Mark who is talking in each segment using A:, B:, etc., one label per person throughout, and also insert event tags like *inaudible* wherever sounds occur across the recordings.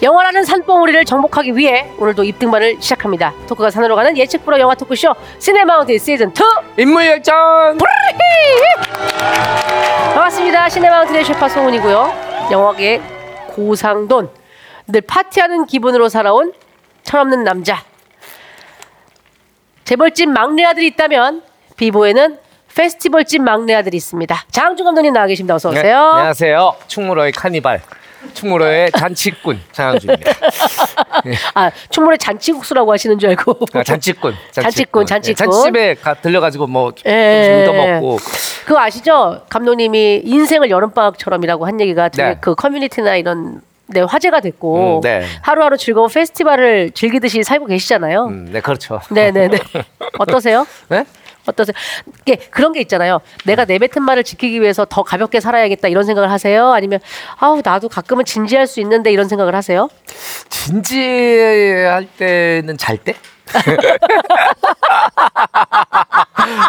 A: 영화라는 산봉우리를 정복하기 위해 오늘도 입등반을 시작합니다. 토크가 산으로 가는 예측 불허 영화 토크쇼 시네마운틴 시즌 2
B: 인물 열전
A: 반갑습니다. 시네마운틴의 셰파 송은이고요. 영화계 고상돈 늘 파티하는 기분으로 살아온 철없는 남자 재벌집 막내 아들이 있다면 비보에는 페스티벌집 막내 아들이 있습니다. 장항준 감독님 나와 계십니다. 어서
B: 네,
A: 오세요.
B: 안녕하세요 충무로의 카니발 충무로의 잔치꾼 장항준입니다
A: *laughs* 아, 충무로 잔치국수라고 하시는 줄 알고.
B: 아, 잔치꾼
A: 잔치꾼, 잔치꾼.
B: 예, 잔치집에 가, 들려가지고 뭐
A: 예.
B: 좀더 먹고
A: 그거 아시죠? 감독님이 인생을 여름방학처럼이라고 한 얘기가 되게
B: 네.
A: 그 커뮤니티나 이런 데 화제가 됐고
B: 음, 네.
A: 하루하루 즐거운 페스티벌을 즐기듯이 살고 계시잖아요.
B: 음, 네 그렇죠
A: 네네네. *laughs* 어떠세요?
B: *laughs* 네?
A: 어떠세요? 이게 그런 게 있잖아요. 내가 내뱉은 말을 지키기 위해서 더 가볍게 살아야겠다 이런 생각을 하세요? 아니면 아우 나도 가끔은 진지할 수 있는데 이런 생각을 하세요?
B: 진지할 때는 잘 때? *laughs*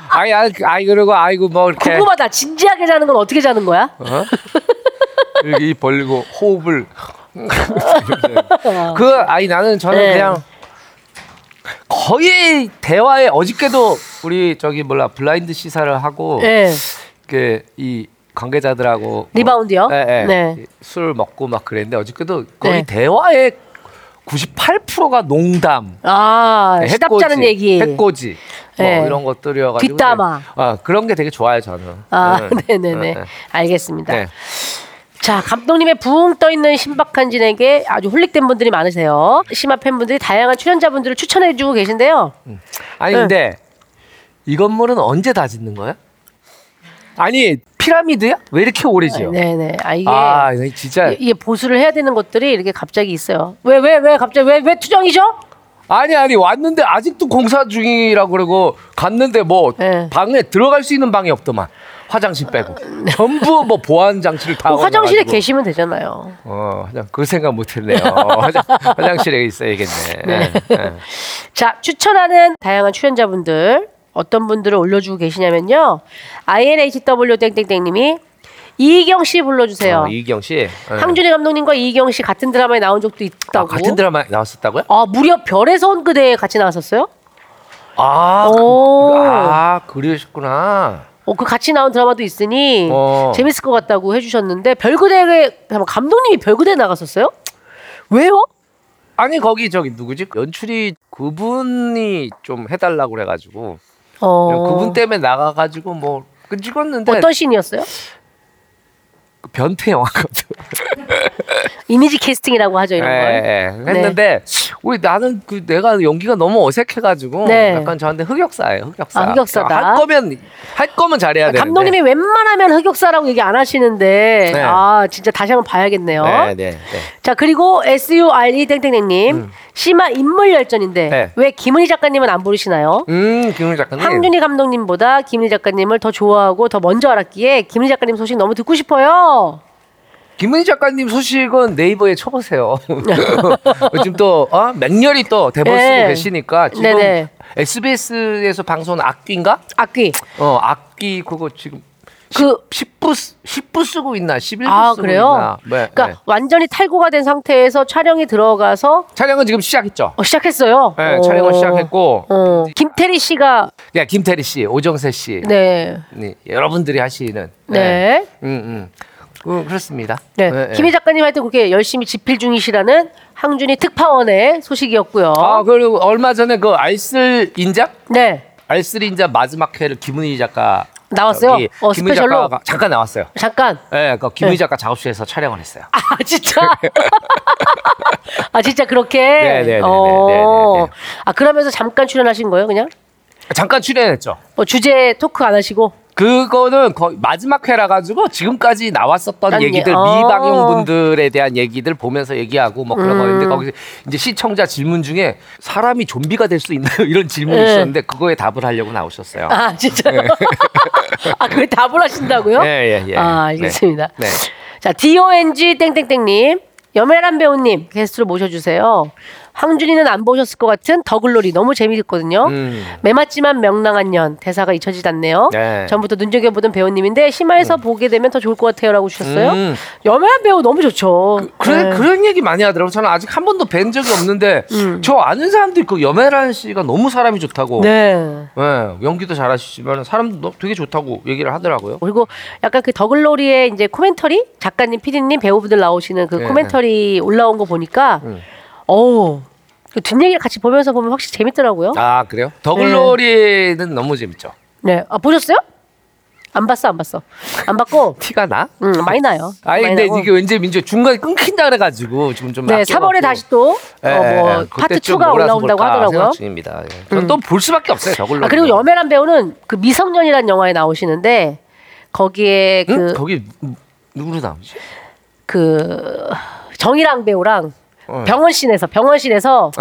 B: 아니, 아니, 아니 그러고 아이고 뭐 이렇게
A: 궁금하다. 진지하게 자는 건 어떻게 자는 거야?
B: 어? 이렇게 입 벌리고 호흡을 그 아니 나는 저는
A: 어. 네.
B: 그냥 거의 대화에 어저께도 우리 저기 몰라 블라인드 시사를 하고
A: 네.
B: 이렇게 이 관계자들하고
A: 리바운드요?
B: 뭐, 예, 예.
A: 네.
B: 술 먹고 막 그랬는데 어저께도
A: 네.
B: 거의 대화의 98%가 농담
A: *laughs* 아,
B: 네,
A: 시답자는
B: 해꼬지,
A: 얘기.
B: 해꼬지 뭐
A: 네.
B: 이런 것들이어가지고
A: 뒷담화.
B: 아 그런 게 되게 좋아요 저는.
A: 아,
B: 네.
A: *laughs* 네네네.
B: 네.
A: 알겠습니다.
B: 네.
A: 자, 감독님의 붕 떠있는 신박한 진에게 아주 홀릭된 분들이 많으세요. 심화 팬분들이 다양한 출연자분들을 추천해주고 계신데요.
B: 아니
A: 네.
B: 근데 이 건물은 언제 다 짓는 거야? 아니 피라미드야? 왜 이렇게 오래 지어?
A: 네네. 아, 이게.
B: 아 이거 진짜
A: 이- 이게 보수를 해야 되는 것들이 이렇게 갑자기 있어요. 왜, 왜, 왜, 갑자기, 왜, 왜 투정이죠?
B: 아니 아니 왔는데 아직도 공사 중이라고 그러고 갔는데 뭐
A: 네.
B: 방에 들어갈 수 있는 방이 없더만 화장실 빼고 전부 뭐 보안 장치를 다
A: 뭐 화장실에
B: 걸어놔가지고.
A: 계시면 되잖아요.
B: 어 화장 그 생각 못했네요 화장, 화장실에 있어야겠네 네. 네.
A: *laughs* 자, 추천하는 다양한 출연자분들 어떤 분들을 올려주고 계시냐면요. INHW 땡땡땡님이 이희경 씨 불러주세요.
B: 어, 이기경 씨. 네.
A: 황준희 감독님과 이희경 씨 같은 드라마에 나온 적도 있다고.
B: 아, 같은 드라마 나왔었다고요?
A: 아, 무려 별에서 온 그대에 같이 나왔었어요?
B: 아, 그,
A: 오.
B: 아 그러셨구나.
A: 어, 그 같이 나온 드라마도 있으니
B: 어.
A: 재밌을 것 같다고 해주셨는데 별그대에 잠깐만, 감독님이 별그대에 나갔었어요? 왜요?
B: 아니 거기 저기 누구지? 연출이 그분이 좀 해달라고 그래가지고
A: 어.
B: 그분 때문에 나가가지고 뭐 그 찍었는데
A: 어떤 씬이었어요?
B: 그 변태 영화거든.
A: 이미지 캐스팅이라고 하죠
B: 예,
A: 이런 네. 걸.
B: 예. 했는데 우리 나는 그 내가 연기가 너무 어색해가지고
A: 네.
B: 약간 저한테 흑역사예요. 흑역사.
A: 아, 흑역사다.
B: 할 거면 할 거면 잘해야 되는데.
A: 아, 감독님이 웬만하면 흑역사라고 얘기 안 하시는데
B: 네.
A: 아 진짜 다시 한번 봐야겠네요.
B: 네, 네, 네.
A: 자 그리고 S U R E 땡땡땡님 심한 인물 열전인데
B: 네.
A: 왜 김은희 작가님은 안 부르시나요?
B: 음, 김훈 작가님.
A: 황준희 감독님보다 김은희 작가님을 더 좋아하고 더 먼저 알았기에 김은희 작가님 소식 너무 듣고 싶어요.
B: 김은희 작가님 소식은
A: *laughs*
B: 네이버에 쳐보세요. 지금 또 어? 맹렬히 또 대본
A: 예.
B: 쓰고 계시니까 지금
A: 네네.
B: SBS에서 방송 악기인가?
A: 악귀.
B: 어 악기 그거 지금
A: 그
B: 10부 쓰- 10부 쓰고 있나 11부
A: 아,
B: 쓰고
A: 그래요?
B: 있나? 네,
A: 그러니까
B: 네.
A: 완전히 탈고가 된 상태에서 촬영이 들어가서
B: 촬영은 지금 시작했죠.
A: 어, 시작했어요.
B: 네,
A: 어.
B: 촬영을 시작했고
A: 어. 김태리 씨가
B: 야 김태리 씨, 오정세 씨,
A: 네.
B: 네, 여러분들이 하시는
A: 네.
B: 음, 음. 그, 그렇습니다.
A: 네.
B: 네, 네.
A: 김희 작가님 하여튼 그렇게 열심히 집필 중이시라는 항준이 특파원의 소식이었고요.
B: 아 그리고 얼마 전에 그 알쓸 인작
A: 네.
B: 알쓰린자 마지막 회를 김은희 작가
A: 나왔어요?
B: 저기
A: 어,
B: 김은희
A: 스페셜로?
B: 작가가 잠깐 나왔어요.
A: 잠깐.
B: 예, 네, 그 김은희
A: 네.
B: 작가 작업실에서 촬영을 했어요.
A: 아, 진짜. 아, 진짜 그렇게.
B: 네, 네, 네, 네, 네, 네.
A: 아, 그러면서 잠깐 출연하신 거예요, 그냥?
B: 잠깐 출연했죠.
A: 어, 주제 토크 안 하시고.
B: 그거는 거의 마지막 회라 가지고 지금까지 나왔었던
A: 딴
B: 얘기들
A: 얘기. 아.
B: 미방용 분들에 대한 얘기들 보면서 얘기하고 뭐
A: 음.
B: 그런 거였는데 거기서 이제 시청자 질문 중에 사람이 좀비가 될 수 있나요? *laughs* 이런 질문이
A: 네.
B: 있었는데 그거에 답을 하려고 나오셨어요.
A: 아, 진짜요? *laughs* 아, 그게 답을 하신다고요?
B: 네. 예, 예, 예.
A: 아, 알겠습니다.
B: 네. 네.
A: 자, DONG 땡땡땡님, 염혜란 배우님 게스트로 모셔주세요. 황준이는 안 보셨을 것 같은 더글로리 너무 재미있거든요.
B: 음.
A: 매맞지만 명랑한 년 대사가 잊혀지지 않네요.
B: 네.
A: 전부터 눈여겨보던 배우님인데 심화해서 보게 되면 더 좋을 것 같아요라고 주셨어요.
B: 음.
A: 여매한 배우 너무 좋죠.
B: 그런
A: 네.
B: 그런 얘기 많이 하더라고요. 저는 아직 한 번도 뵌 적이 없는데
A: 음.
B: 저 아는 사람들이 그 염혜란 씨가 너무 사람이 좋다고.
A: 네.
B: 예, 연기도 잘하시지만 사람도 너무 되게 좋다고 얘기를 하더라고요.
A: 그리고 약간 그 더글로리의 이제 코멘터리 작가님, 피디님, 배우분들 나오시는 그
B: 예, 음.
A: 코멘터리 올라온 거 보니까 어우 그 뒷얘기를 같이 보면서 보면 확실히 재밌더라고요.
B: 아 그래요?
A: 음.
B: 더글로리는 너무 재밌죠.
A: 네, 아 보셨어요? 안 봤어, 안 봤어, 안 봤고,
B: 티가 나?
A: 음 많이 나요.
B: 아니
A: 많이
B: 근데
A: 나고.
B: 이게 왠지 민주 중간에 끊긴다 그래가지고 지금 좀
A: 네,
B: 아껴갖고.
A: 3월에 다시 또
B: 예,
A: 어, 뭐
B: 예, 그때
A: 파트
B: 좀
A: 2가
B: 몰아서
A: 올라온다고
B: 볼까
A: 하더라고요. 음.
B: 생각 중입니다. 예. 저는 또 볼 수밖에 없어요. 더글로리.
A: 아 그리고 염혜란 배우는 그 미성년이라는 영화에 나오시는데 거기에 그
B: 응?
A: 그
B: 거기 누구로 나오지?
A: 정희랑 배우랑
B: 어.
A: 병원씬에서 병원씬에서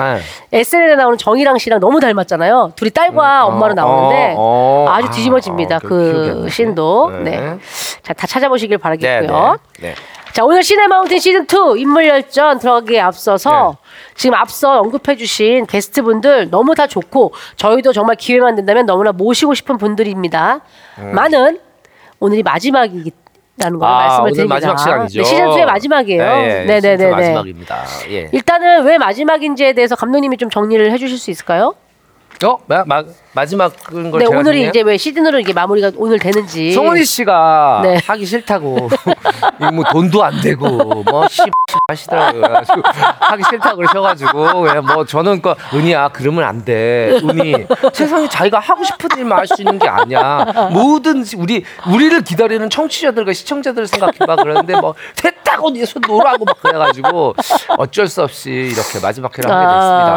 B: 예.
A: SNS에 나오는 정희랑 씨랑 너무 닮았잖아요. 둘이 딸과
B: 음,
A: 엄마로
B: 어,
A: 나오는데
B: 어, 어.
A: 아주 뒤집어집니다.
B: 아, 기억이 안
A: 그
B: 나네.
A: 신도
B: 네.
A: 네. 자, 다 찾아보시길
B: 네,
A: 바라겠고요.
B: 네. 네.
A: 자, 오늘 시네마운틴 시즌 2 인물 열전 들어가기에 앞서서
B: 네.
A: 지금 앞서 언급해 주신 게스트분들 너무 다 좋고 저희도 정말 기회만 된다면 너무나 모시고 싶은 분들입니다. 많은 오늘이 마지막이라는 걸
B: 네.
A: 뭐
B: 아,
A: 말씀을
B: 오늘
A: 드립니다.
B: 마지막 시간이죠.
A: 네, 시즌 2의 마지막이에요.
B: 네, 네,
A: 네, 네, 네, 네.
B: 마지막입니다. 예.
A: 일단은 왜 마지막인지에 대해서 감독님이 좀 정리를 해 주실 수 있을까요?
B: 어? 마, 마, 마지막인 걸
A: 네,
B: 제가
A: 오늘이
B: 정리해요?
A: 이제 왜 시즌으로 이게 마무리가 오늘 되는지.
B: 송은희 씨가
A: 예. 네.
B: 하기 싫다고 *laughs* 이뭐 돈도 안 되고 뭐씨 하시더라고요. 그래가지고 하기 싫다고 그러셔가지고 그냥 뭐 저는 그 은희야 그러면 안 돼. 은희 세상에 자기가 하고 싶은 일만 할 수 있는 게 아니야. 뭐든지 우리 우리를 기다리는 청취자들과 시청자들을 생각해봐 그러는데 뭐 됐다고 니손 놓으라고 막 그래가지고 어쩔 수 없이 이렇게 마지막 회를
A: 아,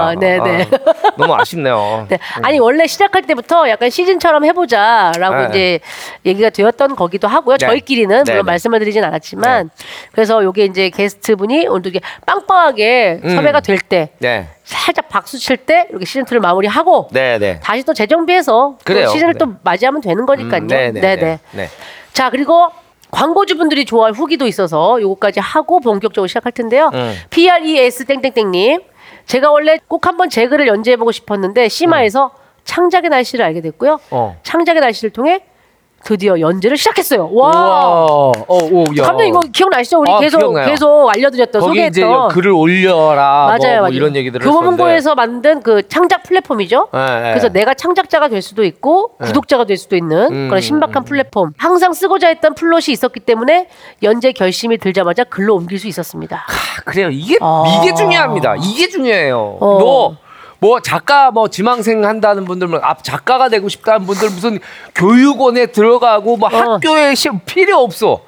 B: 하게 됐습니다.
A: 네네.
B: 아, 너무 아쉽네요.
A: 네. 아니 원래 시작할 때부터 약간 시즌처럼 해보자라고
B: 음. 네.
A: 이제 얘기가 되었던 거기도 하고요.
B: 네.
A: 저희끼리는
B: 네,
A: 물론
B: 네.
A: 말씀을 드리진 않았지만 그래서 요게 이제 게스트 분이 오늘도 이게 빵빵하게
B: 음.
A: 섭외가 될 때
B: 네.
A: 살짝 박수 칠 때 이렇게 시즌 2를 마무리하고
B: 네, 네.
A: 다시 또 재정비해서 또
B: 그래요.
A: 시즌을
B: 네.
A: 또 맞이하면 되는 거니까요.
B: 음,
A: 네, 네,
B: 네. 네.
A: 자 그리고 광고주분들이 좋아할 후기도 있어서 요거까지 하고 본격적으로 시작할 텐데요.
B: 음.
A: PRES 땡땡땡님, 제가 원래 꼭 한번 제 글을 연재해보고 싶었는데 심화에서 창작의 날씨를 알게 됐고요.
B: 음. 어.
A: 창작의 날씨를 통해 드디어 연재를 시작했어요. 와.
B: 우와. 어, 오, 야.
A: 감독님 이거 기억나시죠? 우리
B: 아,
A: 계속
B: 기억나요.
A: 계속 알려드렸던
B: 거기 이제 그
A: 소개했던
B: 글을 올려라
A: 맞아요,
B: 뭐, 뭐
A: 맞아요.
B: 이런 얘기들을
A: 교보문고에서 만든 그 창작 플랫폼이죠.
B: 예, 예.
A: 그래서 내가 창작자가 될 수도 있고 구독자가 될 수도 있는
B: 음,
A: 그런 신박한 플랫폼. 항상 쓰고자 했던 플롯이 있었기 때문에 연재 결심이 들자마자 글로 옮길 수 있었습니다.
B: 아, 그래요 이게
A: 아.
B: 이게 중요합니다 이게 중요해요
A: 어.
B: 너 뭐 작가 뭐 지망생 한다는 분들 뭐 앞 작가가 되고 싶다는 분들 무슨 교육원에 들어가고 뭐 학교에 시 필요 없어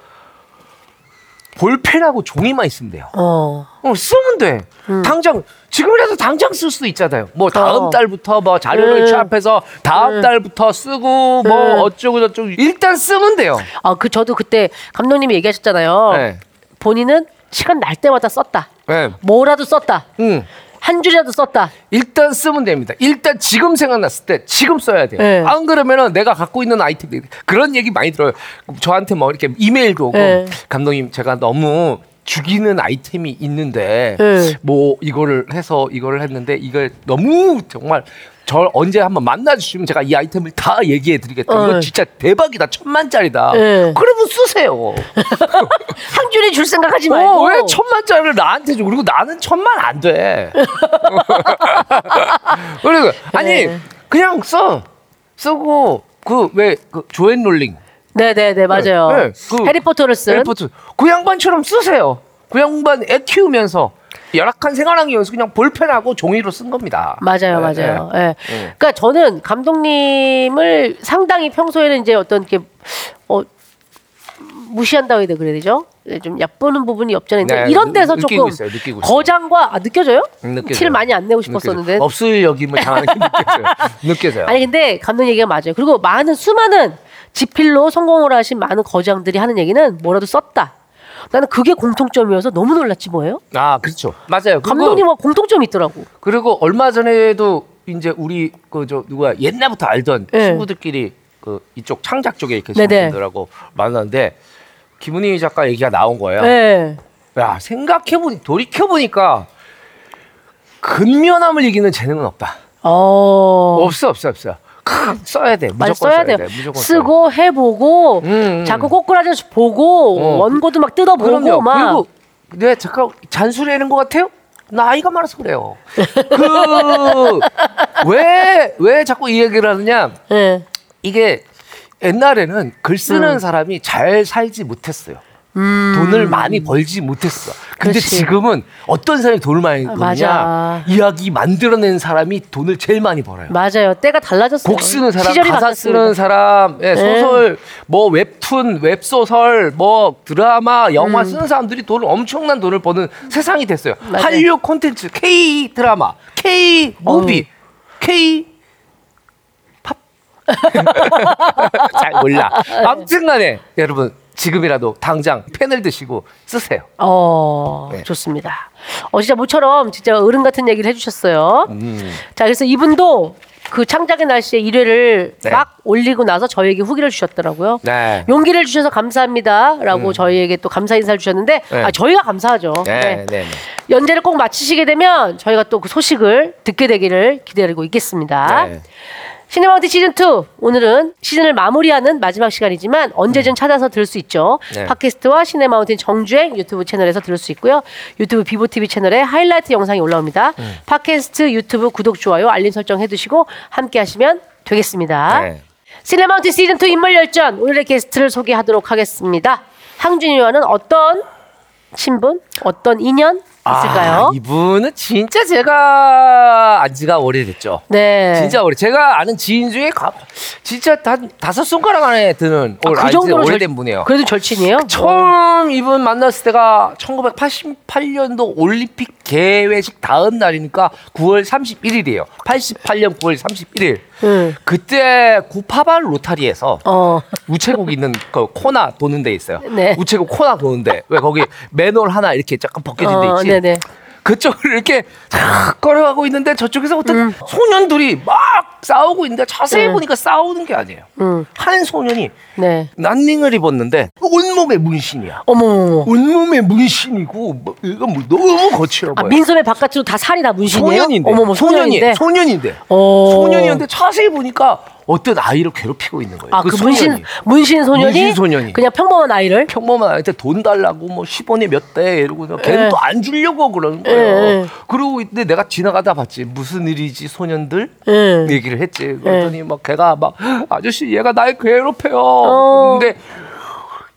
B: 볼펜하고 종이만 있으면 돼요
A: 어.
B: 어, 쓰면 돼. 당장 지금이라도 당장 쓸 수도 있잖아요. 뭐 다음
A: 음. 어.
B: 달부터 뭐 자료를
A: 음.
B: 취합해서 다음 달부터 쓰고 뭐
A: 음.
B: 어쩌고 저쩌고 일단 쓰면 돼요.
A: 아, 그 저도 그때 감독님이 얘기하셨잖아요.
B: 네.
A: 본인은 시간 날 때마다 썼다.
B: 예.
A: 뭐라도 썼다.
B: 음.
A: 한 줄이라도 썼다.
B: 일단 쓰면 됩니다. 일단 지금 생각났을 때 지금 써야 돼요.
A: 네.
B: 안 그러면은 내가 갖고 있는 아이템들 그런 얘기 많이 들어요. 저한테 뭐 이렇게 이메일도 오고
A: 네.
B: 감독님 제가 너무 죽이는 아이템이 있는데
A: 네.
B: 뭐 이거를 해서 이거를 했는데 이걸 너무 정말 저 언제 한번 만나주시면 제가 이 아이템을 다 얘기해드리겠다. 이거
A: 네.
B: 진짜 대박이다. 천만짜리다.
A: 네.
B: 그러면 쓰세요.
A: 한 줄에 줄 생각하지 말고.
B: 어, 왜 천만짜리를 나한테 줘? 그리고 나는 천만 안 돼. *laughs* 그리고 아니
A: 네.
B: 그냥 써 쓰고 그 왜 그 조앤 롤링
A: 네네네 맞아요.
B: 네, 네, 그
A: 해리포터를 쓴.
B: 엘포트 그 양반처럼 쓰세요. 그 양반 애 키우면서 열악한 생활하기 위해서 그냥 볼펜하고 종이로 쓴 겁니다.
A: 맞아요,
B: 네,
A: 맞아요.
B: 네.
A: 예. 그러니까 저는 감독님을 상당히 평소에는 이제 어떤 이렇게 어 무시한다고 해야 돼 그래야 되죠? 예, 좀 얕보는 부분이 없잖아요. 근데
B: 네,
A: 이런
B: 느-
A: 데서
B: 느끼고
A: 조금
B: 있어요, 느끼고 있어요. 음,
A: 거장과 아 느껴져요?
B: 네. 느껴져요.
A: 티를 많이 안 내고
B: 느껴져요.
A: 싶었었는데.
B: 없을 여김을 당하는 게 느껴져요.
A: *laughs*
B: 느껴져요.
A: 아니 근데 감독님 얘기가 맞아요. 그리고 많은 수많은 지필로 성공을 하신 많은 거장들이 하는 얘기는 뭐라도 썼다. 나는 그게 공통점이어서 너무 놀랐지 뭐예요?
B: 아 그렇죠. 맞아요. 그리고-
A: 감독님과 공통점이 있더라고.
B: 그리고 얼마 전에도 이제 우리 그 저 누가 옛날부터 알던
A: 네.
B: 친구들끼리 그 이쪽 창작 쪽에 이렇게
A: 네네.
B: 계신 분들하고 만났는데 김은희 작가
A: 네.
B: 얘기가 나온 거예요.
A: 예.
B: 야 생각해보니 돌이켜보니까 근면함을 이기는 재능은 없다.
A: 어.
B: 없어 없어 없어. 크, 써야 돼.
A: 많이
B: 무조건
A: 써야 돼요.
B: 무조건 써야 돼.
A: 쓰고 해보고
B: 음,
A: 자꾸 꼬꾸라져서 보고
B: 어,
A: 원고도 막 뜯어보고
B: 그럼요.
A: 막
B: 그리고 내가 잠깐 잔소리하는 것 같아요? 나이가 많아서
A: *laughs*
B: 그래요. 그왜왜 자꾸 이 얘기를 하느냐?
A: 예.
B: 이게 옛날에는 글
A: 음.
B: 쓰는 사람이 잘 살지 못했어요. 돈을 많이 벌지 못했어. 근데
A: 그렇지.
B: 지금은 어떤 사람이 돈을 많이
A: 아,
B: 버냐?
A: 맞아.
B: 이야기 만들어낸 사람이 돈을 제일 많이 벌어요.
A: 맞아요. 때가 달라졌어요.
B: 곡 쓰는 사람,
A: 시절이
B: 가사
A: 바뀌었습니다. 네.
B: 쓰는 사람, 예, 소설, 뭐 웹툰, 웹소설, 뭐 드라마, 영화 쓰는 사람들이 돈을 엄청난 돈을 버는 세상이 됐어요.
A: 음. 맞아요.
B: 한류 콘텐츠, K 드라마, K 무비,
A: 어.
B: K 팝. *laughs* 잘 몰라.
A: 네.
B: 아무튼간에 여러분 지금이라도 당장 펜을 드시고 쓰세요.
A: 어,
B: 네.
A: 좋습니다. 어, 진짜 모처럼 진짜 어른 같은 얘기를 해주셨어요.
B: 음.
A: 자, 그래서 이분도 그 창작의 날씨에 1회를
B: 네.
A: 막 올리고 나서 저희에게 후기를 주셨더라고요.
B: 네. 음.
A: 용기를 주셔서 감사합니다. 라고 저희에게 또 감사 인사를 주셨는데,
B: 네.
A: 아, 저희가 감사하죠.
B: 네,
A: 네.
B: 네, 네.
A: 연재를 꼭 마치시게 되면 저희가 또 그 소식을 듣게 되기를 기다리고 있겠습니다.
B: 네.
A: 시네마운트 시즌2 오늘은 시즌을 마무리하는 마지막 시간이지만 언제든 찾아서 들을 수 있죠.
B: 음. 네.
A: 팟캐스트와 시네마운틴 정주행 유튜브 채널에서 들을 수 있고요. 유튜브 비보TV 채널에 하이라이트 영상이 올라옵니다.
B: 음.
A: 팟캐스트 유튜브 구독 좋아요 알림 설정 해두시고 함께 하시면 되겠습니다.
B: 네.
A: 시네마운틴 시즌2 인물열전 오늘의 게스트를 소개하도록 하겠습니다. 항준이와는 어떤 친분 어떤 인연 있을까요?
B: 아, 이분은 진짜 제가 안지가 오래됐죠.
A: 네.
B: 진짜 오래. 제가 아는 지인 중에 가- 진짜 한 다섯 손가락 안에 드는
A: 아,
B: 올-
A: 그
B: 아주
A: 정도로
B: 오래된
A: 절-
B: 분이에요.
A: 그래도 절친이에요?
B: 처음 이분 만났을 때가 1988년도 올림픽 개회식 다음 날이니까 9월 31일이에요. 88년 9월 31일.
A: 응.
B: 그때 구파발 로타리에서
A: 예. 어.
B: 우체국 있는 그 코나 도는 데 있어요.
A: 네.
B: 우체국 코나 도는데 왜 거기 맨홀 하나 이렇게 잠깐 벗겨진 데
A: 어,
B: 있지?
A: 네네.
B: 그쪽을 이렇게 탁 걸어가고 있는데 저쪽에서 어떤
A: 음.
B: 소년들이 막 싸우고 있는데 자세히
A: 네.
B: 보니까 싸우는 게 아니에요.
A: 음.
B: 한 소년이
A: 네.
B: 난닝을 입었는데 온몸에 문신이야.
A: 어머머머.
B: 온몸에 문신이고 뭐, 이거 뭐 너무 거칠어
A: 아,
B: 보여.
A: 민소매 바깥으로 다 살이 다 문신이에요?
B: 소년인데.
A: 어머머,
B: 소년이
A: 소년인데.
B: 소년인데.
A: 어.
B: 소년이었는데 자세히 보니까 어떤 아이를 괴롭히고 있는 거예요.
A: 아, 그, 문신
B: 소년이.
A: 문신 소년이,
B: 문신 소년이.
A: 그냥 평범한 아이를
B: 평범한 아이한테 돈 달라고 뭐 10원에 몇 대 이러고 걔는
A: 예.
B: 또 안 주려고 그러는 거예요.
A: 예, 예.
B: 그러고 있는데 내가 지나가다 봤지 무슨 일이지 소년들
A: 예.
B: 얘기를 했지. 그랬더니 막 걔가 막 아저씨 얘가 날 괴롭혀요.
A: 어.
B: 근데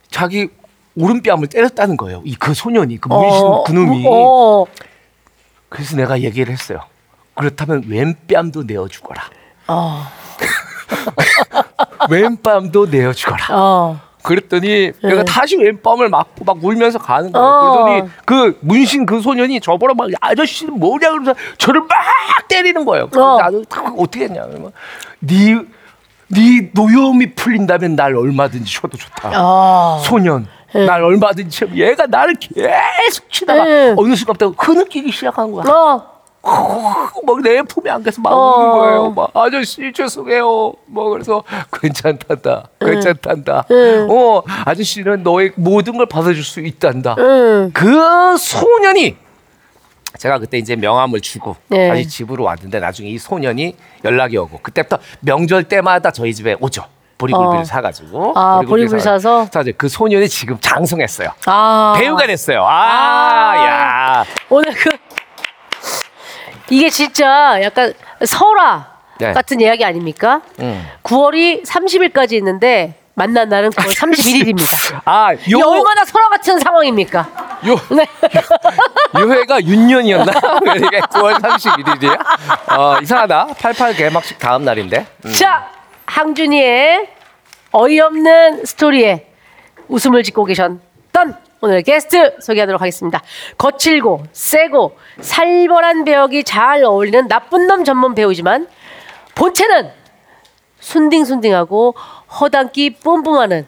B: 자기 오른뺨을 때렸다는 거예요. 이 그 소년이 그 문신
A: 어,
B: 그놈이.
A: 어,
B: 그래서 내가 얘기를 했어요. 그렇다면 왼뺨도 내어주거라.
A: 어,
B: *laughs* 왼뺨도 내어주거라.
A: 어.
B: 그랬더니 내가 다시 왼뺨을 맞고 막 울면서 가는 거예요.
A: 어.
B: 그러더니 그 문신 그 소년이 저보러 막 아저씨는 뭐냐 그러면서 저를 막 때리는 거예요. 그래서
A: 어.
B: 나도 딱 어떻게 했냐 그러면 네, 네 노여움이 풀린다면 날 얼마든지 쳐도 좋다.
A: 아.
B: 소년 날 얼마든지 쳐도 얘가 나를 계속 치다가
A: 응.
B: 어느 순간부터 흐느끼기 시작한 거야.
A: 어.
B: 막내 품에 안겨서 막 우는
A: 어.
B: 거예요. 막 아저씨 죄송해요. 뭐 그래서 괜찮단다. 괜찮단다. 어 아저씨는 너의 모든 걸 받아줄 수 있단다.
A: 응.
B: 그 소년이 제가 그때 이제 명함을 주고
A: 네.
B: 다시 집으로 왔는데 나중에 이 소년이 연락이 오고 그때부터 명절 때마다 저희 집에 오죠. 보리굴비를
A: 어.
B: 사가지고
A: 아, 보리굴비
B: 사-
A: 사서?
B: 사서 그 소년이 지금 장성했어요.
A: 아.
B: 배우가 됐어요. 아,
A: 아.
B: 야.
A: 오늘 그 이게 진짜 약간 설화
B: 네.
A: 같은 이야기 아닙니까?
B: 음.
A: 9월이 30일까지 있는데 만난 날은 9월 31일입니다.
B: 아,
A: 이게
B: 요
A: 얼마나 설화 같은 상황입니까? 네.
B: 요, *laughs* 요 회가 윤년이었나?
A: *laughs*
B: *laughs* 그러니까 9월 31일이야? 어, 이상하다. 88 개막식 다음 날인데.
A: 자, 항준이의 어이없는 스토리에 웃음을 짓고 계셨던 오늘 게스트 소개하도록 하겠습니다. 거칠고 세고 살벌한 배역이 잘 어울리는 나쁜 놈 전문 배우지만 본체는 순딩순딩하고 허당끼 뿜뿜하는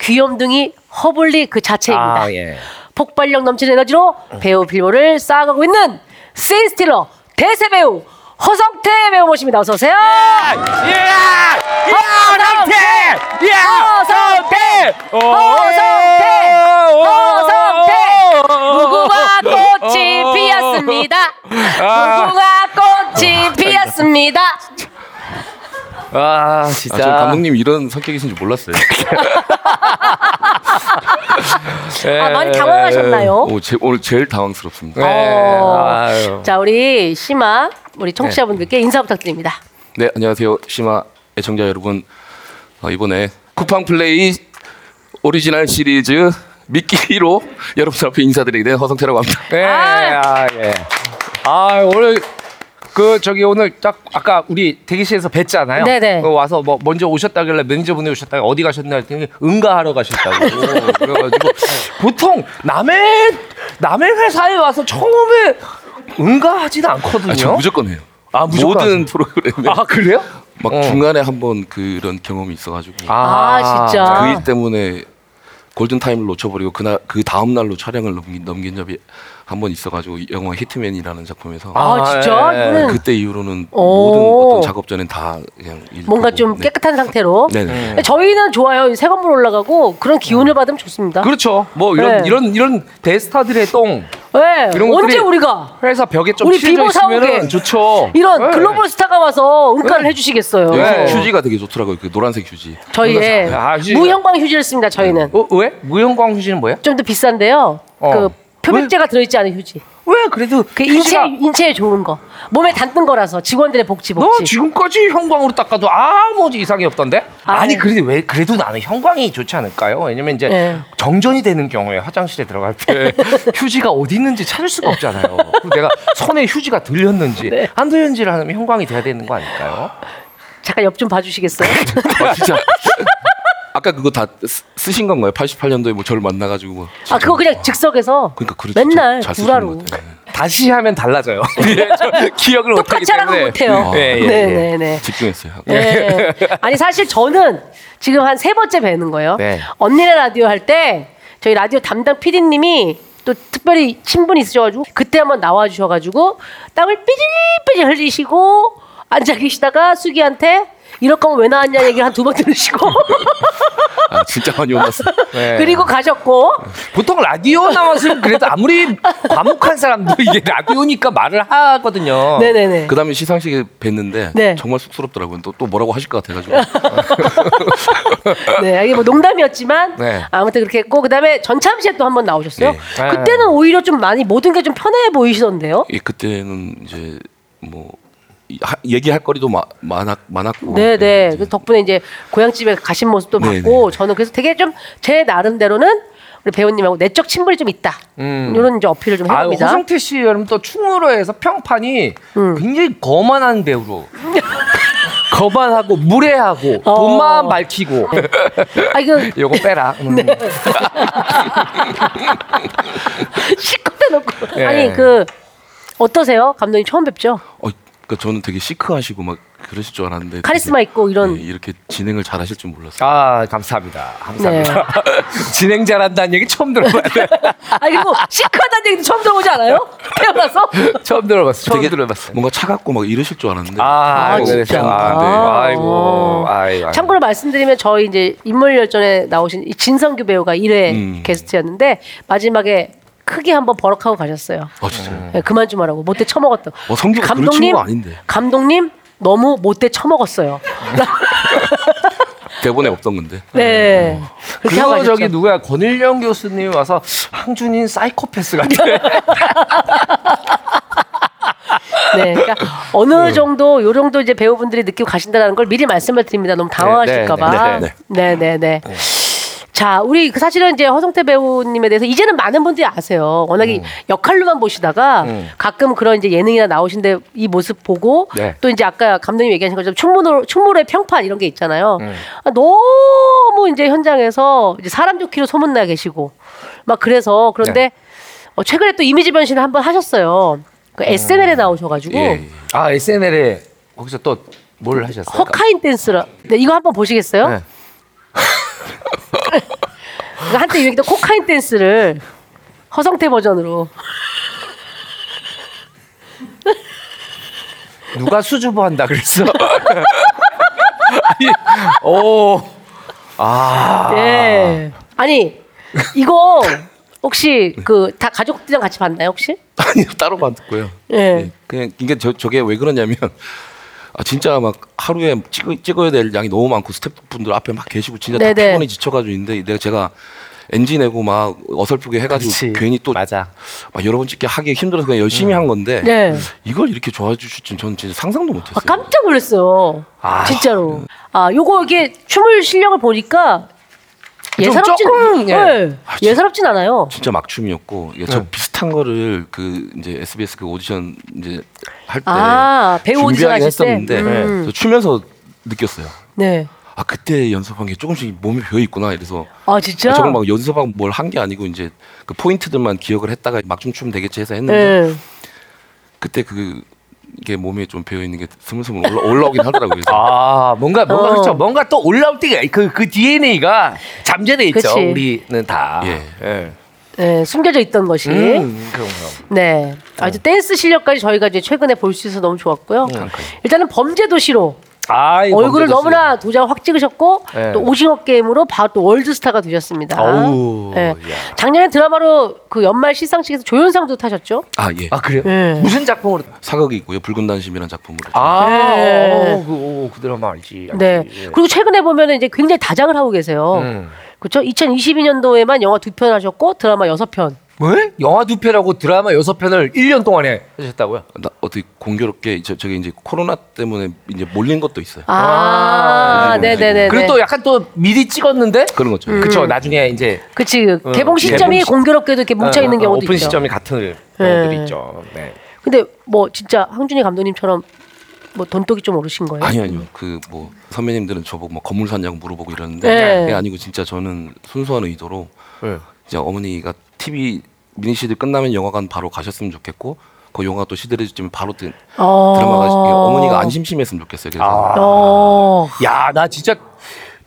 A: 귀염둥이 허블리 그 자체입니다.
B: 아, 예.
A: 폭발력 넘치는 에너지로 배우 빌보를 쌓아가고 있는 세인스틸러 대세 배우 허성태 배우 모십니다. 어서 오세요.
B: 네. 예!
A: 어,
B: 허성태! 예!
A: 어, 허성태! 허성태! 어, 허성태! 무궁화 꽃이 피었습니다.
B: 아.
A: 무궁화 아, 없습니다.
B: 아
C: 아,
B: 진짜.
C: 전 감독님 이런 성격이신지 몰랐어요.
A: 아, 많이
B: 예.
A: 당황하셨나요?
C: 오, 제, 오늘 제일 당황스럽습니다.
B: 네.
A: 어.
B: 아유.
A: 자, 우리 심아 우리 청취자분들께 인사 부탁드립니다.
C: 네, 안녕하세요. 심화 애청자 여러분. 어, 이번에 쿠팡 플레이 오리지널 시리즈 미끼로 *laughs* 여러분 앞에 인사드리게 된 허성태라고 합니다.
B: 네. 아, 예. 아, 오늘 그 저기 오늘 딱 아까 우리 대기실에서 뵀잖아요.
A: 네네.
B: 어, 와서 뭐 먼저 오셨다길래 매니저분이 오셨다길래 어디 가셨나 했더니 응가하러 가셨다고.
A: *laughs*
B: 그래가지고 보통 남의 남의 회사에 와서 처음에 응가하진 않거든요.
C: 아, 저 무조건 해요.
B: 아, 무조건
C: 모든
B: 하세요?
C: 프로그램에
B: 아, 그래요?
C: 막
B: 어.
C: 중간에 한번 그런 경험이 있어가지고
A: 아, 진짜.
C: 그 일 때문에 골든 타임을 놓쳐버리고 그날 그 다음 날로 촬영을 넘긴, 넘긴 적이 한 번 있어가지고 영화 히트맨이라는 작품에서
A: 아,
B: 아,
A: 진짜?
B: 예, 예.
A: 이거는
C: 그때 이후로는
A: 오.
C: 모든 어떤 작업 전엔 다 그냥 일
A: 뭔가
C: 보고,
A: 좀
C: 네.
A: 깨끗한 상태로.
C: 네네.
A: 저희는 좋아요. 이 새 건물 올라가고 그런 기운을 받으면 좋습니다.
B: 네. 그렇죠. 뭐 이런
A: 네.
B: 이런 이런 대스타들의 똥
A: 네.
B: 이런
A: 언제
B: 것들이
A: 우리가
B: 회사 벽에 좀
A: 우리
B: 칠해져
A: 비보 사오게.
B: 있으면 좋죠.
A: 이런
B: 네.
A: 글로벌 스타가 와서 응가를 해주시겠어요. 네.
B: 예.
C: 여기 네, 휴지가 되게 좋더라고요. 그 노란색 휴지.
A: 저희의
B: 아, 휴지.
A: 무형광 휴지를 씁니다. 저희는
B: 어, 왜? 무형광 휴지는 뭐야?
A: 좀 더 비싼데요.
B: 어.
A: 그 표백제가 들어있지 않은 휴지.
B: 왜 그래도
A: 그 인체 인체에 좋은 거 몸에 닿는 거라서 직원들의 복지
B: 너
A: 복지.
B: 지금까지 형광으로 닦아도 아무 이상이 없던데?
A: 아,
B: 아, 니
A: 네.
B: 그래도 왜 그래도 나는 형광이 좋지 않을까요? 왜냐면 이제
A: 네.
B: 정전이 되는 경우에 화장실에 들어갈
A: *laughs*
B: 때 휴지가 어디 있는지 찾을 수가 없잖아요. 그리고 내가 손에 휴지가 들렸는지
A: 네.
B: 안 들렸는지를 하면 형광이 돼야 되는 거 아닐까요?
A: 잠깐 옆 좀 봐주시겠어요?
C: *laughs* 아, 진짜. 아까 그거 다 쓰- 쓰신 건가요? 88년도에 뭐 저를 만나가지고 뭐.
A: 아 그거 그냥 즉석에서
C: 그러니까 그렇죠.
A: 맨날
C: 잘 쓰시는
A: 구라로
C: 것 같아요.
B: 다시
A: *laughs*
B: 하면 달라져요. 예, 저 기억을 못하기
A: 똑같이 하라고
B: 때문에
A: 못해요.
B: 예, 예, 예.
A: 네네네.
C: 집중했어요. 아,
A: 네.
B: *laughs*
A: 아니 사실 저는 지금 한 세 번째 뵈는 거예요.
B: 네.
A: 언니네 라디오 할 때 저희 라디오 담당 PD님이 또 특별히 친분이 있으셔가지고 그때 한번 나와주셔가지고 땀을 삐질삐질 흘리시고 앉아 계시다가 수기한테 이럴 거면 왜 나왔냐 얘기를 한 두 번 들으시고
C: 아, 진짜 많이 혼났어요.
B: *laughs* 네.
A: 그리고 가셨고
B: 보통 라디오 나왔으면 그래도 아무리 과묵한 사람도 이게 라디오니까 말을
A: *laughs*
B: 하거든요.
A: 네네네
C: 그 다음에 시상식에 뵀는데
A: 네.
C: 정말 쑥스럽더라고요. 또, 또 뭐라고 하실 것 같아가지고.
A: *laughs* 네, 이게 뭐 농담이었지만
B: 네.
A: 아무튼 그렇게 했고 그다음에 전참 씨에 또 한 번 나오셨어요.
C: 네.
B: 아.
A: 그때는 오히려 좀 많이 모든 게 좀 편해 보이시던데요.
C: 예, 그때는 이제 뭐 이- 하- 얘기할 거리도 마, 많았,
B: 어,
C: 많았고.
A: 네, 네.
C: 이제
A: 그 덕분에 이제 고향집에 가신 모습도
C: 네,
A: 봤고 저는 그래서 되게 좀 제 나름대로는 우리 배우님하고 내적 친분이 좀 있다. 이런 이제 어필을 좀
B: 음. 아,
A: 해봅니다.
B: 허성태 씨 여러분 또 충무로에서 평판이 굉장히 거만한 배우로 *laughs* 거만하고 무례하고
A: 어. *laughs*
B: 돈만 밝히고
A: 아 *laughs* 이거
B: 요거 빼라. 음.
A: 네. 실컷 빼놓고
B: 예.
A: 아니 그 어떠세요, 감독님 처음
B: *laughs*
A: 뵙죠?
C: 어, 그러니까 저는 되게 시크하시고 막 그러실 줄 알았는데.
A: 카리스마
C: 되게,
A: 있고 이런.
C: 예, 이렇게 진행을 잘하실 줄 몰랐어요.
B: 아 감사합니다. 감사합니다.
A: 네.
B: *laughs* 진행 잘한다는 얘기 처음
A: *laughs*
B: 들어봤어요.
A: 아 그리고 시크하다는 얘기도 처음 들어보지 않아요? 태어나서?
B: 처음 들어봤어. 처음
C: 되게
B: 들어봤어.
C: 뭔가 차갑고 막 이러실 줄 알았는데.
B: 아,
A: 아,
B: 그래서,
A: 진짜. 아.
B: 아, 네. 아이고, 아이고. 아이고.
A: 참고로 말씀드리면 저희 이제 인물 열전에 나오신 이 진성규 배우가 1회
C: 음.
A: 게스트였는데 마지막에 크게 한번 버럭하고 가셨어요.
C: 아,
B: 네.
C: 진짜요?
A: 예, 그만 좀 하라고 못돼 처먹었다.
C: 어, 성규가 그럴 친구가 아닌데.
A: 감독님 너무 못돼 처먹었어요.
C: 대본에 없던 건데.
A: 네.
C: 어.
A: 그렇게 하고
B: 그거
A: 가셨죠.
B: 저기 누구야 권일영 교수님 와서 황준인 사이코패스 같아.
A: *laughs* 네. 그러니까 어느 정도 요 정도 이제 배우분들이 느끼고 가신다라는 걸 미리 말씀을 드립니다. 너무 당황하실까봐.
C: 네, 네,
A: 네, 네, 네. 자, 우리 그 사실은 이제 허성태 배우님에 대해서 이제는 많은 분들이 아세요. 워낙에 역할로만 보시다가 가끔 그런 이제 예능이나 나오신데 이 모습 보고
B: 네.
A: 또 이제 아까 감독님 얘기하신 것처럼 충무로 충무로의 평판 이런 게 있잖아요. 아, 너무 이제 현장에서 이제 사람 좋기로 소문나 계시고 막 그래서 그런데 어, 최근에 또 이미지 변신을 한번 하셨어요. 그 SNL에 나오셔가지고
C: 예,
B: *laughs*
C: 예.
B: 아 SNL에 거기서 또 뭘 하셨어요?
A: 허카인 댄스라. 네, 이거 한번 보시겠어요?
B: 네.
A: 그러니까 한때 유행했던 코카인 댄스를 허성태 버전으로.
B: 누가 수줍어 한다 그랬어? *laughs* 아니, 오. 아.
A: 예. 아니 이거 혹시 그 다 가족들이랑 같이 봤나요 혹시?
C: 아니요 따로 받고요.
A: 예.
C: 그냥 이게 저 저게 왜 그러냐면 아, 진짜 막 하루에 찍어, 찍어야 될 양이 너무 많고 스태프분들 앞에 막 계시고 진짜
A: 네네.
C: 다 피곤해 지쳐가지고 있는데 내가 제가 엔지 내고 막 어설프게 해가지고
B: 그치.
C: 괜히 또
B: 맞아.
C: 막 여러 번 찍게 하기 힘들어서 그냥 열심히 한 건데
A: 네.
C: 이걸 이렇게 좋아해 주실 줄 저는 진짜 상상도 못했어요.
A: 아, 깜짝 놀랐어요.
B: 아.
A: 진짜로. 아, 요거 이게 춤을 실력을 보니까
B: 좀
A: 예사롭진
B: 조금, 예.
A: 네,
C: 아, 진짜.
A: 예사롭진 않아요.
C: 진짜 막춤이었고 이게 저
B: 네.
C: 비슷한 거를 그 이제 SBS 그 오디션 이제 할 때
A: 아, 배우 오디션
C: 준비하긴
A: 하실 때?
C: 했었는데 네.
A: 음.
C: 저 추면서 느꼈어요.
A: 네.
C: 아 그때 연습한 게 조금씩 몸이 배어 있구나 이래서
A: 아, 진짜?
C: 저걸 막 연습하고 뭘 한 게 아니고 이제 그 포인트들만 기억을 했다가 막춤 추면 되겠지 해서 했는데
A: 네.
C: 그때 그 이게 몸에 좀 배어 있는 게 스물스물 올라, 올라오긴 하더라고요. 그래서
B: 아 뭔가 뭔가
A: 어.
B: 그렇죠. 뭔가 또 올라올 때가 그그 DNA가 잠재돼 있죠.
A: 그치.
B: 우리는 다.
C: 예.
B: 예.
A: 네, 숨겨져 있던 것이.
B: 음, 그럼 그럼.
A: 네. 아주 댄스 실력까지 저희가 이제 최근에 볼 수 있어서 너무 좋았고요. 일단은 범죄 도시로
B: 아, 이
A: 얼굴을
B: 범죄도시.
A: 너무나 도장 확 찍으셨고
B: 네.
A: 또 오징어 게임으로 바로 또 월드스타가 되셨습니다.
B: 어우,
A: 네.
B: 야.
A: 작년에 드라마로 그 연말 시상식에서 조연상도 타셨죠?
C: 아 예.
B: 아 그래요?
A: 예.
B: 무슨 작품으로?
C: 사극이 있고요. 붉은 단심이라는 작품으로.
B: 아,
A: 네.
B: 어, 그, 어, 그 드라마 알지. 알지.
A: 네.
B: 예.
A: 그리고 최근에 보면 이제 굉장히 다작을 하고 계세요.
B: 음.
A: 그렇죠? 2022년도에만 영화 두 편 하셨고 드라마 여섯 편.
B: 왜? 영화 두 편하고 드라마 여섯 편을 1년 동안에 하셨다고요?
C: 나 어떻게 공교롭게 저, 저게 이제 코로나 때문에 이제 몰린 것도 있어요.
A: 아,
B: 아,
A: 네네네. 음.
B: 그리고 또 약간 또 미리 찍었는데
C: 그런 거죠.
B: 그쵸 나중에 이제
A: 그치 그
B: 어,
A: 개봉 시점이
B: 개봉 시-
A: 공교롭게도 이렇게 뭉쳐 있는
B: 어, 어,
A: 경우도
B: 오픈
A: 있죠. 예.
B: 시점이 같은 경우들이 있죠. 네.
A: 근데 뭐 진짜 항준이 감독님처럼 뭐 돈독이 좀 오르신 거예요?
C: 아니요, 아니요. 그 뭐 선배님들은 저보고 뭐 건물 샀냐고 물어보고 이러는데
A: 네.
C: 그게 아니고 진짜 저는 순수한 의도로
B: 네.
C: 이제 어머니가 TV 미니 시드 끝나면 영화관 바로 가셨으면 좋겠고 그 영화 또 시들해지면 바로 드,
A: 어.
C: 드라마가 이게 어머니가 안 심심했으면 좋겠어요.
B: 아,
C: 그래서
A: 어.
B: 야, 나 진짜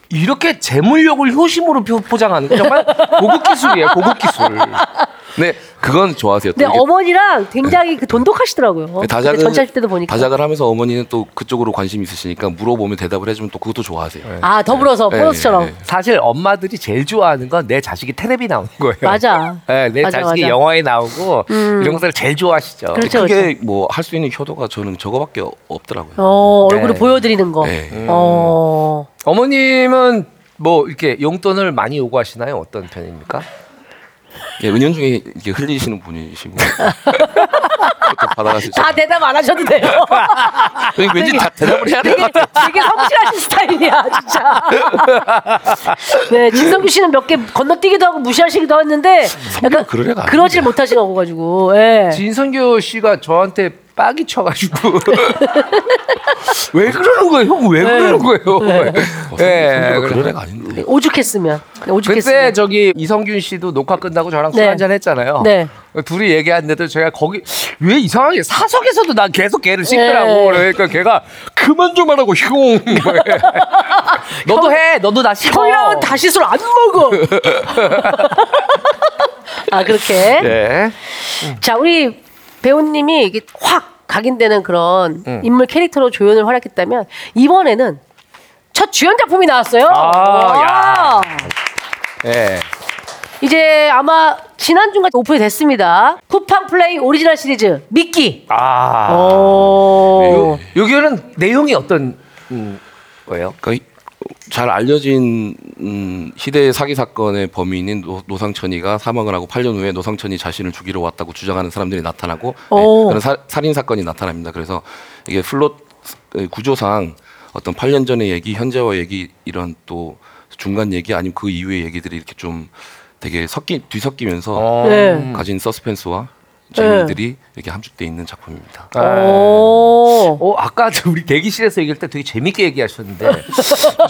B: 이렇게 재물욕을 효심으로 표- 포장하는 거 정말 고급 기술이에요. 고급 기술.
C: 네 그건 좋아하세요. 또
A: 근데
C: 이게 네,
A: 어머니랑 굉장히 그 돈독하시더라고요.
C: 다작은-
A: 그때 전시할 때도 보니까.
C: 다작을 하면서 어머니는 또 그쪽으로 관심 있으시니까 물어보면 대답을 해주면 또 그것도 좋아하세요.
A: 아 더불어서
C: 네,
A: 보너스처럼.
C: 네, 네.
B: 사실 엄마들이 제일 좋아하는 건 내 자식이 텔레비 나오는 거예요.
A: 맞아.
B: 네, 내
A: 맞아,
B: 자식이
A: 맞아. 음.
B: 영화에 나오고 이런 것을 제일 좋아하시죠.
A: 그렇죠.
C: 그게 뭐 할 수 있는 효도가 저는 저거밖에 없더라고요.
A: 어
B: 네.
A: 얼굴을 보여드리는 거.
C: 네.
A: 어.
B: 어머님은 뭐 이렇게 용돈을 많이 요구하시나요? 어떤 편입니까?
C: 예, 은연 중에 이게 흘리시는 분이시고
A: *laughs*
C: 받아가시죠.
A: 다 대답 안 하셔도 돼요.
C: *laughs* 왠지
A: 아,
C: 다 대답을 해야 될
A: 되게, *laughs*
C: 것 같아요.
A: 되게 성실하신 스타일이야, 진짜. 네, 진성규 씨는 몇 개 건너뛰기도 하고 무시하시기도 했는데 약간
C: 그럴 애가 아닌데.
A: 그러질 못하신 거 가지고. 예.
B: 진선교 씨가 저한테 빡이 쳐가지고 *laughs* 왜 그러는 거예요? 형
A: 네.
B: 왜 그러는 거예요?
C: 어,
B: 예,
C: 성격이 그런
B: 그래.
C: 애가 아닌데.
A: 오죽했으면.
B: 그때
A: 오죽했으면.
B: 저기 이성균 씨도 녹화 끝나고 저랑 술
A: 네.
B: 한잔 했잖아요.
A: 네.
B: 둘이 얘기하는데도 제가 거기 왜 이상하게 사석에서도 난 계속 걔를 씹더라고.
A: 네.
B: 그러니까 걔가 그만 좀 하라고 흉.
A: *laughs*
B: 너도 해. 너도 나 씹어.
A: 형이랑은 다시 술 안
C: *laughs*
A: 먹어. 아 그렇게.
B: 네.
A: 자 우리 배우님이 이게 확 각인되는 그런 인물 캐릭터로 조연을 활약했다면 이번에는 첫 주연 작품이 나왔어요.
B: 아,
A: 와.
B: 예.
A: 이제 아마 지난주가 오픈이 됐습니다. 쿠팡 플레이 오리지널 시리즈 미끼.
B: 아.
A: 어. 오.
B: 여기는 내용이 어떤 음, 거예요?
C: 그러니까 이- 잘 알려진 음, 희대의 사기 사건의 범인인 노, 노상천이가 사망을 하고 8년 후에 노상천이 자신을 죽이러 왔다고 주장하는 사람들이 나타나고 예,
A: 오.
C: 그런 사, 살인 사건이 나타납니다. 그래서 이게 플롯 예, 구조상 어떤 8년 전의 얘기, 현재와 얘기 이런 또 중간 얘기 아니면 그 이후의 얘기들이 이렇게 좀 되게 섞이 뒤섞이면서
B: 어.
A: 네.
C: 가진 서스펜스와 재미들이 이렇게 함축돼 있는 작품입니다.
A: 오.
B: 어, 아까 저 우리 대기실에서 얘기할 때 되게 재밌게 얘기하셨는데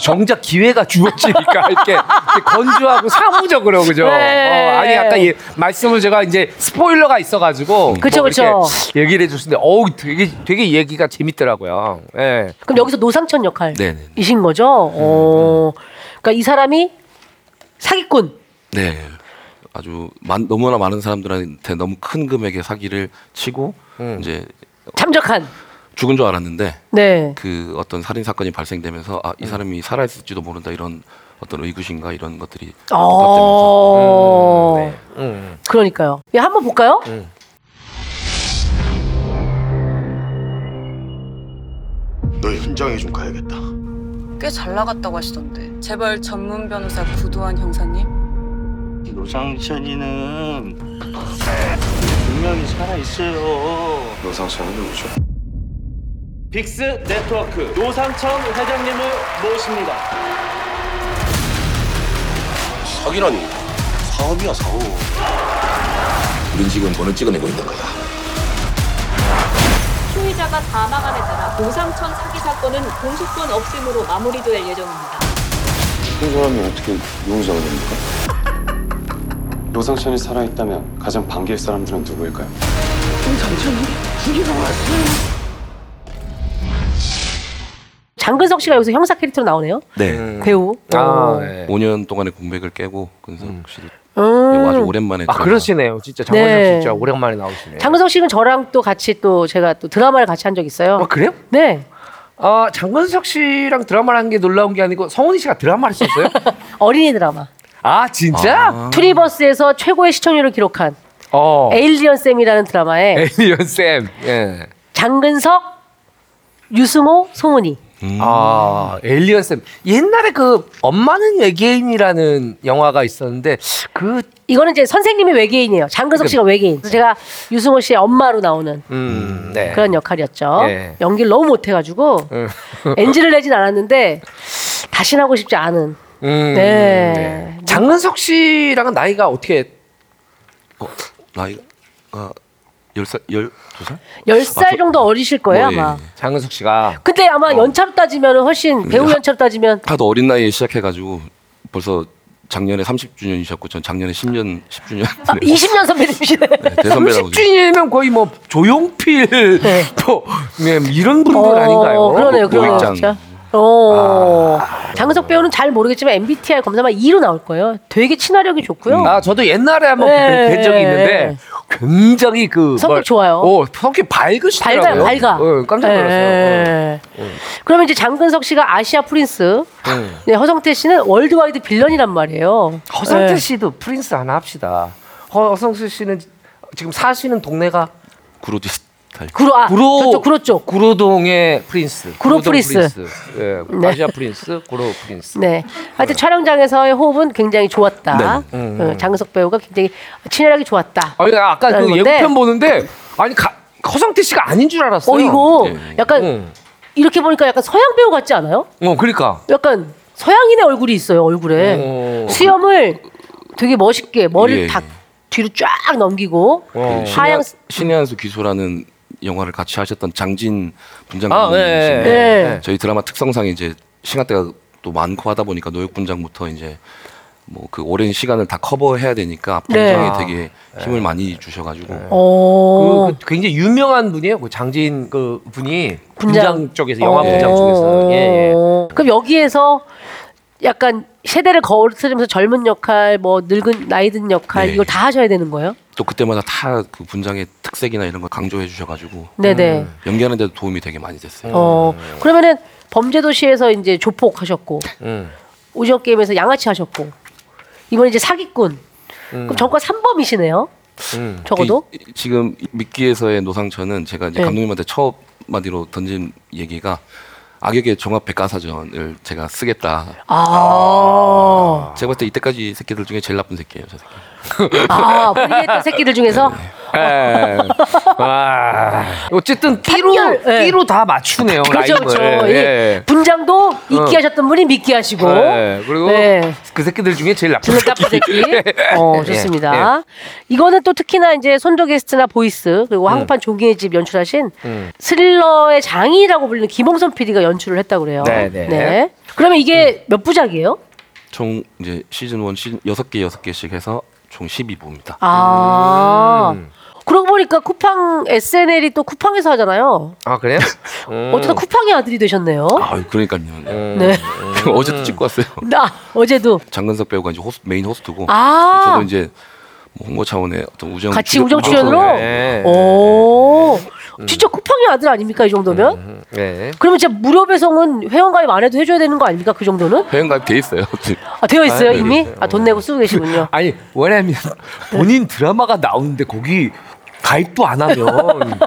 B: *laughs* 정작 기회가 주어지니까 이렇게, 이렇게 건조하고 사무적으로 그죠?
A: 네.
B: 어, 아니 아까 이 말씀을 제가 이제 스포일러가 있어가지고
A: 그쵸,
B: 뭐 이렇게
A: 그쵸.
B: 얘기를 해줬는데 어우 되게 되게 얘기가 재밌더라고요. 예.
A: 그럼 여기서 노상천
C: 네네.
A: 역할이신 거죠? 어. 그러니까 이 사람이 사기꾼.
C: 네. 아주 많- 너무나 많은 사람들한테 너무 큰 금액의 사기를 치고
B: 음.
C: 이제
A: 잠적한.
C: 죽은 줄 알았는데
A: 네.
C: 그 어떤 살인 사건이 발생되면서 아
B: 음.
C: 이 사람이 살아 있을지도 모른다 이런 어떤 의구심과 이런 것들이 복합되면서
A: 어.
B: 음.
A: 그러니까요. 예, 한번 볼까요?
D: 널 현장에 좀 가야겠다.
E: 꽤 잘 나갔다고 하시던데. 제발 전문 변호사 구도환 형사님.
F: 노상천이는 분명히 살아있어요.
D: 노상철은 누구죠?
G: 빅스 네트워크 노상천 회장님을 모십니다.
D: 사기라니. 사업이야 사업. 우린 지금 돈을 찍어내고 있는 거야.
H: 피해자가 사망함에 따라 노상천 사기 사건은 공소권 없음으로 마무리될 예정입니다.
D: 한 사람이 어떻게 용의자가 됩니까?
I: 노상천이 살아있다면 가장 반길 사람들은 누구일까요?
A: 장근석 씨가 여기서 형사 캐릭터로 나오네요.
C: 네.
A: 배우.
B: 아,
A: 어.
B: 예.
C: 5년 동안의 공백을 깨고 근성 씨를
A: 음.
C: 아주 오랜만에
B: 아
C: 들어가-
B: 그러시네요. 진짜 장근석
A: 네.
B: 진짜 오랜만에 나오시네요.
A: 장근석 씨는 저랑 또 같이 또 제가 또 드라마를 같이 한 적 있어요.
B: 아 그래요?
A: 네.
B: 아 장근석 씨랑 드라마를 한 게 놀라운 게 아니고 성훈이 씨가 드라마를 했었어요?
A: *laughs* 어린이 드라마.
B: 아 진짜?
A: 투리버스에서 최고의 시청률을 기록한
B: 어.
A: 에일리언 쌤이라는 드라마에
B: 에이리언 쌤. 예.
A: 장근석, 유승호, 송은이.
C: 음.
B: 아, 에일리언 쌤. 옛날에 그 엄마는 외계인이라는 영화가 있었는데 그
A: 이거는 이제 선생님이 외계인이에요. 장근석 씨가 외계인. 그래서 제가 유승호 씨의 엄마로 나오는
B: 음, 그러니까 네.
A: 그런 역할이었죠.
B: 예. 음.
A: 연기를 너무 못해가지고
B: *laughs*
A: NG를 내진 않았는데 다시 하고 싶지 않은.
B: 음,
A: 네.
B: 장근석 씨랑은 나이가 어떻게
C: 어, 나이가 열살 열두 살?
B: 아,
A: 10살 정도 어리실 거예요,
C: 어,
B: 뭐,
C: 예,
A: 아마.
C: 예.
B: 장근석 씨가
A: 근데 아마
B: 어.
A: 연차로 따지면 훨씬 배우
C: 음, 하-
A: 연차로 따지면
C: 다들 어린 나이에 시작해가지고 벌써 작년에 30주년이셨고 전 작년에 10년 10주년.
A: 아,
B: 네.
A: 20년 선배님이시네.
C: 대선배라고.
B: 30주년이면 거의 뭐 조용필 *laughs* 뭐 네, 이런 분들 아닌가요?
A: 어,
B: 뭐
A: 그러네요, 그러네요.
C: 노익장.
A: 진짜. 어.
B: 아.
A: 장석 배우는 잘 모르겠지만 MBTI 검사만 E로 나올 거예요. 되게 친화력이 좋고요.
B: 아 저도 옛날에 한번
A: 네.
B: 뵌 적이 있는데 굉장히 그
A: 성격
B: 뭘-
A: 좋아요.
B: 어, 성격 밝으시더라고요.
A: 밝아요, 밝아.
B: 어, 깜짝 놀랐어요. 음.
A: 예. 그러면 이제 장근석 씨가 아시아 프린스, 네, 허성태 씨는 월드와이드 빌런이란 말이에요.
B: 어. 허성태
A: 예.
B: 씨도 프린스 하나 합시다. 허성태 씨는 지금 사시는 동네가
C: 구로디 스타일.
A: 구로 아
B: 구로
A: 저쪽 구로 쪽.
B: 구로동의 프린스.
A: 구로
B: 구로동
A: 프린스.
B: 예,
A: 네.
B: 아시아 프린스, 구로 프린스.
A: 네.
B: 음.
A: 하여튼 촬영장에서의 호흡은 굉장히 좋았다. 어, 장근석 배우가 굉장히 친화력이 좋았다.
B: 네. 아니 나 아까 그
A: 라는 건데.
B: 예고편 보는데 아니 가, 허성태 씨가 아닌 줄 알았어요.
A: 어 이거
C: 예.
A: 약간
B: 응.
A: 이렇게 보니까 약간 서양 배우 같지 않아요?
B: 어 그러니까.
A: 약간 서양인의 얼굴이 있어요 얼굴에
B: 오.
A: 수염을 되게 멋있게 머리를
C: 예.
A: 다 뒤로 쫙 넘기고
B: 어.
A: 하양
C: 신의 한수 기수라는 영화를 같이 하셨던 장진
B: 아,
C: 분장님이신데
B: 네.
A: 네.
C: 저희 드라마 특성상 이제 시간대가 또 많고 하다 보니까 노역 분장부터 이제 뭐 그 오랜 시간을 다 커버해야 되니까
A: 네.
C: 분장에 되게
B: 아.
C: 힘을 많이 주셔가지고
B: 네.
A: 어.
B: 그, 그 굉장히 유명한 분이에요. 그 장진 그 분이
A: 분장.
B: 분장, 쪽에서 영화
A: 어.
B: 분장 쪽에서 예, 예.
A: 그럼 여기에서 약간 세대를 거스르면서 젊은 역할, 뭐 늙은 나이 든 역할
C: 네.
A: 이걸 다 하셔야 되는 거예요?
C: 또 그때마다 다 그 분장의 특색이나 이런 걸 강조해 주셔가지고
A: 네네.
B: 음.
C: 연기하는 데도 도움이 되게 많이 됐어요.
A: 어 그러면은 범죄도시에서 이제 조폭 하셨고
B: 음.
A: 오징어 게임에서 양아치 하셨고 이번 이제 사기꾼.
B: 음.
A: 그럼 전과 3범이시네요. 적어도
C: 이- 이- 지금 미끼에서의 노상천은 제가 이제
A: 네.
C: 감독님한테 첫 마디로 던진 얘기가 악역의 종합 백과사전을 제가 쓰겠다.
B: 그
A: 아,
C: 제가 봤을 때 이때까지 새끼들 중에 제일 나쁜 새끼예요, 저 새끼.
A: 아, 불리했던 새끼들 중에서
B: 네. 예. 와. 어쨌든 띠로
A: 판결, 예.
B: 띠로 다 맞추네요.
A: 그렇죠,
B: 라임을.
A: 그렇죠.
B: 예.
A: 이 분장도 이끼 하셨던 분이 미끼 하시고,
B: 네, 그리고
A: 네.
B: 그 새끼들 중에 제일 나쁜
A: 블루
C: 아,
A: 카프 새끼.
C: *laughs*
A: 어,
C: 예,
A: 좋습니다. 이거는 또 특히나 이제 손조 게스트나 보이스
C: 음.
A: 그리고 한국판 종이의 집 연출하신 스릴러의 장인이라고 불리는 김홍선 PD가 연출을 했다고 그래요.
B: 네, 네.
A: 그러면 이게
C: 음.
A: 몇 부작이에요?
C: 총 이제 시즌 1 시즌 6개 6개씩 해서 총 12부입니다.
A: 아.
C: 음.
A: 그러고 보니까 쿠팡 SNL이 또 쿠팡에서 하잖아요.
B: 아 *laughs* 그래요?
A: 어쩌다 쿠팡의 아들이 되셨네요.
C: 음. 아, 그러니까요.
A: *laughs*
B: 음,
A: 네.
C: *laughs* 어제도 찍고 왔어요.
A: 나 어제도
C: 장근석 배우가 이제 호스- 메인 호스트고
A: 아.
C: 저도 이제 뭐 홍보 차원의 어떤 우정
A: 같이
C: 출연-
A: 우정 출연으로.
B: 네.
C: 네,
A: 오.
C: 음.
A: 진짜 쿠팡의 아들 아닙니까 이 정도면?
B: 네.
A: 그러면 진짜 무료 배송은 회원가입 안 해도 해줘야 되는 거 아닙니까 그 정도는?
C: 회원가입 돼 있어요. *laughs*
A: 아 되어 있어요
C: 네,
A: 이미? 아 돈 내고 쓰고 계시군요.
C: 어.
B: 아니 왜냐면 *laughs* 본인 드라마가 나오는데 거기 가입도 안 하면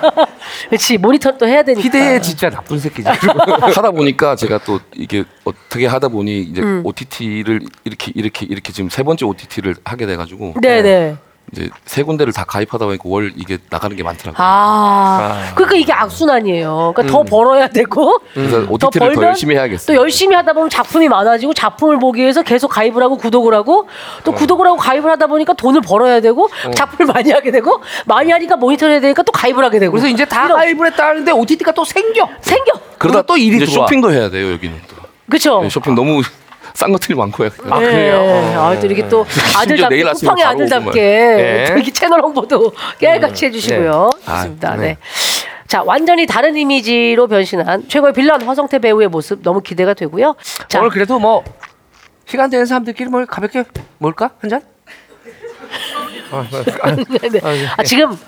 A: *laughs* 그렇지 모니터 또 해야 되니까.
B: 희대의 진짜 나쁜 새끼지.
C: 하다 보니까 제가 또 이게 어떻게 하다 보니 이제
A: 음.
C: OTT를 이렇게 이렇게 이렇게 지금 세 번째 OTT를 하게 돼가지고
A: 네네.
C: 이제 세 군데를 다 가입하다 보니까 월 이게 나가는 게 많더라고요.
A: 아, 그러니까 이게 악순환이에요. 그러니까 더 벌어야 되고
C: 음.
A: 음.
C: 그래서
A: 더
C: OTT를 더
A: 벌면
C: 열심히 해야겠어요.
A: 또 열심히 하다 보면 작품이 많아지고 작품을 보기 위해서 계속 가입을 하고 구독을 하고 또
C: 어.
A: 구독을 하고 가입을 하다 보니까 돈을 벌어야 되고 작품을 많이 하게 되고 많이 하니까 모니터를 해야 되니까 또 가입을 하게 되고
B: 그래서 이제 다
A: 이런-
B: 가입을 했다 하는데 OTT가 또 생겨.
A: 생겨.
C: 그러다
B: 또 일이
C: 이제
B: 들어와.
C: 쇼핑도 해야 돼요 여기는 또.
A: 그렇죠.
C: 네, 쇼핑 너무 *laughs* 싼 것들이 많고요.
B: 아, 그래요? 어.
A: 네, 아또 이렇게 또
C: 심지어
A: 아들답게
C: 내일 아침에
A: 쿠팡의
C: 바로
A: 아들답게
B: 오구만.
A: 또 이렇게 채널 홍보도 깨알같이 해주시고요.
C: 아,
A: 좋습니다. 네.
B: 네.
A: 자 완전히 다른 이미지로 변신한 최고의 빌런 허성태 배우의 모습 너무 기대가 되고요. 자
B: 오늘 그래도 뭐 시간 되는 사람들끼리 뭘 가볍게 뭘까 한 잔?
A: *laughs* 네. 아, 지금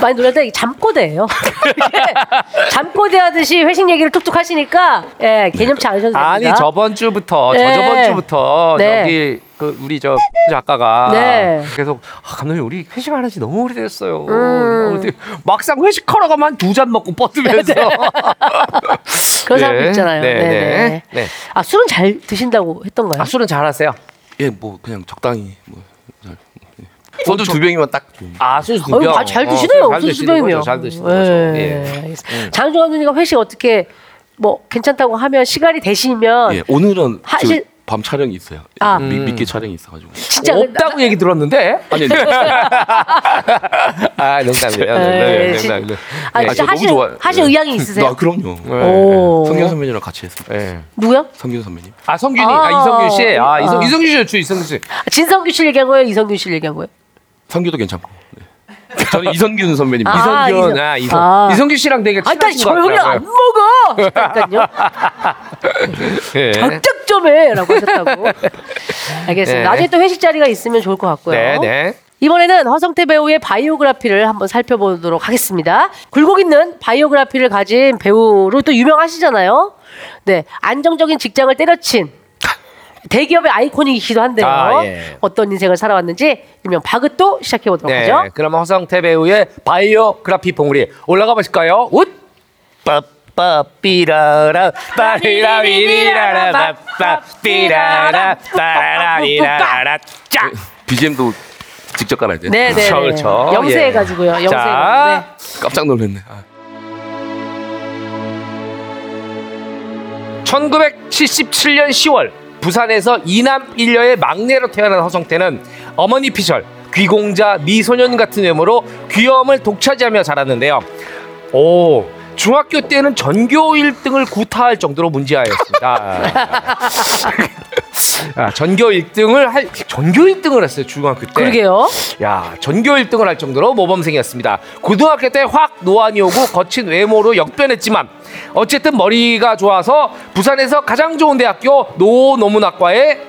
A: 많이 놀랐다 이게 잠꼬대예요. 이게 잠꼬대 하듯이 회식 얘기를 툭툭 하시니까 예 개념치 않으셔도 됩니다.
B: 아니 저번 주부터
A: 네.
B: 저 저번 주부터
A: 네.
B: 여기 그 우리 저 작가가
A: 네. 음.
B: 계속 아, 감독님 우리 회식 안 하지 너무 오래됐어요. 너무 오래- 막상 회식하러 가면 한 두 잔 먹고 뻗으면서
A: 네.
B: *laughs*
A: 그런 사람
B: 네.
A: 있잖아요.
B: 네,
A: 네, 네.
B: 네. 네.
A: 아 술은 잘 드신다고 했던가요?
B: 아, 술은 잘하세요.
C: 예, 뭐 그냥 적당히 뭐 잘- 예. 소주 두 병이면 딱 예. 좋은.
B: 아 소주 두 병.
A: 아유, 아, 잘
B: 어,
A: 드시네요. 네.
B: 잘
A: 소주
B: 드시는
A: 수병이면.
B: 거죠, 잘 드시는 거죠. 예.
A: 장준 감독님과 회식 어떻게 뭐 괜찮다고 하면 시간이 되시면
C: 예, 오늘은
A: 아. 사실-
C: 저밤 촬영이 있어요. 예,
A: 아.
C: 미, 미끼 촬영이 있어가지고. 네.
A: 진짜
B: 없다고 얘기 들었는데.
C: 아니,
B: 아 농담이에요.
A: 네,
B: 농담이에요.
A: 진-
B: 농담이에요.
A: 아,
B: 예.
A: 진짜
C: 저 너무
A: 하실
C: 좋아요.
A: 하실
C: 예.
A: 의향이 있으세요?
C: 아, 그럼요.
A: 네. 오. 네.
C: 성경 선배님이랑 같이 했습니다.
B: 예.
A: 누구요?
C: 성경 선배님.
B: 아 성균이,
A: 아,
B: 아, 이성균 씨, 아,
A: 아.
B: 이성 이성균 씨였죠, 이성균 씨.
A: 진성규 씨 얘기한 거예요? 이성규 씨 얘기한 거예요?
C: 성규도 괜찮고. 네. 저는 이선균 선배님.
A: 아,
B: 이성균,
A: 이성-
B: 아, 이성,
A: 아.
B: 이성균 씨랑 되게
A: 아니, 나
B: 친하신 것
A: 조용히 안
B: 같더라고요.
A: 먹어.
C: *laughs*
A: 그러니까요.
B: 예.
A: 결작 좀 해라고
B: *laughs*
A: 하셨다고. 알겠습니다.
B: 네.
A: 나중에 또 회식 자리가 있으면 좋을 것 같고요.
B: 네, 네.
A: 이번에는 허성태 배우의 바이오그라피를 한번 살펴보도록 하겠습니다. 굴곡 있는 바이오그라피를 가진 배우로 또 유명하시잖아요. 네, 안정적인 직장을 때려친 대기업의 아이콘이기도 한데요.
B: 아, 예.
A: 어떤 인생을 살아왔는지 일명 바그도 시작해 보도록
B: 네,
A: 하죠.
B: 그러면 허성태 배우의 바이오그라피 봉우리 올라가 보실까요? 웃. 빠빠삐라라 빠리라리라라 빠빠삐라라 빠라리라라 짝.
C: BGM도 직접 깔아야 돼.
A: 네, 네,
B: 그렇죠,
A: 네.
B: 그렇죠.
A: 영세해가지고요.
B: 예.
A: 영세해가지고. 네.
B: 자,
C: *laughs* 깜짝 놀랐네. 아.
B: 1977년 10월 부산에서 이남 일녀의 막내로 태어난 허성태는 어머니 피셜 귀공자 미소년 같은 외모로 귀여움을 독차지하며 자랐는데요. 오 중학교 때는 전교 1등을 구타할
A: *laughs*
B: 정도로 문제아였습니다. 아, 전교 1등을 할 전교 1등을 했어요 중학교 때.
A: 그러게요.
B: 네. 야 전교 1등을 할 정도로 모범생이었습니다. 고등학교 때 확 노안이 오고 거친 외모로 역변했지만 어쨌든 머리가 좋아서 부산에서 가장 좋은 대학교 노노문학과에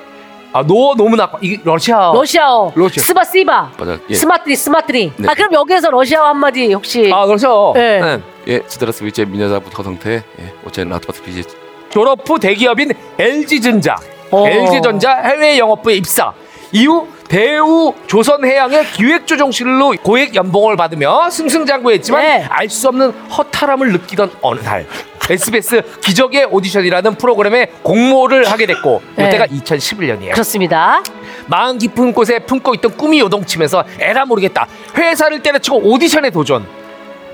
B: 아 노노문학과 이 러시아
A: 러시아어.
B: 러시아.
A: 스바 시바.
C: 맞아요. 예.
A: 스마트리 스마트리.
C: 네.
A: 아 그럼 여기에서 러시아어 한마디 혹시
B: 아 러시아
A: 네.
C: 예, 스트라스 위제 미녀자부터 성태, 예, 어제 라트바스 비지
B: 졸업 후 대기업인 LG전자,
A: 오.
B: LG전자 해외 영업부에 입사. 이후 대우 조선해양의 기획조정실로 고액 연봉을 받으며 승승장구했지만
A: 네.
B: 알 수 없는 허탈함을 느끼던 어느 날 SBS 기적의 오디션이라는 프로그램에 공모를 하게 됐고
A: 네.
B: 이때가 2011년이에요.
A: 그렇습니다.
B: 마음 깊은 곳에 품고 있던 꿈이 요동치면서 에라 모르겠다 회사를 때려치고 오디션에 도전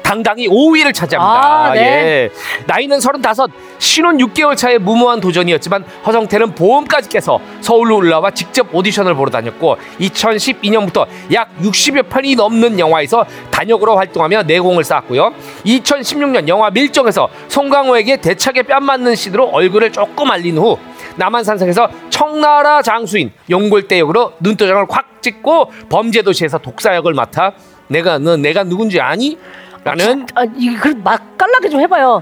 B: 당당히 5위를 차지합니다
A: 아, 네.
B: 예. 나이는 35 신혼 6개월 차의 무모한 도전이었지만 허성태는 보험까지 깨서 서울로 올라와 직접 오디션을 보러 다녔고 2012년부터 약 60여 편이 넘는 영화에서 단역으로 활동하며 내공을 쌓았고요 2016년 영화 밀정에서 송강호에게 대차게 뺨 맞는 시드로 얼굴을 조금 알린 후 남한산성에서 청나라 장수인 용골대 역으로 눈도장을 확 찍고 범죄도시에서 독사역을 맡아 내가 너 내가 누군지 아니? 라는
A: 아, 이걸 막 깔라게 좀 해봐요.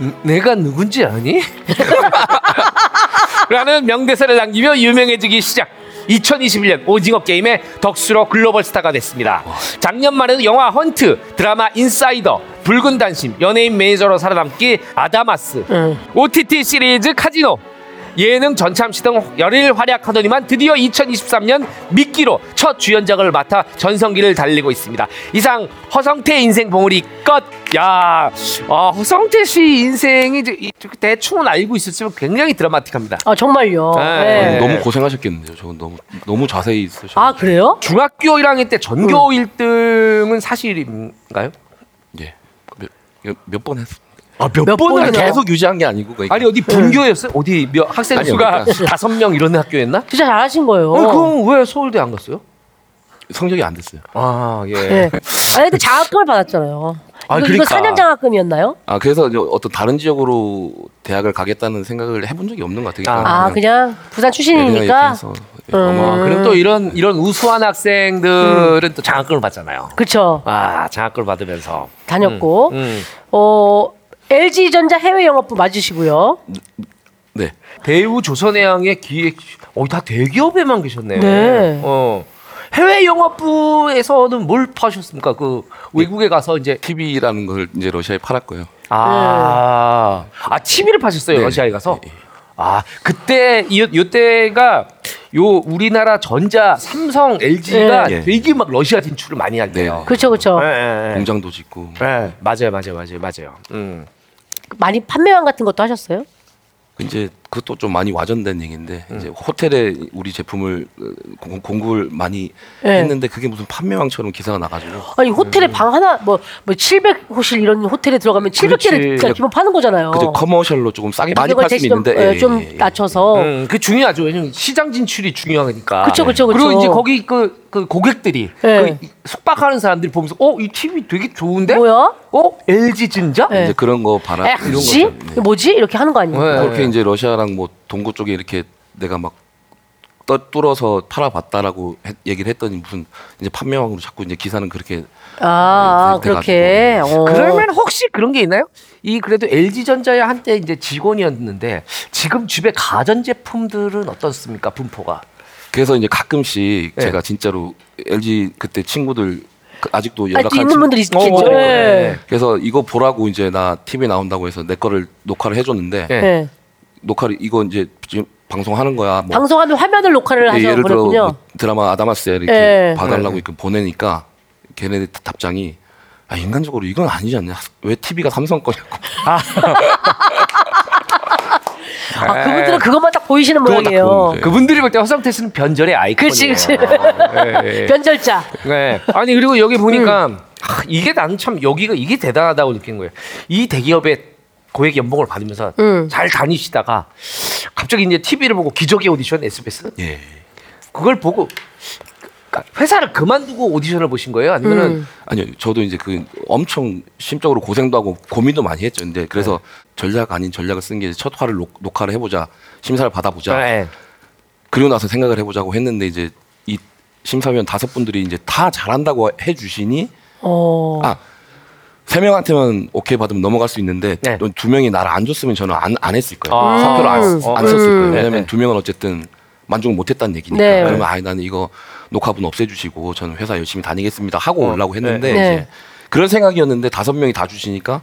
B: 음, 내가 누군지 아니? 라는 명대사를 남기며 유명해지기 시작. 2021년 오징어 게임의 덕수로 글로벌 스타가 됐습니다. 작년 말에는 영화 헌트, 드라마 인사이더, 붉은 단심, 연예인 매니저로 살아남기 아다마스, OTT 시리즈 카지노, 예능 전참시 등 열일 활약하더니만 드디어 2023년 미끼로 첫 주연작을 맡아 전성기를 달리고 있습니다. 이상 허성태 인생 봉우리 끝. 야, 아, 허성태 씨 인생이 이제 이- 대충은 알고 있었지만 굉장히 드라마틱합니다.
A: 아 정말요.
B: 네.
A: 네.
B: 네.
C: 너무 고생하셨겠는데요. 저건 너무 너무 자세히 쓰셨.
A: 아 그래요?
B: 중학교 1학년 때 전교 1등은 사실인가요?
C: 예. 몇 번 했어?
B: 아, 몇 번을
C: 계속 유지한 게 아니고 그러니까.
B: 아니 어디 분교였어요? 네. 어디 몇 학생
C: 아니,
B: 수가
C: 그러니까.
B: 다섯 명 이런 학교였나?
A: 진짜 잘하신 거예요.
B: 아니, 그럼 왜 서울대 안 갔어요?
C: 성적이 안 됐어요.
B: 아 예.
A: 네. 아니 근데 장학금을 받았잖아요.
B: 아,
A: 이거,
B: 그러니까.
A: 이거 4년 장학금이었나요?
C: 아 그래서 이제 어떤 다른 지역으로 대학을 가겠다는 생각을 해본 적이 없는 것 같아요.
A: 아 그냥 부산
C: 그냥 이렇게
A: 출신이니까.
C: 해서, 예,
B: 아,
C: 어머,
B: 그럼 또 이런 이런 우수한 학생들은 또 장학금을 받잖아요.
A: 그렇죠.
B: 아 장학금을 받으면서
A: 다녔고
B: 음.
A: 어 LG 전자 해외 영업부 맞으시고요.
C: 네.
B: 대우 조선해양의 기획 어다 대기업에만 계셨네요.
A: 네.
B: 어. 해외 영업부에서는 뭘 파셨습니까? 그 외국에 가서 이제
C: TV라는 걸 이제 러시아에 팔았고요.
B: 아, 아 TV를 파셨어요
C: 네.
B: 러시아에 가서. 아 그때 이 요때가 요 우리나라 전자 삼성 LG가
C: 네.
B: 되게 막 러시아 진출을 많이 한대요.
A: 그렇죠, 그렇죠.
B: 예, 예, 예.
C: 공장도 짓고
B: 예, 맞아요, 맞아요, 맞아요, 맞아요. 음.
A: 많이 판매왕 같은 것도 하셨어요?
C: 이제 그것도 좀 많이 와전된 얘기인데 이제 호텔에 우리 제품을 어, 공- 공급을 많이
A: 네.
C: 했는데 그게 무슨 판매왕처럼 기사가 나가지고
A: 아니 호텔에
C: 음.
A: 방 하나 뭐 뭐 700호실 이런 호텔에 들어가면 700개를 그냥 기본 파는 거잖아요.
C: 그죠 커머셜로 조금 싸게 많이
A: 가격을
C: 팔 수
A: 대신 좀,
C: 있는데
A: 예,
C: 예,
A: 좀
C: 예, 예.
A: 낮춰서
B: 음, 그 중요하죠. 왜냐면 시장 진출이 중요하니까.
A: 어. 그쵸, 그쵸, 그쵸.
B: 리고 이제 거기 그, 그 고객들이
A: 네.
B: 그 숙박하는 사람들이 보면서 어, 이 TV 되게 좋은데?
A: 뭐야?
B: 어, LG 진짜?
A: 네.
C: 이제 그런 거 바라
A: 에,
C: 아, 이런
A: 뭐지?
C: 거죠. 네.
A: 뭐지? 이렇게 하는 거 아니에요?
B: 네.
C: 그렇게 이제 러시아랑 뭐 동구 쪽에 이렇게 내가 막 떠- 뚫어서 팔아봤다라고 했- 얘기를 했더니 무슨 이제 판매왕으로 자꾸 이제 기사는 그렇게
A: 아,
C: 네,
A: 그렇게. 어.
B: 그러면 혹시 그런 게 있나요? 이 그래도 LG 전자의 한때 이제 직원이었는데 지금 집에 가전 제품들은 어떻습니까 분포가?
C: 그래서 이제 가끔씩
B: 네.
C: 제가 진짜로 LG 그때 친구들 그 아직도
A: 아직
C: 연락하는
A: 있는
C: 친구-
A: 분들이 있겠죠.
B: 어,
A: 예.
C: 그래서 이거 보라고 이제 나 TV 나온다고 해서 내 거를 녹화를 해줬는데
B: 네.
A: 예.
C: 녹화를 이거 이제 지금 방송하는 거야. 뭐
A: 방송하면 화면을 녹화를
C: 예,
A: 하셔
C: 예를 들어
A: 보냈군요.
C: 뭐 드라마 아다마스에 이렇게
A: 예.
C: 봐달라고 이렇게 보내니까 걔네 답장이 아 인간적으로 이건 아니지 않냐? 왜 TV가 삼성 거냐고.
A: 아, 그분들은 그것만 딱 보이시는
C: 그것만 딱
A: 모양이에요.
C: 보는 거예요.
B: 그분들이 볼 때 허성태 씨는 변절의
A: 그렇지,
B: 아이콘이에요.
A: 그렇지.
B: 예.
A: 변절자. 음.
B: 네. 아니 그리고 여기 보니까 하, 이게 나는 참 여기가 이게 대단하다고 느낀 거예요. 이 대기업의 고액 연봉을 받으면서
A: 음.
B: 잘 다니시다가 갑자기 이제 TV를 보고 기적의 오디션 SBS
C: 예.
B: 그걸 보고 그러니까 회사를 그만두고 오디션을 보신 거예요? 아니면은
C: *laughs*
A: 음.
C: 아니요, 저도 이제 그 엄청 심적으로 고생도 하고 고민도 많이 했죠. 근데 그래서 전략 아닌 전략을 쓴 게 첫 화를 녹, 녹화를 해보자, 심사를 받아보자.
B: 네.
C: 그리고 나서 생각을 해보자고 했는데 이제 이 심사위원 다섯 분들이 이제 다 잘한다고 해주시니
A: 어.
C: 아. 세 명한테만 오케이 받으면 넘어갈 수 있는데
B: 네.
C: 두 명이 나를 안 줬으면 저는 안, 안 했을 거예요.
B: 아.
C: 사표를 안,
B: 음.
C: 안 썼을 거예요.
B: 음.
C: 왜냐하면
B: 네.
C: 두 명은 어쨌든 만족을 못했다는 얘기니까.
A: 네.
C: 그러면 아니 나는 이거 녹화분 없애주시고 저는 회사 열심히 다니겠습니다 하고
B: 어.
C: 오려고
A: 네.
C: 했는데 이제
A: 네.
C: 그런 생각이었는데 다섯 명이 다 주시니까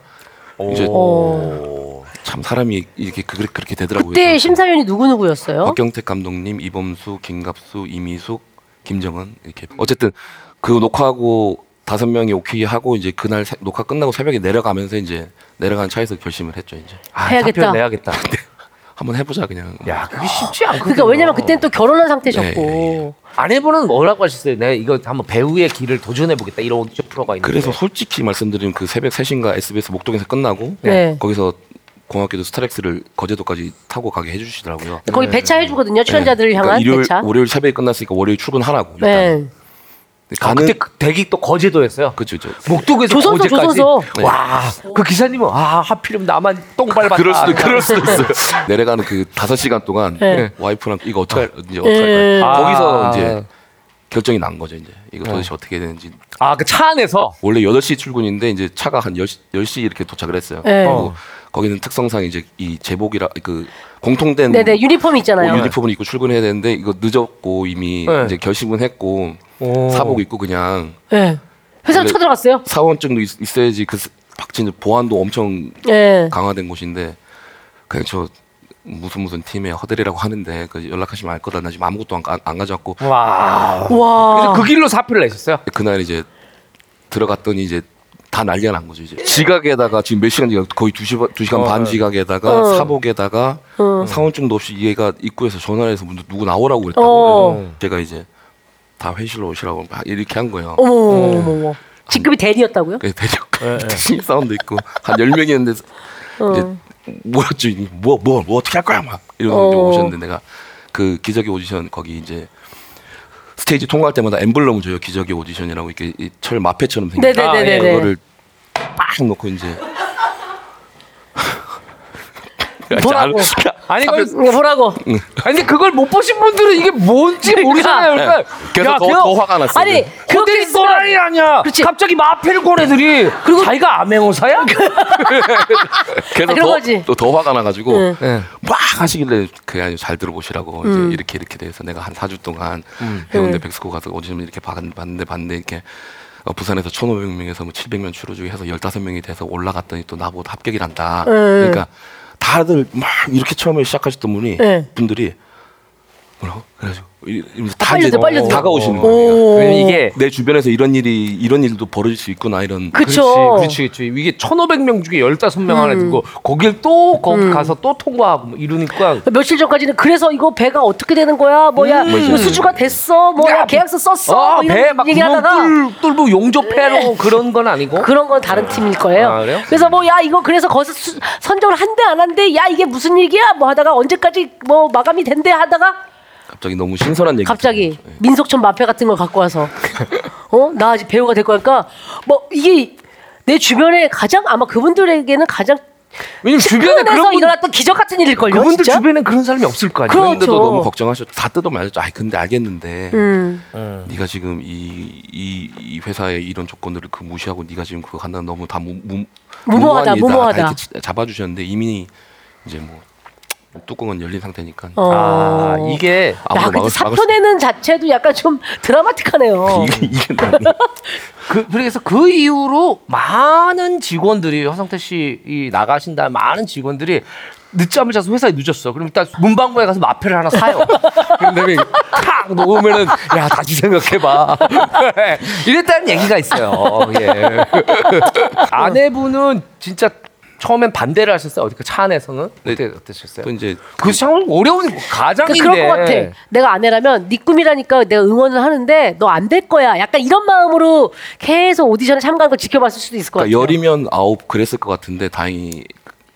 C: 이제
A: 오.
C: 참 사람이 이렇게 그- 그렇게 되더라고요.
A: 그때
C: 그래서
A: 심사위원이 누구 누구였어요?
C: 박경택 감독님, 이범수, 김갑수, 이미숙, 김정은 이렇게 어쨌든 그 녹화하고 다섯 명이 오케이 하고 이제 그날 새- 녹화 끝나고 새벽에 내려가면서 이제 내려가는 차에서 결심을 했죠 이제 *laughs*
B: 아,
A: 해야겠다.
B: 사표를 내야겠다.
C: 한번 해보자 그냥
B: 야 그게 쉽지 않거든요.
A: 그러니까 왜냐면 그때는 또 결혼한 상태셨고.
C: 예,
B: 아내분은 뭐라고 하셨어요? 내가 이거 한번 배우의 길을 도전해보겠다 이런 오디션 프로가 있는데.
C: 그래서 솔직히 말씀드리면 그 새벽 3시인가 SBS 목동에서 끝나고
A: 네.
C: 거기서 고맙게도 스타렉스를 거제도까지 타고 가게 해주시더라고요
A: 거기 배차 해주거든요. 출연자들을
C: 네. 그러니까
A: 향한
C: 일요일,
A: 배차.
C: 월요일 새벽에 끝났으니까 월요일 출근하라고 일단
A: 네.
B: 아,
C: 가는
B: 그때 그 대기 또 거제도였어요.
C: 그쵸, 그쵸.
B: 목동에서
A: 조선소,
B: 거제까지.
A: 조선소.
B: 와, 그 기사님은 아 하필이면 나만 똥 밟았다.
C: 그럴 수도 그럴 수도 있어요. 내려가는 그 다섯 시간 동안
A: 아, 네. 아. 예.
C: 와이프랑 이거 어떻게 할, 이제 어떻게 할 거야.
B: 아.
C: 거기서 이제 결정이 난 거죠 이제 이거
A: 네.
C: 도대체 어떻게 해야 되는지
B: *laughs* 아그 차 안에서
C: 원래 8시 출근인데 이제 차가 한 10시, 10시 이렇게 도착을 했어요.
A: 네.
C: 그리고 거기는 특성상 이제 이 제복이라 그 공통된
A: 네네 유니폼 있잖아요.
C: 옷 음. 어, 유니폼을 입고 출근해야 되는데 이거 늦었고 이미
B: 네.
C: 이제 결심은 했고
B: 오.
C: 사복 입고 그냥
A: 예. 회사 로
C: 원래-
A: 쳐들어갔어요.
C: 사원증도 있, 있어야지 그 박진 보안도 엄청
A: 예.
C: 강화된 곳인데 그냥 저 무슨 무슨 팀의 허들이라고 하는데 그 연락하시면 알 거다. 나 지금 아무것도 안, 가- 안 가져왔고
B: 와. 그래서
A: 와.
B: 그 길로 사표를
C: *laughs*
B: 내셨어요?
C: 그날 이제 들어갔더니 이제 다 난리가 난 거죠 이제 네. 지각에다가 지금 몇 시간 지각 거의 두 시간 두 시간
B: 어.
C: 반 지각에다가
A: 어.
C: 사복에다가 상원증도 없이 얘가 입구에서 전화해서 를 누구 나오라고
A: 어.
C: 그랬다고 그래서 제가 이제 다 회실로 오시라고 막 이렇게 한 거예요.
A: 어머, 어머, 어머, 어머. 직급이 대리였다고요?
C: 그 대륙 대신 사운드 있고 한 열 명이었는데
A: 어.
C: 이제 뭐였죠? 뭐뭐뭐 어떻게 할 거야 막 이러고
A: 어.
C: 오셨는데 내가 그 기적의 오디션 거기 이제 스테이지 통과할 때마다 엠블럼 줘요 기적의 오디션이라고 이렇게 이철 마패처럼 생긴
A: 네네네네네.
B: 아, 예,
C: 그거를 빡 놓고 이제
A: 뭐라고? 어, 예,
B: 아니, 그건-
A: 이거 보라고.
B: 아니, 근데 그걸 못 보신 분들은 이게 뭔지 모르잖아요. 그러니까.
C: 네. 예, 그래서
B: 야,
C: 더,
B: 그냥
C: 더 화가 났어요.
A: 네. 아니, 그렇게
B: 호텔이
A: 있으면
B: 또라이 아니야.
A: 그렇지.
B: 갑자기 마패를 꼬래들이 자기가 암행어사야?
A: 그러니까
C: 그래서
A: 그런 아, 거지.
C: 더, 또 더 화가 나가지고
A: 응.
B: 네.
C: 막 하시길래 그냥 잘 들어보시라고
A: 음.
C: 이제 이렇게 이렇게 돼서 내가 한 4주 동안 해운대 백스코 가서 오디션 이렇게 봤- 봤는데 봤는데 이렇게 어, 부산에서 1,500명에서 뭐 700명 추로 중에 해서 15명이 돼서 올라갔더니 또 나보고 합격이란다. 그러니까 다들 막 이렇게 처음에 시작하셨던 분이
A: 네.
C: 분들이 뭐라고 그래가지고 이- 이러면서 다
A: 빨려들,
C: 이제
A: 빨려들.
C: 다가오시는 거예요.
A: 오.
B: 왜냐면 이게
C: 내 주변에서 이런 일이 이런 일도 벌어질 수 있구나 이런
A: 그쵸.
B: 그렇지, 그렇지. 이게 1,500명 중에 15명 안에
A: 음.
B: 들고 거길 또 거기 가서 또 통과하고 뭐 이러니까
A: 며칠 전까지는 그래서 이거 배가 어떻게 되는 거야? 뭐야? 이거 수주가 됐어? 뭐야? 계약서 썼어? 뭐 이런
B: 배막
A: 얘기를 하다가 네.
B: 뚫고 용접해로 그런 건 아니고
A: 그런 건 다른 팀일 거예요.
B: 아, 그래요?
A: 래서 뭐 야 이거 그래서 거기서 수- 선정을 한대 안 한대 야 이게 무슨 얘기야? 뭐 하다가 언제까지 뭐 마감이 된대 하다가
C: 갑자기 너무 신선한 얘기
A: 갑자기
C: 예.
A: 민속촌 마패 같은 걸 갖고 와서 어 나 아직 배우가 될 거니까 뭐 이게 내 주변에 가장 아마 그분들에게는 가장
B: 왜냐면 주변에
A: 측근에서
B: 그런 분,
A: 일어났던 기적 같은 일일 걸요.
B: 그분들
A: 진짜?
B: 주변엔 그런 사람이 없을 거 아니에요
A: 그럼-
C: 그런데도
A: 그렇죠.
C: 너무 걱정하셨 다 뜯어 말렸죠. 아 근데 알겠는데
A: 음.
C: 네가 지금 이 이 이 회사의 이런 조건들을 그 무시하고 네가 지금 그거 한다 너무 다 무, 무,
A: 무모하다,
C: 무모한 일이다.
A: 무모하다.
C: 다 이렇게 치- 잡아주셨는데 이미 이제 뭐 뚜껑은 열린 상태니까
A: 어.
B: 아 이게
A: 야,
C: 아무도
A: 근데
C: 막을 수-
A: 사표
C: 막을 수-
A: 내는 자체도 약간 좀 드라마틱하네요.
C: 이게 이게 너무-
B: 그, 그래서 그 이후로 많은 직원들이 허성태 씨이 나가신다 많은 직원들이 늦잠을 자서 회사에 늦었어. 그럼 일단 문방구에 가서 마패를 하나 *laughs* 사요. 그다음에 탁 놓으면은 야 다시 생각해봐. *laughs* 이랬다는 얘기가 있어요. *laughs* 예. 아내분은 진짜 처음엔 반대를 하셨어요. 어디 그 차 안에서는
C: 네.
B: 어때 어떠셨어요?
C: 또 이제
A: 그렇죠.
B: 그 상황 어려운 가장인데.
A: 그러니까 그럴 것 같아. 내가 아내라면 네 꿈이라니까 내가 응원을 하는데 너 안 될 거야. 약간 이런 마음으로 계속 오디션에 참가한 걸 지켜봤을 수도 있을 것 같아요.
C: 그러니까 열이면 아홉 그랬을 것 같은데 다행히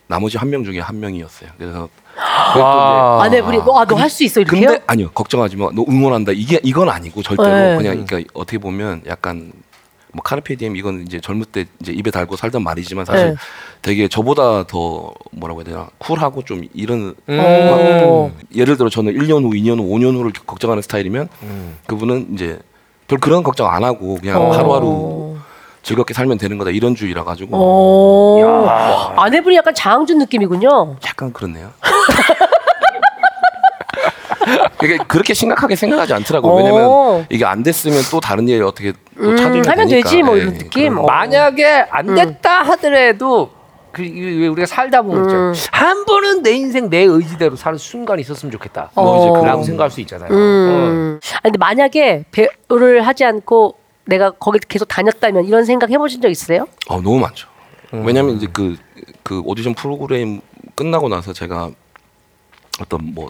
C: 나머지 한 명 중에 한 명이었어요. 그래서
B: 와.
A: 아내분이 뭐, 너아너 할 수 있어 이렇게요?
C: 근데 아니요 걱정하지 마. 너 응원한다. 이게 이건 아니고 절대로
A: 네.
C: 그냥 그러니까 어떻게 보면 약간 뭐 카르페 디엠 이건 이제 젊을 때 이제 입에 달고 살던 말이지만 사실
A: 네.
C: 되게 저보다 더 뭐라고 해야 되나 쿨하고 좀 이런
A: 어.
C: 예를 들어 저는 1년 후, 2년 후, 5년 후를 걱정하는 스타일이면 그분은 이제 별 그런 걱정 안 하고 그냥
A: 어.
C: 하루하루 즐겁게 살면 되는 거다 이런 주의라 가지고
A: 어. 아내분이 약간 장준 느낌이군요.
C: 약간 그렇네요. *laughs* 이게 그렇게 심각하게 생각하지 않더라고요.
A: 오.
C: 왜냐면 이게 안 됐으면 또 다른 일 어떻게 또 찾으면
A: 음, 하면
C: 되니까.
A: 되지 뭐
C: 예,
A: 이런 느낌.
C: 그런
A: 어.
B: 만약에 안 됐다 하더라도 그 이게 우리가 살다 보면
A: 음.
B: 있죠. 한 번은 내 인생 내 의지대로 사는 순간이 있었으면 좋겠다.
A: 어.
B: 뭐 이제 그라고 생각할 수 있잖아요.
A: 음. 아니, 근데 만약에 배우를 하지 않고 내가 거기 계속 다녔다면 이런 생각 해보신 적 있으세요?
C: 어, 너무 많죠.
A: 음.
C: 왜냐면 이제 그, 그 오디션 프로그램 끝나고 나서 제가 어떤 뭐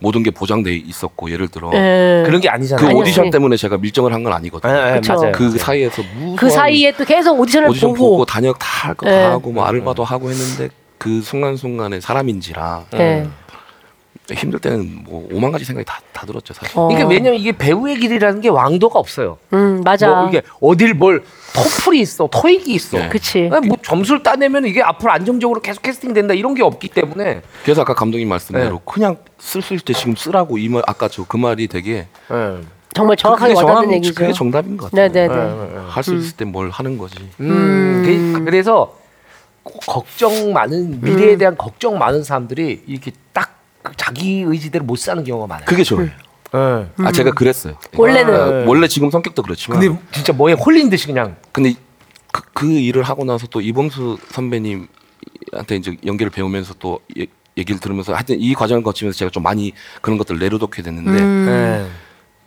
C: 모든 게 보장돼 있었고 예를 들어
B: 어.
A: 예.
B: 그런 게 아니잖아요.
C: 그
A: 아니지.
C: 오디션 때문에 제가 밀정을 한 건
B: 예,
C: 아니거든요.
B: 예,
A: 그쵸.
B: 맞아요.
C: 그 사이에서 무
A: 그 사이에 또 계속 오디션을
C: 오디션 보고,
A: 보고.
C: 단역 다 할 거 다
A: 예.
C: 하고 뭐 아르바도
B: 음.
C: 하고 했는데 그 순간순간에 사람인지라
A: 예.
C: 힘들 때는 뭐 오만 가지 생각이 다, 다 들었죠 사실.
A: 어.
B: 이게 왜냐면 이게 배우의 길이라는 게 왕도가 없어요.
A: 음 맞아.
B: 뭐 이게 어딜 뭘 토플이 있어, 토익이 있어.
C: 네.
A: 그치.
B: 아니, 뭐 점수를 따내면 이게 앞으로 안정적으로 계속 캐스팅된다 이런 게 없기 때문에
C: 그래서 아까 감독님
A: 네.
C: 말씀대로 그냥 쓸 수 있을 때 지금 쓰라고 이 말 아까 저 그 말이 되게
B: 예.
A: 정말 정확하게
C: 그게
A: 와닿는
C: 정확-
A: 얘기죠.
C: 그게 정답인 것 같아요.
A: 네네네.
C: 할 수 있을 때 뭘 하는 거지.
B: 음. 그, 래서 걱정 많은 미래에 대한 걱정 많은 사람들이 이렇게 딱그 자기 의지대로 못 사는 경우가 많아요.
C: 그게 저예요.
B: 예.
C: 아 제가 그랬어요.
A: 음. 원래는.
C: 아, 원래 지금 성격도 그렇지만
B: 네. 근데
C: 근데,
B: 진짜 뭐에 홀린 듯이 그냥
C: 그, 그 일을 하고 나서 또 이범수 선배님한테 이제 연기를 배우면서 또 예- 얘기를 들으면서 하여튼 이 과정을 거치면서 제가 좀 많이 그런 것들을 내려놓게 됐는데
A: 음.
B: 네.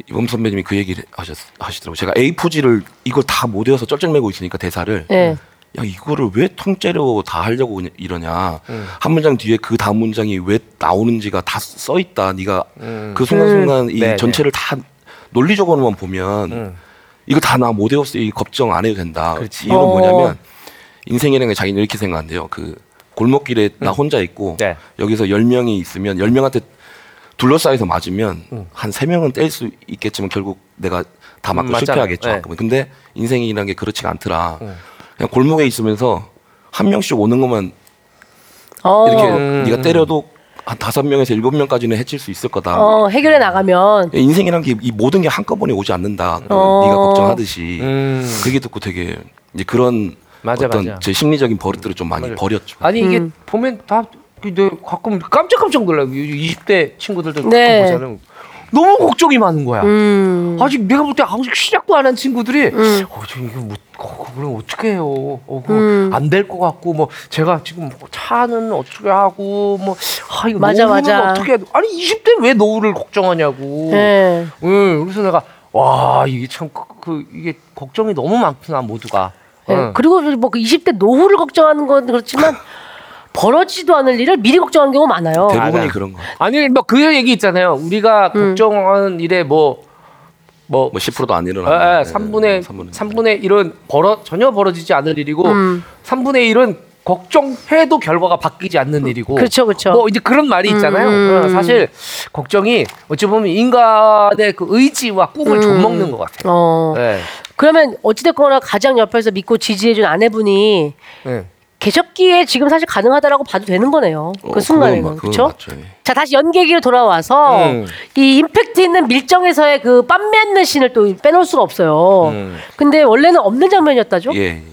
C: 이범 선배님이 그 얘기를 하셨, 하시더라고요. 제가 A4지를 이걸 다 못 외워서 쩔쩔매고 있으니까 대사를
A: 네.
C: 야 이거를 왜 통째로 다 하려고 그냥 이러냐
B: 음.
C: 한 문장 뒤에 그 다음 문장이 왜 나오는지가 다 써 있다 네가 그 순간순간 이
B: 음. 네, 음.
C: 전체를 다 논리적으로만 보면 이거 다 나 못 외웠어 이 걱정 안 해도 된다
B: 그렇지.
C: 이유는
A: 어.
C: 뭐냐면 인생이라는 게 자기는 이렇게 생각한대요 그 골목길에 나 혼자 있고
B: 음. 네.
C: 여기서 열명이 있으면 열명한테 둘러싸여서 맞으면 한 세명은 뗄 수 있겠지만 결국 내가 다 맞고
B: 음, 맞잖아요.
C: 실패하겠죠. 뭐
B: 네. 음.
C: 근데 인생이라는 게 그렇지가 않더라. 그냥 골목에 있으면서 한 명씩 오는 것만
A: 어,
C: 이렇게
B: 음.
C: 네가 때려도 한 다섯 명에서 일곱 명까지는 해칠 수 있을 거다.
A: 어, 해결해
C: 예.
A: 나가면
C: 인생이란 게 이 모든 게 한꺼번에 오지 않는다. 그
A: 어.
C: 네가 걱정하듯이
B: 음.
C: 그게 듣고 되게 이제 그런
B: 맞아,
C: 어떤
B: 맞아.
C: 제 심리적인 버릇들을 좀 많이 버렸죠.
B: 아니 이게 보면 다 근데 가끔 깜짝깜짝 놀라요. 20대 친구들도
A: 네.
B: 가끔 보자면 너무 걱정이 많은 거야.
A: 음.
B: 아직 내가 볼 때 아직 시작도 안 한 친구들이 어, 저 이거 못 어, 그럼 어떻게 해요? 어,
A: 음.
B: 안될 것 같고 뭐 제가 지금 뭐 차는 어떻게 하고 뭐 아 이거
A: 맞아,
B: 노후는
A: 맞아.
B: 어떻게 해야 돼? 아니 20대 왜 노후를 걱정하냐고.
A: 네.
B: 응, 그래서 내가 와 이게 참 그 이게 걱정이 너무 많구나 모두가.
C: 어.
A: 네.
B: 응.
A: 그리고 뭐그 20대 노후를 걱정하는 건
C: *laughs*
A: 그렇지만 벌어지지도 않을 일을 미리 걱정하는 경우 많아요.
C: 대부분이
B: 어, 맞아요.
C: 그런 거.
B: 아니 뭐 그 얘기 있잖아요. 우리가
A: 음.
B: 걱정하는 일에 뭐 뭐,
C: 뭐 10%도 안 일어나.
B: 예, 예,
C: 네,
B: 3분의 3분의 1은 벌어 전혀 벌어지지 않을 일이고
A: 음.
B: 3분의 1은 걱정해도 결과가 바뀌지 않는 일이고
A: 그렇죠, 그렇죠.
B: 뭐 이제 그런 말이 있잖아요.
A: 음.
B: 어, 사실 걱정이 어찌 보면 인간의 그 의지와 꿈을 좀먹는 것
A: 음.
B: 같아요.
A: 어.
B: 예.
A: 그러면 어찌됐거나 가장 옆에서 믿고 지지해준 아내분이
B: 예.
A: 계셨기에 지금 사실 가능하다라고 봐도 되는 거네요.
B: 어,
A: 그 순간에는 그렇죠. 자 다시 연계기로 돌아와서
B: 음.
A: 이 임팩트 있는 밀정에서의 그 빰매는 신을 또 빼놓을 수가 없어요.
B: 음.
A: 근데 원래는 없는 장면이었다죠?
C: 예. 예.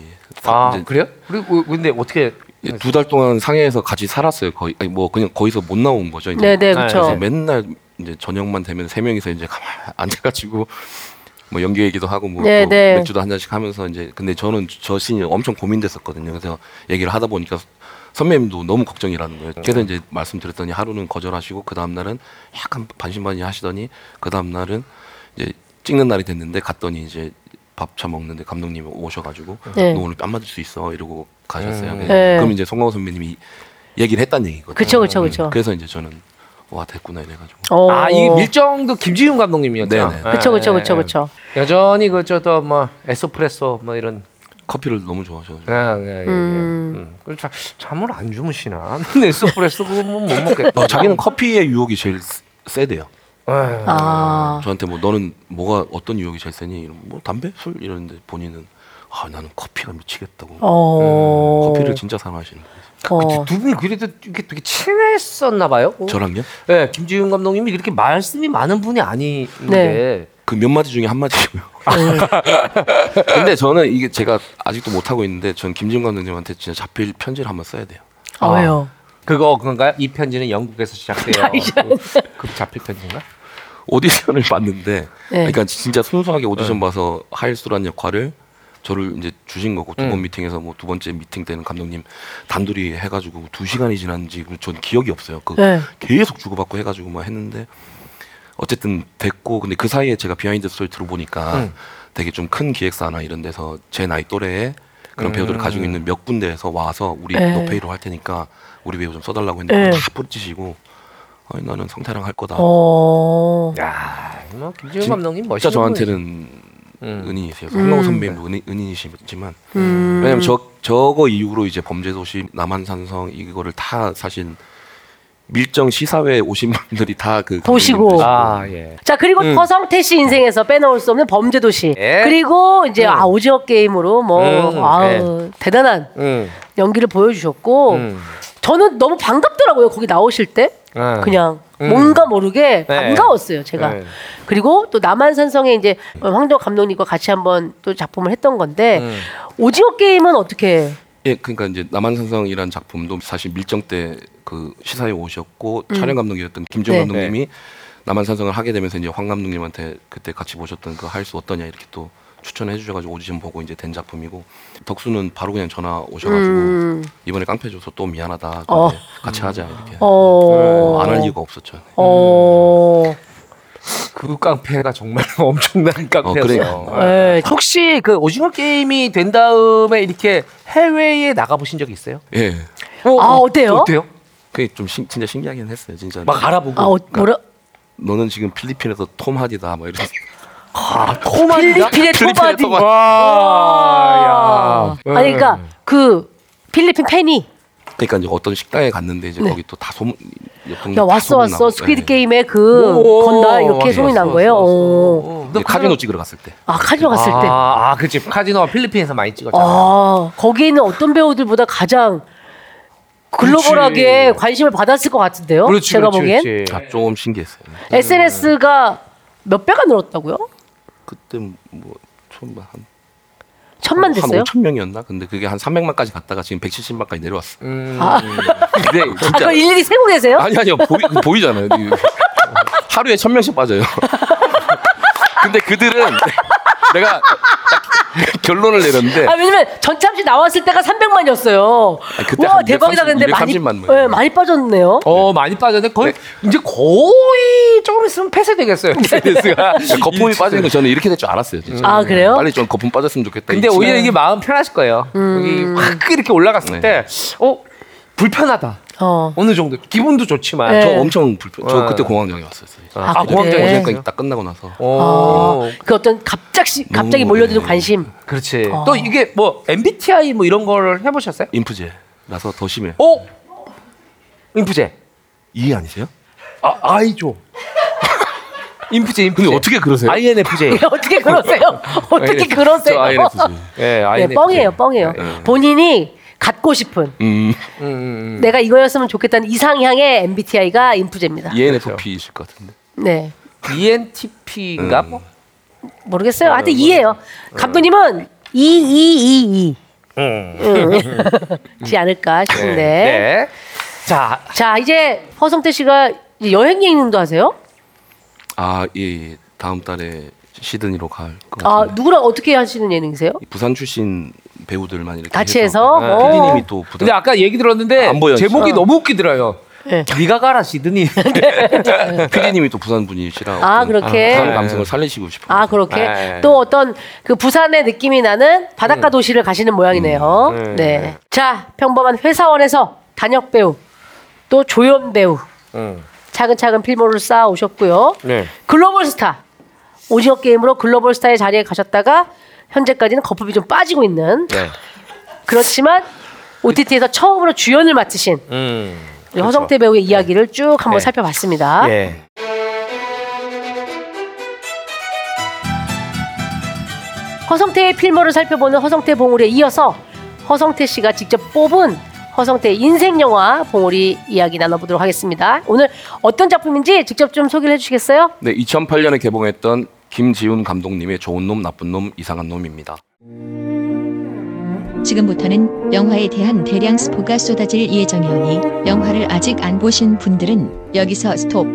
B: 아
C: 이제
B: 그래요? 그리고 근데 어떻게
A: 네.
C: 두 달 동안 상해에서 같이 살았어요. 거의 아니, 뭐 그냥 거기서 못 나온 거죠. 이제.
A: 네네
C: 그래서
A: 그렇죠.
C: 맨날 이제 저녁만 되면 세 명이서 이제 가만 앉아가지고 뭐 연기 얘기도 하고 뭐
A: 네,
C: 또
A: 네.
C: 맥주도 한 잔씩 하면서 이제 근데 저는 저 신이 엄청 고민됐었거든요. 그래서 얘기를 하다 보니까 선배님도 너무 걱정이라는 거예요.
A: 네.
C: 그래서 이제 말씀드렸더니 하루는 거절하시고 그 다음 날은 약간 반신반의 하시더니 그 다음 날은 이제 찍는 날이 됐는데 갔더니 이제 밥 차 먹는데 감독님이 오셔가지고
A: 네.
C: 너 오늘 뺨 맞을 수 있어 이러고 가셨어요.
B: 음.
A: 네.
C: 예. 그럼 이제 송강호 선배님이 얘기를 했다는 얘기거든요. 음.
A: 그쵸, 그쵸, 그쵸.
C: 그래서 이제 저는 와 됐구나 이래가지고
A: 어.
B: 아 이 밀정도 김지훈 감독님이었죠.
C: 네네.
A: 그쵸 그쵸 그쵸
B: 예, 예.
A: 그쵸.
B: 여전히 그저도 뭐 에스프레소 뭐 이런
C: 커피를 너무 좋아하셔가지고
B: 아, 예, 예, 예. 음. 그리고 자, 잠을 안 주무시나? *laughs* 에스프레소 그거 뭐못 먹겠다. 어,
C: 어, 자기는 커피의 유혹이 제일 세- 세대요.
B: 에휴.
A: 아
C: 저한테 뭐 너는 뭐가 어떤 유혹이 제일 세니? 이런 뭐 담배, 술 이러는데 본인은 아 나는 커피가 미치겠다고.
A: 어.
C: 커피를 진짜 사랑하시는 거예요.
A: 어.
B: 두 분이 음, 그래도 이렇게 되게 친했었나 봐요.
C: 저랑요?
B: 네, 김지훈 감독님이 그렇게 말씀이 많은 분이
A: 네.
B: 아닌데.
C: 그 몇 마디 중에 한
A: *laughs*
C: 마디고요. 근데 저는 이게 제가 아직도 못 하고 있는데 전 김지훈 감독님한테 진짜 자필 편지를 한번 써야 돼요.
A: 아 왜요?
B: 그거 그건가요? 이 편지는 영국에서
A: *laughs* 아,
B: 시작돼요. 그 자필 편지인가?
C: 오디션을 *laughs* 봤는데
A: 네.
C: 그러니까 진짜 순수하게 오디션 봐서 하일수란 역할을 저를 이제 주신 거고 두 번 미팅에서 뭐 두 번째 미팅 때는 감독님 단둘이 해가지고 두 시간이 지난지 전 기억이 없어요. 그
A: 네.
C: 계속 주고받고 해가지고 막 했는데 어쨌든 됐고 근데 그 사이에 제가 비하인드 스토리 들어보니까 되게 좀 큰 기획사나 이런 데서 제 나이 또래에 그런 배우들을 가지고 있는 몇 군데에서 와서 우리
A: 네.
C: 노페이로 할 테니까 우리 배우 좀 써달라고
A: 네.
C: 했는데 다 뿌리치시고 아니 나는 성태랑 할 거다.
A: 어.
B: 야, 뭐 김지훈
C: 진-
B: 감독님 멋있어.
C: 진짜 저한테는 음. 은인이세요.
A: 음.
C: 송강호 선배님도 은인, 은인이시지만 왜냐면 저 저거 이후로 이제 범죄도시 남한산성 이거를 다 사실 밀정 시사회 에 오신 *laughs* 분들이 다그
A: 보시고.
C: 어,
B: 아, 예.
A: 자 그리고 허성태 씨 인생에서 빼놓을 수 없는 범죄 도시
B: 예.
A: 그리고 이제
B: 음.
A: 아 오징어 게임으로 뭐
B: 음,
A: 아우 대단한
B: 음.
A: 연기를 보여주셨고
B: 음.
A: 저는 너무 반갑더라고요 거기 나오실 때
B: 네.
A: 그냥
B: 음.
A: 뭔가 모르게
B: 네.
A: 반가웠어요 제가
B: 네. 그리고
A: 그리고 또 남한산성에 이제 황정 감독님과 같이 한번 또 작품을 했던 건데
B: 음.
A: 오징어 게임은 어떻게
C: 예, 그러니까 이제 남한산성이라는 작품도 사실 밀정 때 그 시사회 오셨고 촬영 감독이었던 김정
A: 음. 네.
C: 감독님이 남한산성을 하게 되면서 이제 황 감독님한테 그때 같이 보셨던 그 할 수 어떠냐 이렇게 또 추천해 주셔가지고 오디션 보고 이제 된 작품이고 덕수는 바로 그냥 전화
B: 아,
C: 오셔가지고
A: 음.
C: 이번에 깡패줘서 또 미안하다.
A: 어.
C: 근데 같이 하자 이렇게.
B: 네,
C: 뭐
A: 어.
C: 안 할 이유가 없었죠.
B: 음.
A: 어.
B: 그 깡패가 정말 *laughs* 엄청난 깡패였어요. 아,
C: 그래요.
A: 네.
B: 혹시 그 오징어 게임이 된 다음에 이렇게 해외에 나가 보신 적 있어요?
C: 예,
A: 아, 어때요?
B: 어때요?
C: 그게 좀 신- 진짜 신기하긴 했어요. 진짜
B: 막 알아보고.
A: 아, 어, 뭐라?
C: 너는 지금 필리핀에서 톰 하디다 막 이런.
B: 아, 토마디다?
A: 필리핀의
C: 필리핀의
A: 토마디.
C: 토마디.
B: 와,
A: 아,
B: 야. 예.
A: 아니, 그러니까 그 필리핀 팬이
C: 그러니까 이제 어떤 식당에 갔는데 이제 거기 또 다 소문.
A: 네.
B: 음,
A: 야 왔어 왔어
C: 예.
A: 스퀴드 게임의 그
B: 예. 오,
A: 건다 이렇게
B: 왔어,
A: 소문이 난
B: 왔어,
A: 거예요.
B: 왔어,
A: 어.
B: 왔어.
C: 너 카지노 찍으러 갔을 때.
A: 아 카지노 갔을 때.
B: 그 아, 아, 그치. 카지노가 필리핀에서 많이 찍었잖아.
A: 아 거기에 있는 어떤 배우들보다 가장 글로벌하게
B: 그렇지.
A: 관심을 받았을 것 같은데요.
B: 그렇지,
A: 제가
B: 그렇지,
A: 보기엔
B: 그렇지.
C: 아, 조금 신기했어요.
A: SNS가 몇 배가 늘었다고요?
C: 그때 뭐 처음 한
A: 천만 됐어요?
C: 한 5천 명이었나? 근데 그게 한 300만까지 갔다가 지금 170만까지 내려왔어. *laughs* 요
B: 음.
C: 근데
A: 아
C: 진짜
A: 그럼 일일이 세고 계세요?
C: 아니 아니요 보이, 보이잖아요. 하루에 천 명씩 빠져요. *laughs* 근데 그들은 내가 딱 결론을 내렸는데
A: 아 왜냐면 전참시 나왔을 때가 300만이었어요.
C: 아니, 그때
A: 와
C: 한
A: 대박이다
C: 230,
A: 근데 많이
C: 230만 뭐.
A: 예, 많이 빠졌네요.
B: 어, 많이 빠졌네. 거의, 이제 거의 조금 있으면 폐쇄되겠어요.
A: *laughs*
B: SNS가.
A: 네,
C: 거품이 빠지는 거 저는 이렇게 될 줄 알았어요. 진짜.
A: 아, 그래요? 네.
C: 빨리 좀 거품 빠졌으면 좋겠다.
B: 근데
C: 이
B: 오히려
C: 친한-
B: 이게 마음 편하실 거예요.
A: 음.
B: 여기 확 이렇게 올라갔을
C: 네.
B: 때, 어, 불편하다.
A: 어.
B: 어느 정도. 기분도 좋지만.
A: 네.
C: 저 엄청 불편. 저
B: 어.
C: 그때 공항역에 왔어요.
B: 아,
A: 아,
B: 공황장애
A: 그래?
B: 오셨어요?
C: 어제까지 딱 끝나고 나서
B: 어,
A: 어, 그 어떤 갑작시 갑자기
C: 너무,
A: 몰려드는
B: 음.
C: 예.
A: 관심.
B: 그렇지. 또 이게 뭐 MBTI 뭐 이런 거를 해보셨어요?
C: 인프제라서 더 심해요.
B: 어? 인프제.
C: 이해 아니세요?
B: 아, 아이죠. 인프제, 인프제.
C: 근데 어떻게 그러세요? *laughs*
A: 예.
B: INFJ.
A: 어떻게 *laughs* 그러세요? 어떻게
C: INFJ.
A: 그러세요?
C: 저 INFJ.
B: *laughs* 예,
A: 네,
B: INFJ.
A: 뻥이에요, 뻥이에요. 본인이 갖고 싶은
C: 음,
B: 음, 음, 음.
A: 내가 이거였으면 좋겠다는 이상향의 MBTI가 인프제입니다.
C: 예 ENFP이실 것 같은데.
A: 네.
B: ENTP인가?
C: 음.
B: 뭐?
A: 아, 네, 모르겠어요. 하여튼 이해요. 예. 감독님은 이이이이.
B: 음.
A: 음. *laughs* 지 않을까 싶은데.
B: 네. 자,
A: 자, 이제 허성태 씨가 이제 여행 예능도 하세요?
C: 아, 예, 예. 다음 달에 시드니로 갈 것
A: 아,
C: 같은데.
A: 누구랑 어떻게 하시는 예능이세요?
C: 부산 출신 배우들만 이렇게
A: 같이 해서?
C: 네.
A: 어.
C: PD님이 또 부산
B: 근데 아까 얘기 들었는데
C: 안 보여요, 아.
B: 제목이
C: 진짜.
B: 너무 웃기더라요.
A: 네.
B: 네가 가라
C: *laughs*
B: 시드니.
C: PD님이 또 부산 분이시라
A: 아,
C: 어떤
A: 그렇게?
C: 부산 감성을 살리시고 싶어요.
A: 아, 그렇게.
B: 네. 음.
A: 또 어떤 그 부산의 느낌이 나는 바닷가 도시를 가시는 모양이네요. 네. 자, 평범한 회사원에서 단역 배우, 또 조연 배우, 차근차근 필모를 쌓아 오셨고요.
B: 음. 네.
A: 글로벌 스타 오징어 게임으로 글로벌 스타의 자리에 가셨다가 현재까지는 거품이 좀 빠지고 있는
C: 예.
B: 네.
A: 그렇지만 OTT에서 처음으로 주연을 맡으신
B: 음.
A: 우리 허성태 배우의 이야기를 쭉 한번
B: 네.
A: 살펴봤습니다.
B: 예.
A: 허성태의 필모를 살펴보는 허성태 봉우리에 이어서 허성태 씨가 직접 뽑은 허성태의 인생 영화 봉우리 이야기 나눠보도록 하겠습니다. 오늘 어떤 작품인지 직접 좀 소개를 해주시겠어요?
C: 네, 2008년에 개봉했던 김지훈 감독님의 좋은 놈, 나쁜 놈, 이상한 놈입니다.
J: 지금부터는 영화에 대한 대량 스포가 쏟아질 예정이오니 영화를 아직 안 보신 분들은 여기서 스톱.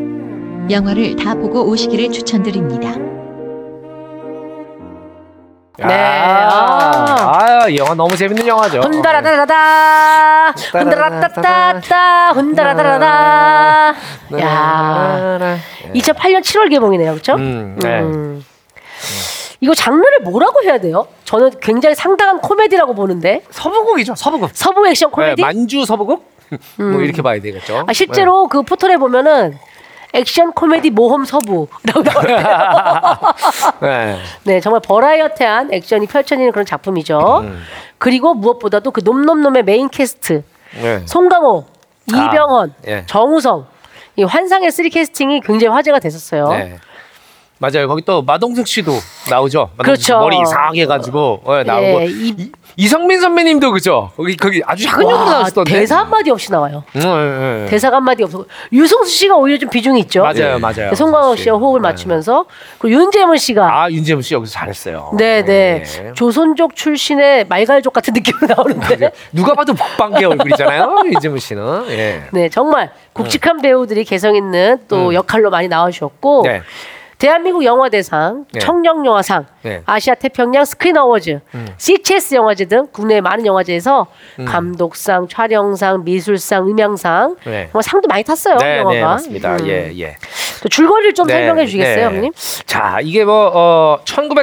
J: 영화를 다 보고 오시기를 추천드립니다.
A: 네.
B: 아, 아유, 이 영화 너무 재밌는
A: 어,
B: 영화죠.
A: 혼다라다라다 혼다라따따따 네. 혼다라다라다
B: 네.
A: 야
B: 예.
A: 2008년 7월 개봉이네요 그렇죠?
B: 음,
A: 네.
B: 네.
A: 음. 이거 장르를 뭐라고 해야 돼요? 저는 굉장히 상당한 코미디라고 보는데
B: 서부극이죠. 서부극.
A: 서부 액션 코미디? 음.
B: 네, 만주 서부극? 뭐 이렇게 봐야 되겠죠.
A: 아,
B: 네.
A: 실제로 그 포털에 보면은 액션 코미디 모험 서부라고 *laughs* 나와요.
B: 네. 네.
A: 네, 정말 버라이어티한 액션이 펼쳐지는 그런 작품이죠.
B: 음.
A: 그리고 무엇보다도 그 놈놈놈의 메인 캐스트
B: 네.
A: 송강호,
B: 아,
A: 이병헌,
B: 예.
A: 정우성 이 환상의 쓰리 캐스팅이 굉장히 화제가 됐었어요.
B: 네. 맞아요. 거기 또 마동석 씨도 나오죠. 마동석 씨
A: 그렇죠.
B: 머리 이상하게 가지고 어, 나오고
A: 예, 이-
B: 이, 이성민 선배님도 그죠. 거기 거기 아주 음, 작은
A: 와,
B: 역으로 나왔었던데.
A: 대사 한 마디 없이 나와요.
B: 응, 응, 응.
A: 대사가 한 마디 없고 유승수 씨가 오히려 좀 비중이 있죠.
B: 네. 맞아요, 맞아요. 네.
A: 송강호 씨와 호흡을 맞추면서 그리고 윤재문 씨가
B: 아 윤재문 씨 여기서 잘했어요.
A: 네, 네.
B: 예. 아,
A: 조선족 출신의 말갈족 같은 느낌이 나오는데.
B: 누가 봐도 북방계 얼굴이잖아요. *laughs* 윤재문 씨는. 예.
A: 네, 정말 굵직한 배우들이 개성 있는 또 역할로 많이 나와주셨고
B: 음. 네.
A: 대한민국 영화대상,
B: 네.
A: 청룡영화상,
B: 네.
A: 아시아 태평양 스크린 어워즈,
B: 음.
A: CHS 영화제 등 국내 많은 영화제에서
B: 음.
A: 감독상, 촬영상, 미술상, 음향상
B: 네.
A: 정말 상도 많이 탔어요.
B: 네,
A: 영화가.
B: 네, 맞습니다.
A: 음.
B: 예, 예.
A: 또 줄거리를 좀
B: 네,
A: 설명해 주시겠어요,
B: 네.
A: 형님?
B: 자, 이게 뭐 어,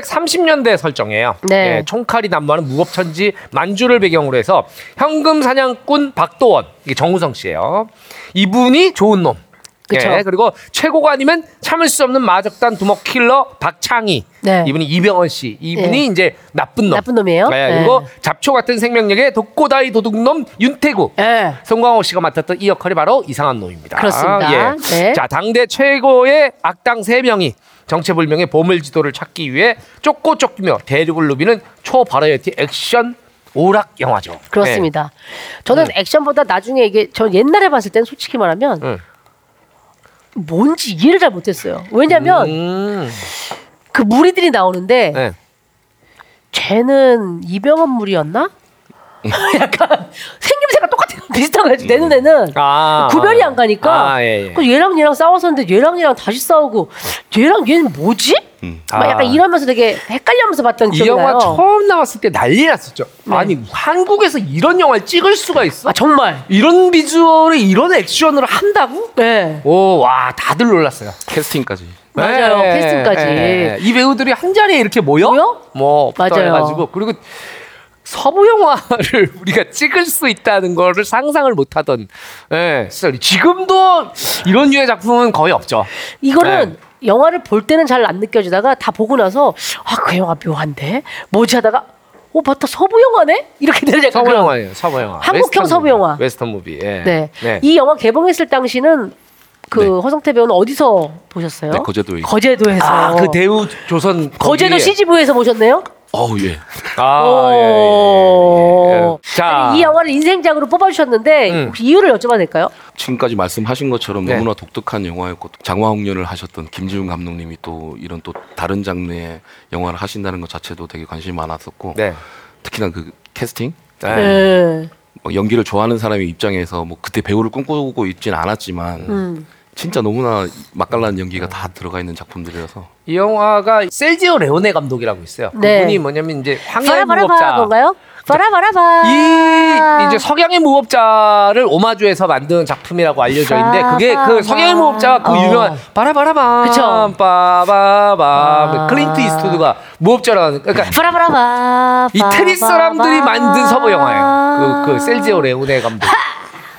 B: 1930년대 설정이에요.
A: 네.
B: 예, 총칼이 난무하는 무법천지 만주를 배경으로 해서 현금 사냥꾼 박도원, 이게 정우성 씨예요. 이분이 좋은 놈.
A: 그쵸.
B: 예, 그리고 최고가 아니면 참을 수 없는 마적단 두목 킬러 박창희.
A: 네.
B: 이분이 이병헌 씨. 이분이
A: 예.
B: 이제 나쁜 놈.
A: 나쁜 놈이에요?
B: 예,
A: 네.
B: 그리고 잡초 같은 생명력의 독고다이 도둑놈 윤태구.
A: 예.
B: 송강호 씨가 맡았던 이 역할이 바로 이상한 놈입니다.
A: 그렇습니다.
B: 예.
A: 네.
B: 자, 당대 최고의 악당 세명이 정체불명의 보물지도를 찾기 위해 쫓고 쫓기며 대륙을 누비는 초바라이어티 액션 오락 영화죠.
A: 그렇습니다.
B: 네.
A: 저는 액션보다 나중에 이게 전 옛날에 봤을 땐 솔직히 말하면
B: 음.
A: 뭔지 이해를 잘 못했어요. 왜냐면
B: 네. 음,
A: 그 무리들이 나오는데
B: 네.
A: 쟤는 이병헌
B: *laughs*
A: 물이었나? 약간 생김새가 똑같아요. 비슷한가지고 내 눈에는
B: 음. 아,
A: 구별이 안 가니까.
B: 아, 예, 예.
A: 그 얘랑 얘랑 싸웠었는데 얘랑 얘랑 다시 싸우고 얘랑 얘는 뭐지? 막
B: 아.
A: 약간 이러면서 되게 헷갈리면서 봤던
B: 이
A: 기억이
B: 영화
A: 나요. 네.
B: 처음 나왔을 때 난리 났었죠. 아니, 한국에서 이런 영화를 찍을 수가 있어?
A: 아 정말.
B: 이런 비주얼에 이런 액션으로 한다고?
A: 네.
B: 오, 와, 다들 놀랐어요.
C: 캐스팅까지.
A: 맞아요.
B: 네.
A: 캐스팅까지.
B: 이 배우들이 한 자리에 이렇게 모여?
A: 모여?
B: 뭐
A: 맞아요.
B: 해가지고 그리고 서부 영화를 *laughs* 우리가 찍을 수 있다는 거를 상상을 못하던 예, 시절이 지금도 이런 유의 작품은 거의 없죠.
A: 이거는
B: 네.
A: 영화를 볼 때는 잘 안 느껴지다가 다 보고 나서 아 그 영화 묘한데 뭐지 하다가 어 맞다 서부 영화네 이렇게 되는 약간
B: 서부
A: 그런-
B: 영화예요. 서부 영화.
A: 한국형
B: 웨스턴
A: 서부
B: 무비,
A: 영화.
B: 웨스턴 무비. 예.
A: 네.
B: 네.
A: 이 영화 개봉했을 당시는 그
C: 네.
A: 허성태 배우는 어디서 보셨어요?
C: 네, 거제도에.
A: 거제도에서.
B: 아, 그 대우 조선
A: 어. 거제도
B: 거기에.
A: CGV에서 보셨네요?
C: 어우 예.
B: 아, 예, 예, 예, 예.
A: 오.
B: 자,
A: 아니, 이 영화를 인생작으로 뽑아주셨는데
B: 음.
A: 혹시 이유를 여쭤봐도 될까요?
C: 지금까지 말씀하신 것처럼
B: 네.
C: 너무나 독특한 영화였고 장화홍련을 하셨던 김지훈 감독님이 또 이런 또 다른 장르의 영화를 하신다는 것 자체도 되게 관심이 많았었고
B: 네.
C: 특히나 그 캐스팅
B: 네.
A: 네.
C: 뭐 연기를 좋아하는 사람의 입장에서 뭐 그때 배우를 꿈꾸고 있진 않았지만
A: 음.
C: 진짜 너무나 맛깔난 연기가 다 들어가 있는 작품들이라서
B: 이 영화가 셀지오 레오네 감독이라고 있어요.
A: 네.
B: 그분이 뭐냐면 이제 황야의
A: 바라바라바
B: 무법자
A: 건가요? 바라바라바. 아.
B: 이 이제 석양의 무법자를 오마주해서 만든 작품이라고 알려져 있는데 그게 그 석양의 무법자가 그
A: 어.
B: 유명한 바라바라밤
A: 그쵸.
B: 빠바밤
A: 아.
B: 클린트 이스트우드가 무법자라는 그러니까
A: 바라바라바.
B: 이태리 사람들이 만든 서부 영화예요. 그, 그 셀지오 레오네 감독.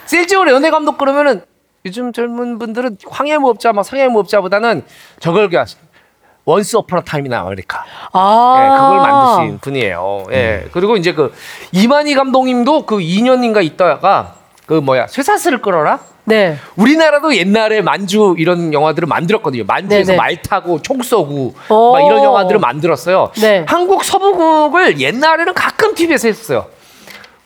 B: 셀지오 레오네 감독 그러면은 요즘 젊은 분들은 황야의 무법자 막 석양의 무법자보다는 저걸 그냥 원스 어퍼너 타임이나 아메리카
A: 아.
B: 예, 그걸 만드신 분이에요. 예. 그리고 이제 그 이만희 감독님도 그 2년인가 있다가 그 뭐야 쇠사슬을 끌어라.
A: 네.
B: 우리나라도 옛날에 만주 이런 영화들을 만들었거든요. 만주에서
A: 네네.
B: 말 타고 총 쏘고
A: 오.
B: 막 이런 영화들을 만들었어요.
A: 네.
B: 한국 서부극을 옛날에는 가끔 TV에서 했어요.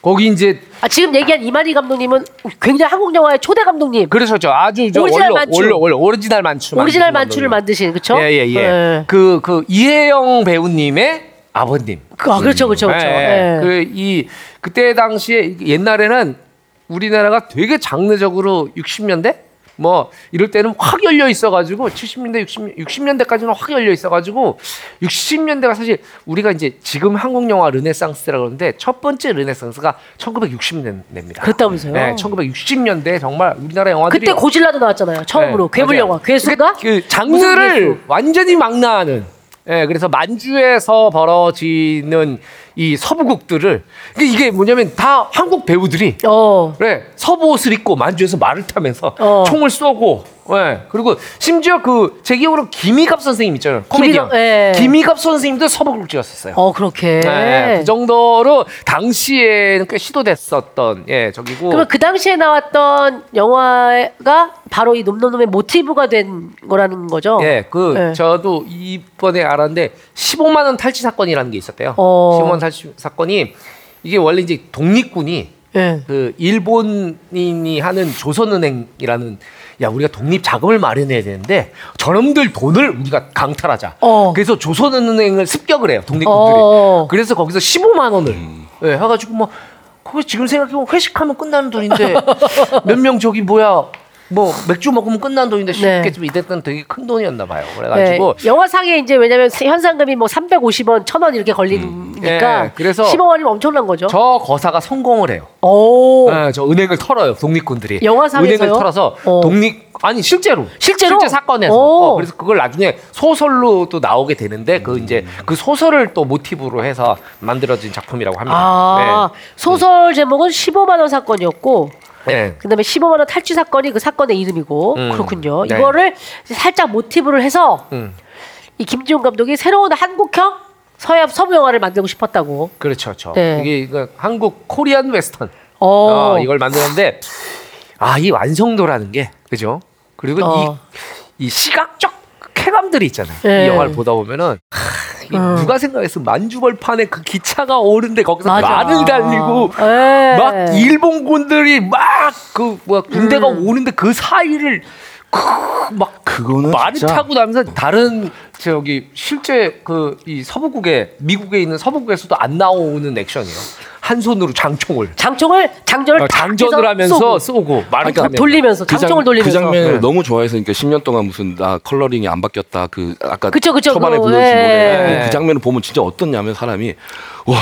B: 거기 이제
A: 아, 지금 얘기한 이만희 감독님은 굉장히 한국 영화의 초대 감독님.
B: 그러셨죠. 아주 저
A: 오리지널
B: 원로,
A: 만추.
B: 원로, 원로, 오리지널 만추.
A: 오리지널
B: 만드신
A: 만추를
B: 감독님.
A: 만드신 그쵸?
B: 예, 예, 예.
A: 예.
B: 그 그 이혜영 배우님의 아버님.
A: 그, 아, 그렇죠, 그렇죠, 그렇죠. 예.
B: 네. 그이 그때 당시에 옛날에는 우리나라가 되게 장르적으로 60년대 뭐 이럴 때는 확 열려 있어가지고 70년대 60 60년대까지는 확 열려 있어가지고 60년대가 사실 우리가 이제 지금 한국 영화 르네상스라 그러는데 첫 번째 르네상스가 1960년대입니다.
A: 그렇다면서요?
B: 네, 1960년대 정말 우리나라 영화들이
A: 그때 고질라도 나왔잖아요. 처음으로
B: 네,
A: 괴물
B: 맞아요.
A: 영화 괴수가
B: 그
A: 무슨 괴수?
B: 장르를 완전히 망라하는 예, 그래서 만주에서 벌어지는 이 서부극들을 이게- 이게 뭐냐면 다 한국 배우들이
A: 어.
B: 그래 서부 옷을 입고 만주에서 말을 타면서
A: 어.
B: 총을 쏘고 예, 그리고 심지어 그 제 기억으로 김희갑 선생님 있잖아요 코미디언
A: 김희갑, 예.
B: 김희갑 선생님도 서부극을 찍었었어요
A: 어 그렇게.
B: 예, 그 정도로 당시에는 꽤 시도됐었던 예 저기고
A: 그러면 그 당시에 나왔던 영화가 바로 이 놈놈놈의 모티브가 된 거라는 거죠.
B: 예, 그
A: 예.
B: 저도 이번에 알았는데 15만 원 탈취 사건이라는 게 있었대요.
A: 어.
B: 15만 원 탈취 사건이 이게 원래 이제 독립군이
A: 예.
B: 그 일본인이 하는 조선은행이라는 야 우리가 독립 자금을 마련해야 되는데 저놈들 돈을 우리가 강탈하자.
A: 어.
B: 그래서 조선은행을 습격을 해요 독립군들이.
A: 어.
B: 그래서 거기서 15만 원을 예, *laughs* 해가지고 뭐 그거 지금 생각해보면 회식하면 끝나는 돈인데 몇 명 저기 뭐야 뭐 맥주 먹으면 끝난 돈인데
A: 네.
B: 쉽게 좀 이랬던 되게 큰 돈이었나 봐요. 그래가지고
A: 네, 영화상에 이제 왜냐면 현상금이 뭐 350원, 1000원 이렇게 걸리니까
B: 예, 그래서
A: 15 원이면 엄청난 거죠.
B: 저 거사가 성공을 해요.
A: 오.
B: 예, 저 은행을 털어요 독립군들이.
A: 영화상에서요?
B: 은행을 털어서 독립 아니 실제로
A: 실제로?
B: 실제 사건에서
A: 오.
B: 어, 그래서 그걸 나중에 소설로 또 나오게 되는데 그 이제 그 소설을 또 모티브로 해서 만들어진 작품이라고 합니다.
A: 아 소설 제목은 15만 원 사건이었고
B: 네. 예.
A: 그다음에 15만 원 탈취 사건이 그 사건의 이름이고
B: 음.
A: 그렇군요.
B: 네.
A: 이거를 살짝 모티브를 해서
B: 음.
A: 이 김지훈 감독이 새로운 한국형 서양 서부 영화를 만들고 싶었다고.
B: 그렇죠, 그렇죠.
A: 네.
B: 이게 이거 한국 코리안 웨스턴.
A: 어.
B: 어, 이걸 만드는데 아 이 완성도라는 게 그죠? 그리고
A: 어.
B: 이, 이 시각적 쾌감들이 있잖아요.
A: 네. 어.
B: 이 영화를 보다 보면은 하, 이게 누가 생각했으면 만주벌판에 그 기차가 오는데 거기서
A: 맞아.
B: 말을 달리고
A: 네.
B: 막 일본군들이 막 그 뭐야 군대가
A: 음.
B: 오는데 그 사이를 그막
A: 어,
C: 그거는
B: 말을
C: 진짜-
B: 타고 나면서 다른 저기 실제 그 이 서부국에 미국에 있는 서부국에서도 안 나오는 액션이에요. 한 손으로 장총을
A: 장총을 장전을
B: 어,
A: 탁
B: 장전을
A: 해서
B: 하면서
A: 아, 쏘고.
B: 쏘고, 말을
A: 그러니까
B: 타면서.
A: 돌리면서
C: 그 장-
A: 장총을 돌리면서.
C: 그 장면을
B: 네.
C: 너무 좋아해서 그러니까 10년 동안 무슨 나 컬러링이 안 바뀌었다 그 아까
A: 그쵸, 그쵸,
C: 초반에
A: 그거,
C: 불러주신
A: 예.
C: 노래 그 장면을 보면 진짜 어떻냐면 사람이 우와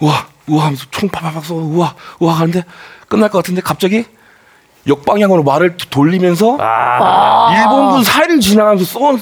C: 우와 우와 하면서 총 파파팍 쏘고 우와 우와 하는데 끝날 것 같은데 갑자기 역방향으로 말을 도- 돌리면서
A: 아.
C: 일본군 사이를 지나가면서 쏘는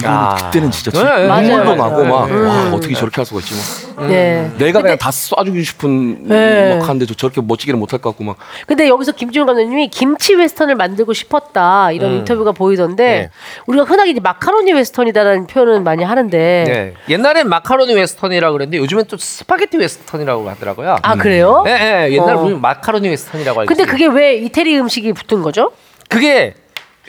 C: 이거는
B: 아.
C: 그때는 진짜
B: 네, 네,
A: 맞아요.
C: 눈물도 나고 막
B: 네, 네,
A: 음.
C: 와, 어떻게 저렇게 할 수가 있지 뭐.
B: 음.
A: 네.
C: 내가 그냥 다 쏴주고 싶은
A: 네.
C: 막 하는데 저- 저렇게 멋지게는 못할 것 같고 막
A: 근데 여기서 김지훈 감독님이 김치 웨스턴을 만들고 싶었다 이런 인터뷰가 보이던데
B: 음. 네.
A: 우리가 흔하게 이제 마카로니 웨스턴이다라는 표현은 많이 하는데
B: 예. 옛날엔 마카로니 웨스턴이라고 그랬는데 요즘엔 또 스파게티 웨스턴이라고 하더라고요.
A: 아 그래요?
B: 예, 예. 옛날
A: 어.
B: 우리는 마카로니 웨스턴이라고 알고
A: 근데
B: 있어요.
A: 그게 왜 이태리 음식이 붙은 거죠?
B: 그게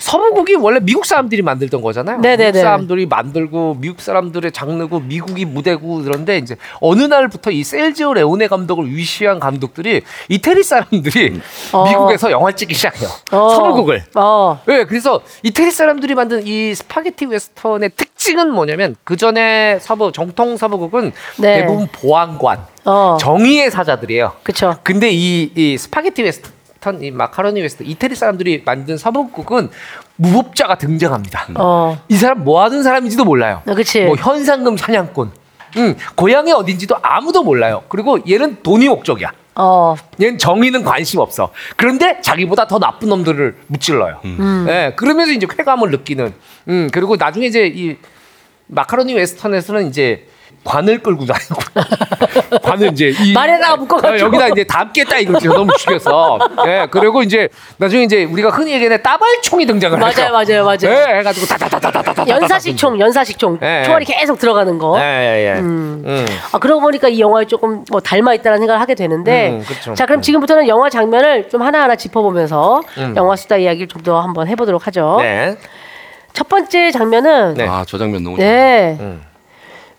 B: 서부국이 원래 미국 사람들이 만들던 거잖아요.
A: 네네네.
B: 미국 사람들이 만들고 미국 사람들의 장르고 미국이 무대고 그런데 이제 어느 날부터 이 셀지오 레오네 감독을 위시한 감독들이 이태리 사람들이
A: 어.
B: *laughs* 미국에서 영화 찍기 시작해요.
A: 어.
B: 서부국을.
A: 어.
B: 네, 그래서 이태리 사람들이 만든 이 스파게티 웨스턴의 특징은 뭐냐면 그 전에 서부 정통 서부국은
A: 네.
B: 대부분 보안관,
A: 어.
B: 정의의 사자들이에요.
A: 그쵸.
B: 근데 이, 이 스파게티 웨스턴, 이 마카로니 웨스턴, 이태리 사람들이 만든 서부국은 무법자가 등장합니다.
A: 어.
B: 이 사람 뭐 하는 사람인지도 몰라요.
A: 아, 그치.
B: 뭐 현상금 사냥꾼. 음, 고향이 어딘지도 아무도 몰라요. 그리고 얘는 돈이 목적이야.
A: 어.
B: 얘는 정의는 관심 없어. 그런데 자기보다 더 나쁜 놈들을 무찔러요.
A: 음.
B: 예, 그러면서 이제 쾌감을 느끼는. 음, 그리고 나중에 이제 이 마카로니 웨스턴에서는 이제 관을 끌고 다니고 *laughs* 관을 이제 이
A: 말에다가 묶어가지고.
B: 어, 여기다 이제 담겠다 이거지 너무 죽였어. 예, 그리고 이제 나중에 이제 우리가 흔히 얘기하는 따발총이 등장을
A: 맞아요,
B: 하죠.
A: 맞아요, 맞아요.
B: 예, 해가지고 다다다다다다.
A: 연사식총, 연사식총.
B: 예, 예.
A: 총알이 계속 들어가는 거.
B: 예, 예, 예.
A: 음.
B: 음.
A: 아 그러고 보니까 이 영화에 조금 뭐 닮아 있다는 생각을 하게 되는데
B: 음, 그쵸.
A: 자 그럼 지금부터는 영화 장면을 좀 하나하나 짚어보면서 영화 수다 이야기를 좀 더 한번 해보도록 하죠.
B: 음. 네.
A: 첫 번째 장면은
B: 네.
A: 네,
C: 아 저 장면 너무
B: 음.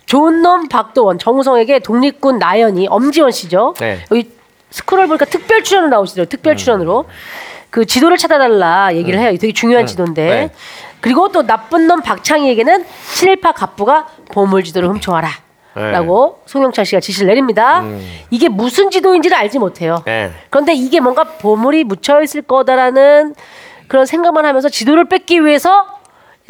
A: 좋은 놈 박도원 정우성에게 독립군 나연이 엄지원 씨죠.
B: 네. 음.
A: 여기 스크롤 보니까 특별 출연으로 나오시더라고요. 특별 출연으로 그 지도를 찾아달라 얘기를 해요. 되게 중요한 지도인데.
B: 네.
A: 그리고 또 나쁜 놈 박창희에게는 친일파 갑부가 보물 지도를 훔쳐와라.
B: 네.
A: 라고 어? 송영찬 씨가 지시를 내립니다. 이게 무슨 지도인지는 알지 못해요.
B: 음. 네.
A: 그런데 이게 뭔가 보물이 묻혀 있을 거다라는 그런 생각만 하면서 지도를 뺏기 위해서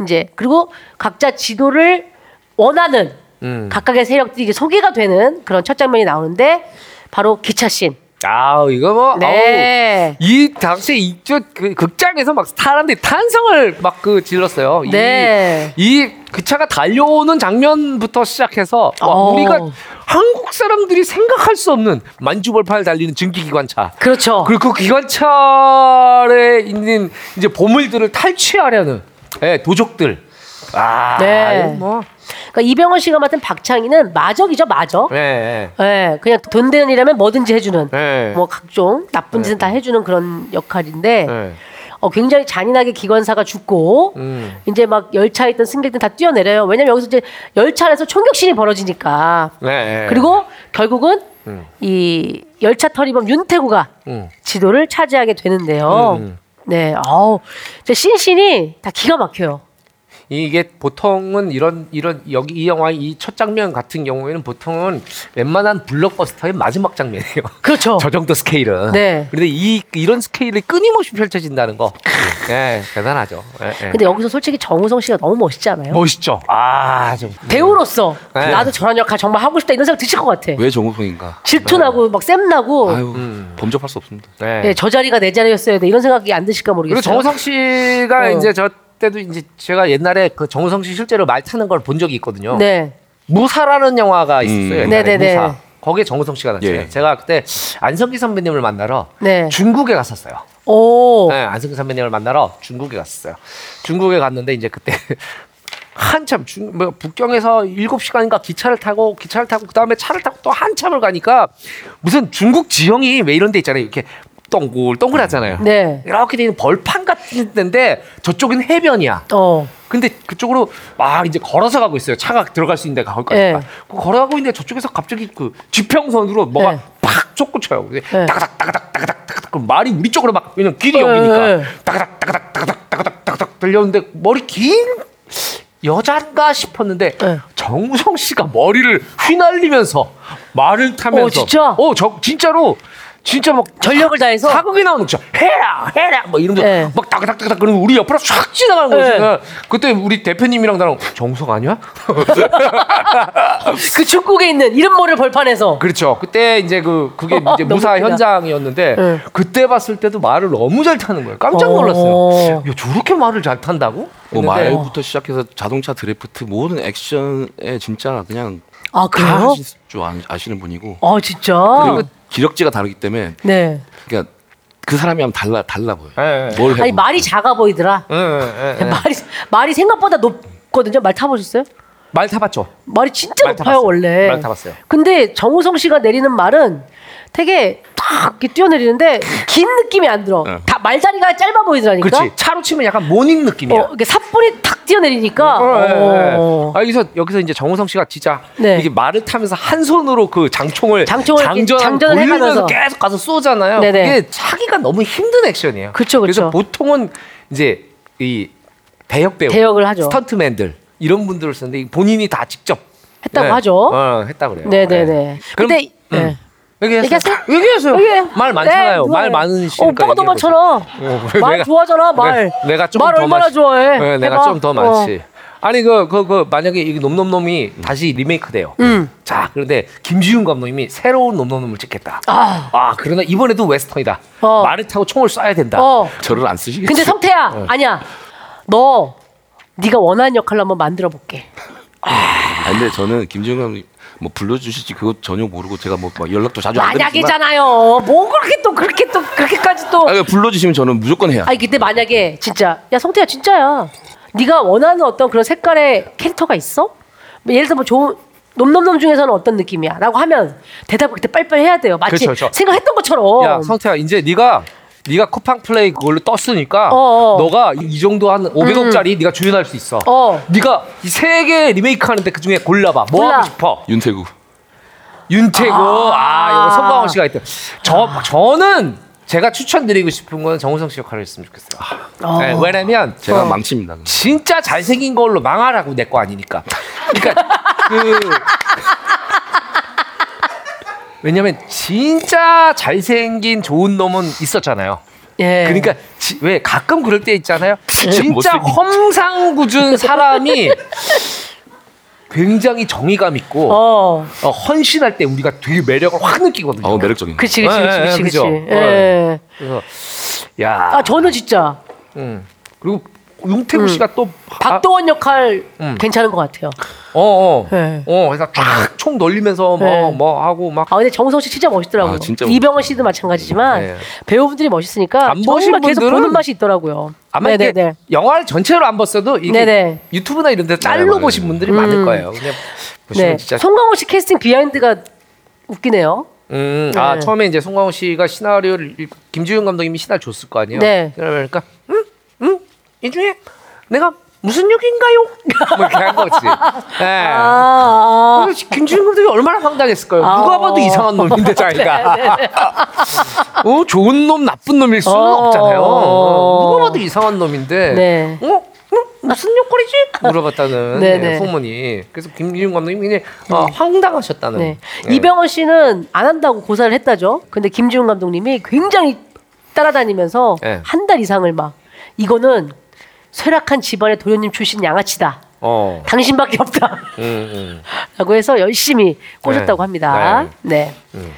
A: 이제 그리고 각자 지도를 원하는
B: 음.
A: 각각의 세력들이 이게 소개가 되는 그런 첫 장면이 나오는데 바로 기차씬.
B: 아, 이거 뭐 아우.
A: 네.
B: 이 당시에 이쪽 그 극장에서 막 사람들이 탄성을 막 그 질렀어요.
A: 네.
B: 이그 차가 달려오는 장면부터 시작해서 와,
A: 어.
B: 우리가 한국 사람들이 생각할 수 없는 만주벌판을 달리는 증기기관차.
A: 그렇죠.
B: 그리고 그 기관차에 있는 이제 보물들을 탈취하려는 예, 도적들. 아,
A: 네.
B: 이거 뭐.
A: 그러니까 이병헌 씨가 맡은 박창희는 마적이죠, 마적.
B: 예, 예.
A: 예, 그냥 돈 되는 일하면 뭐든지 해주는
B: 네.
A: 뭐 각종 나쁜 짓은 다 해주는 그런 역할인데
B: 네.
A: 어, 굉장히 잔인하게 기관사가 죽고
B: 음.
A: 이제 막 열차에 있던 승객들 다 뛰어내려요. 왜냐면 여기서 이제 열차 안에서 총격신이 벌어지니까.
B: 네, 음. 네.
A: 그리고 결국은 이 열차 터리범 윤태구가
B: 음.
A: 지도를 차지하게 되는데요. 네, 아우, 진짜 씬씬이 다 기가 막혀요.
B: 이게 보통은 이런 이런 여기 이 영화 이 첫 장면 같은 경우에는 보통은 웬만한 블록버스터의 마지막 장면이에요.
A: 그렇죠.
B: 저 정도 스케일은.
A: 네.
B: 그런데 이 이런 스케일이 끊임없이 펼쳐진다는 거, 예, 대단하죠. 예, 예.
A: 근데 여기서 솔직히 정우성 씨가 너무 멋있지 않아요?
B: 멋있죠. 아, 좀
A: 배우로서
B: 네.
A: 나도 저런 역할 정말 하고 싶다 이런 생각 드실 것 같아.
C: 왜 정우성인가?
A: 질투나고 막 쌤나고
C: 아유 범접할 수 없습니다.
B: 네.
A: 예, 저 자리가 내 자리였어야 돼 이런 생각이 안 드실까
B: 그리고
A: 모르겠어요.
B: 정우성 씨가
A: 어.
B: 이제 저 때도 이제 제가 옛날에 그 정우성 씨 실제로 말 타는 걸 본 적이 있거든요.
A: 네.
B: 무사라는 영화가 있었어요.
A: 음.
B: 옛날에
A: 네네네.
B: 무사. 거기에 정우성 씨가 나왔어요.
C: 예.
B: 제가 그때 안성기 선배님을 만나러
A: 네.
B: 중국에 갔었어요.
A: 오.
B: 네, 안성기 선배님을 만나러 중국에 갔었어요. 중국에 갔는데 이제 그때 *laughs* 한참 중, 뭐 북경에서 7시간인가 기차를 타고 기차를 타고 그다음에 차를 타고 또 한참을 가니까 무슨 중국 지형이 왜 이런 데 있잖아요. 이렇게 동글 동글하잖아요.
A: 네.
B: 이렇게 되는 벌판 같은 데인데 저쪽은 해변이야.
A: 어.
B: 근데 그쪽으로 막 이제 걸어서 가고 있어요. 차가 들어갈 수 있는데 가고
A: 예.
B: 가니까 그 걸어가고 있는데 저쪽에서 갑자기 그 지평선으로 뭐가
A: 예.
B: 팍 솟구쳐요. 근데
A: 예.
B: 따가닥 따가닥 따가닥 따가닥 그럼 말이 우리 쪽으로 막 왜냐면 길이
A: 예,
B: 여기니까
A: 예.
B: 따가닥 따가닥 따가닥 따가닥 따가닥 들렸는데 머리 긴 여잔가 싶었는데
A: 예.
B: 정우성 씨가 머리를 휘날리면서 말을 타면서
A: 어, 진짜?
B: 어, 저 진짜로 진짜 막
A: 전력을 다해서?
B: 사극이 나오는 거죠. 해라 해라 뭐 이러면서
A: 예.
B: 막 따가닥따가닥 그러면 우리 옆으로 쫙 지나가는
A: 예.
B: 거예요. 제가. 그때 우리 대표님이랑 나랑 정석 아니야?
A: 그 중국에 있는 이름 모를 벌판에서
B: 그렇죠. 그때 이제 그
A: *laughs*
B: 그게 이제
A: 어, 너무
B: 무사
A: 웃기다.
B: 현장이었는데
A: 예.
B: 그때 봤을 때도 말을 너무 잘 타는 거예요. 깜짝
A: 어.
B: 놀랐어요. 야 저렇게 말을 잘 탄다고?
C: 뭐
B: 했는데
C: 말부터 시작해서 자동차 드래프트 모든 액션에 진짜 그냥
A: 아
C: 다
A: 그래요?
C: 하실 줄 아- 아시는 분이고
A: 아 진짜.
C: 그리고 기력제가 다르기 때문에
A: 네.
C: 그러니까 그 사람이 하면 달라 달라 보여.
B: 예, 예.
C: 뭘 해도
A: 아니 말이 작아 보이더라.
B: 예, 예, 예.
A: 말이 말이 생각보다 높거든요. 말 타보셨어요?
B: 말 타봤죠.
A: 말이 진짜
B: 말
A: 높아요
B: 타봤어요.
A: 원래.
B: 말 타봤어요.
A: 근데 정우성 씨가 내리는 말은 되게 탁 이렇게 뛰어내리는데 긴 느낌이 안 들어.
C: 네.
A: 다 말다리가 짧아 보이더라니까.
B: 그렇지. 차로 치면 약간 모닝 느낌이야.
A: 어, 이게 사뿐히 탁 뛰어내리니까.
B: 어, 예, 예.
A: 어.
B: 아, 여기서 여기서 이제 정우성 씨가 진짜
A: 네.
B: 이게 말을 타면서 한 손으로 그 장총을
A: 장총을 이렇게
B: 장전하고
A: 장전을
B: 돌리면서
A: 해가면서.
B: 계속 가서 쏘잖아요.
A: 네네.
B: 그게 차기가 너무 힘든 액션이에요.
A: 그쵸, 그쵸.
B: 래서 보통은 이제 이 대역 배우,
A: 대역을 하죠.
B: 스턴트맨들 이런 분들을 쓰는데 본인이 다 직접
A: 했다고
B: 예.
A: 하죠.
B: 어, 했다 그래요.
A: 네네네.
B: 예. 그럼
A: 근데 네.
B: 음. 얘기하세요.
A: 얘기하세요?
B: 얘기하세요.
A: 얘기해요.
B: 말 많잖아요.
A: 네,
B: 말
A: 누가요?
B: 많으시니까.
A: 어, 오빠가 더
B: 얘기해보세요.
A: 많잖아.
B: 어, 왜
A: 말
B: 내가-
A: 좋아하잖아,
B: 왜
A: 말.
B: 내가 조금
A: 말
B: 더
A: 얼마나
B: 많지?
A: 좋아해?
B: 네, 내가
A: 해봐. 어.
B: 좀 더 많지. 아니 그 그 그 만약에 이 놈놈놈이 다시 리메이크돼요.
A: 음.
B: 자 그런데 김지훈 감독님이 새로운 놈놈놈을 찍겠다.
A: 아.
B: 그러나 이번에도 웨스턴이다.
A: 어.
B: 말을 타고 총을 쏴야 어. 된다.
A: 어.
C: 저를 안 쓰시겠죠?
A: 근데 성태야, 아니야. 너 네가 원하는 역할로 한번 만들어 볼게.
C: 아, 근데 저는 김지훈 감독님 뭐 불러주실지 그거 전혀 모르고 제가 뭐막 연락도 자주 안 드리지만
A: 만약이잖아요. 뭐 그렇게 또 그렇게 또 그렇게까지 또.
C: 아, 그러니까 불러주시면 저는 무조건 해요.
A: 아니 근데 만약에 진짜 야 성태야 진짜야. 네가 원하는 어떤 그런 색깔의 캐릭터가 있어? 뭐 예를 들어 뭐 좋은 놈놈놈 중에서는 어떤 느낌이야? 라고 하면 대답을 그때 빨리빨리 해야 돼요. 마치
B: 그렇죠, 그렇죠.
A: 생각했던 것처럼.
B: 야 성태야 이제 네가 네가 쿠팡 플레이 그걸로 떴으니까
A: 어, 어.
B: 너가 이- 이 정도 한 500억짜리 네가 주연할 수 있어.
A: 어.
B: 네가 이 세 개 리메이크 하는데 그 중에 골라봐. 뭐
A: 골라.
B: 하고 싶어?
C: 윤태구.
B: 윤채고 아, 이거 성광호 씨가 있대. 저 저는 제가 추천드리고 싶은 건 정우성 씨 역할을 했으면 좋겠어요. 네, 왜냐면
C: 아.
A: 어.
C: 제가 망칩니다. 그럼.
B: 진짜 잘생긴 걸로 망하라고 내 거 아니니까. 그러니까 그 왜냐면 진짜 잘생긴 좋은 놈은 있었잖아요.
A: 예.
B: 그러니까 지- 왜 가끔 그럴 때 있잖아요. 진짜
C: 네. 못생긴.
B: 험상궂은
C: *laughs*
B: 사람이 굉장히 정의감 있고
A: 어.
B: 어, 헌신할 때 우리가 되게 매력을 확 느끼거든요.
C: 어 매력적인.
A: 그치 그치
B: 예,
A: 그치
B: 예,
A: 그치 그치.
B: 그죠.
A: 예.
B: 그래서 야
A: 아 저는 진짜
B: 음. 그리고 용태구 씨가 또
A: 박도원 역할
B: 음.
A: 괜찮은 것 같아요.
B: 아, 어, 어,
A: 네.
B: 어, 그래서 쫙총 놀리면서 뭐 뭐
A: 네.
B: 하고 막
A: 아 근데 정우성 씨 진짜 멋있더라고요.
C: 아, 진짜 멋있-
A: 이병헌 씨도 마찬가지지만
B: 네.
A: 배우분들이 멋있으니까
B: 안 보신
A: 정말 계속
B: 분들은
A: 보는 맛이 있더라고요.
B: 아마 이게 영화를 전체로 안 봤어도 이게
A: 네, 네네. 음.
B: 유튜브나 이런 데 짤로
C: 맞아요.
B: 보신 분들이 많을 거예요. 근데 보시면
A: 네.
B: 진짜
A: 송강호 씨 캐스팅 비하인드가 웃기네요.
B: 음, 아
A: 네.
B: 처음에 이제 송강호 씨가 시나리오를 읽- 김지훈 감독님이 시나리오 줬을 거 아니에요.
A: 네.
B: 그러니까 음, 음, 이 중에 내가 무슨 역인가요? *laughs* 뭐 이렇게 한 거지. 네.
A: 아,
B: 그래서 김지훈 감독이 얼마나 황당했을까요?
A: 아,
B: 누가 봐도
A: 어.
B: 이상한
A: *laughs*
B: 놈인데 자기가. 어, 좋은 놈, 나쁜 놈일 수는
A: 어.
B: 없잖아요. 어, 누가 봐도 이상한 놈인데.
A: 네.
B: 어? 어? 무슨 욕거리지?
A: *laughs*
B: 물어봤다는
A: 네,
B: 네,
A: 네.
B: 소문이. 그래서 김기중 감독님 굉장히 어, 황당하셨다는.
A: 네.
B: 예.
A: 이병헌 씨는 안 한다고 고사를 했다죠. 근데 김지훈 감독님이 굉장히 따라다니면서
B: 네.
A: 한 달 이상을 막 이거는 쇠락한 집안의 도련님 출신 양아치다.
B: 어.
A: 당신밖에 없다라고
B: 음, 음.
A: 해서 열심히 꼬셨다고
B: 네.
A: 합니다. 네.
B: 음.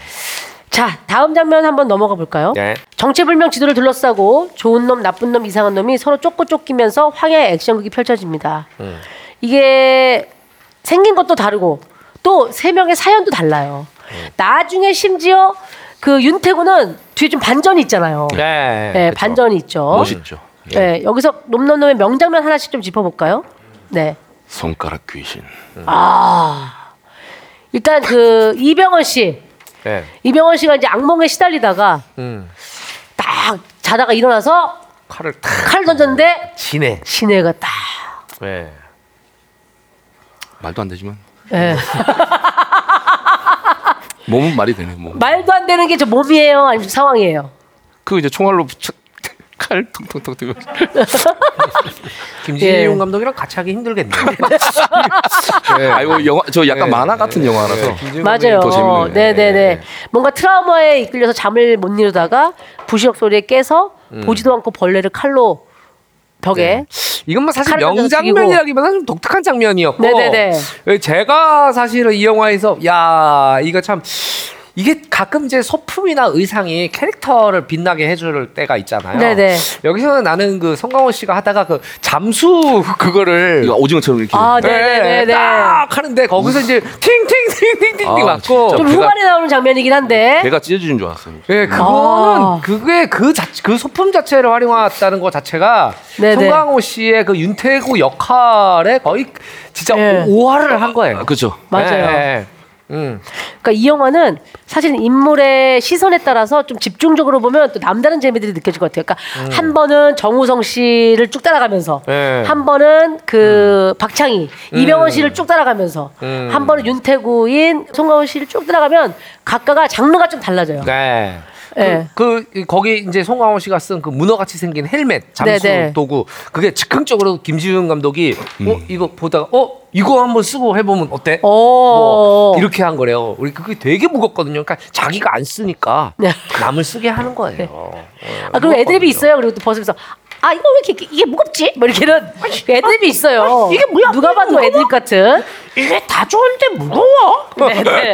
A: 자, 다음 장면 한번 넘어가 볼까요?
B: 네.
A: 정체불명 지도를 둘러싸고 좋은 놈, 나쁜 놈, 이상한 놈이 서로 쫓고 쫓기면서 황야의 액션극이 펼쳐집니다.
B: 음.
A: 이게 생긴 것도 다르고 또 세 명의 사연도 달라요.
B: 음.
A: 나중에 심지어 그 윤태구는 뒤에 좀 반전이 있잖아요. 네,
B: 네. 그렇죠.
A: 반전이 있죠.
C: 멋있죠. 예.
A: 네, 여기서 놈놈놈의 명장면 하나씩 좀 짚어볼까요? 네.
C: 손가락 귀신.
A: 아 일단 그 이병헌 씨,
B: 네.
A: 이병헌 씨가 이제 악몽에 시달리다가
B: 음.
A: 딱 자다가 일어나서
B: 칼을 탁
A: 칼을 던졌는데
B: 지네.
A: 시내가 딱.
B: 네.
C: 말도 안 되지만
A: 예.
C: *laughs* 몸은 말이 되네. 몸.
A: 말도 안 되는 게 저 몸이에요, 아니면 상황이에요.
C: 그 이제 총알로 부착- *laughs* 칼 통통통 뜨면
B: 김지용
A: 예.
B: 감독이랑 같이
A: *laughs*
B: 하기 힘들겠네. 네.
C: 아이고 영화 저 약간
B: 네.
C: 만화 같은
B: 네.
C: 영화라서
B: 네. 김지훈
A: 맞아요.
C: 더 재밌네요.
A: 네네네. 뭔가 트라우마에 이끌려서 잠을 못 이루다가 부시럭 소리에 깨서
C: 음.
A: 보지도 않고 벌레를 칼로 벽에
B: 이것만 사실
A: 칼을 던져서
B: 명장면이라기보다는 좀 독특한 장면이었고
A: 네네네.
B: 예, 제가 사실은 이 영화에서 야 이거 참 이게 가끔 이제 소품이나 의상이 캐릭터를 빛나게 해줄 때가
C: 어.
B: 있잖아요.
A: 네네.
B: 여기서는 나는 그 성광호 씨가 하다가 그 잠수 *laughs* 그거를
C: 이거 오징어처럼 이렇게
A: 아,
C: 네.
A: 네네네네.
B: 딱 하는데 거기서 이제 팅팅팅팅팅
C: 아,
B: 맞고
A: 좀
C: 배가-
A: 후반에 나오는 장면이긴 한데.
C: 배가 찢어지는 줄 알았어요.
B: 예, 그거는
A: 아.
B: 그게 그, 자, 그 소품 자체를 활용했다는 것 자체가
A: 네네.
B: 송강호 씨의 그 윤태구 역할에 거의 진짜
A: 예.
B: 오- 오화를 한 거예요.
C: 아, 그죠.
A: 맞아요.
B: 예, 예. 음.
A: 그러니까 이 영화는 사실 인물의 시선에 따라서 좀 집중적으로 보면 또 남다른 재미들이 느껴질 것 같아요. 그러니까 한 번은 정우성 씨를 쭉 따라가면서,
B: 음. 네. 음.
A: 한 번은 그 박창희, 이병헌 씨를 쭉 따라가면서, 한 번은 윤태구인 송강호 씨를 쭉 따라가면 각각가 장르가 좀 달라져요.
B: 네.
A: 예.
B: 그, 그 거기 이제 송강호 씨가 쓴 그 문어같이 생긴 헬멧 잠수
A: 네네.
B: 도구 그게 즉흥적으로 김지훈 감독이 어 이거 보다가 어 이거 한번 쓰고 해보면 어때?
A: 오.
B: 뭐 이렇게 한 거래요. 우리 그게 되게 무겁거든요. 그러니까 자기가 안 쓰니까
A: 네.
B: 남을 쓰게 하는 거예요. 어,
A: 아,
B: 뭐
A: 그리고 애드립이 있어요. 그리고 또 벗으면서. 아 이거 왜 이렇게 이게 무겁지? 뭐 이렇게는 애드립이 있어요.
B: 이게 뭐야?
A: 누가 봐도 애드립 같은.
B: 이게 다 좋은데 무거워.
A: 네, 네.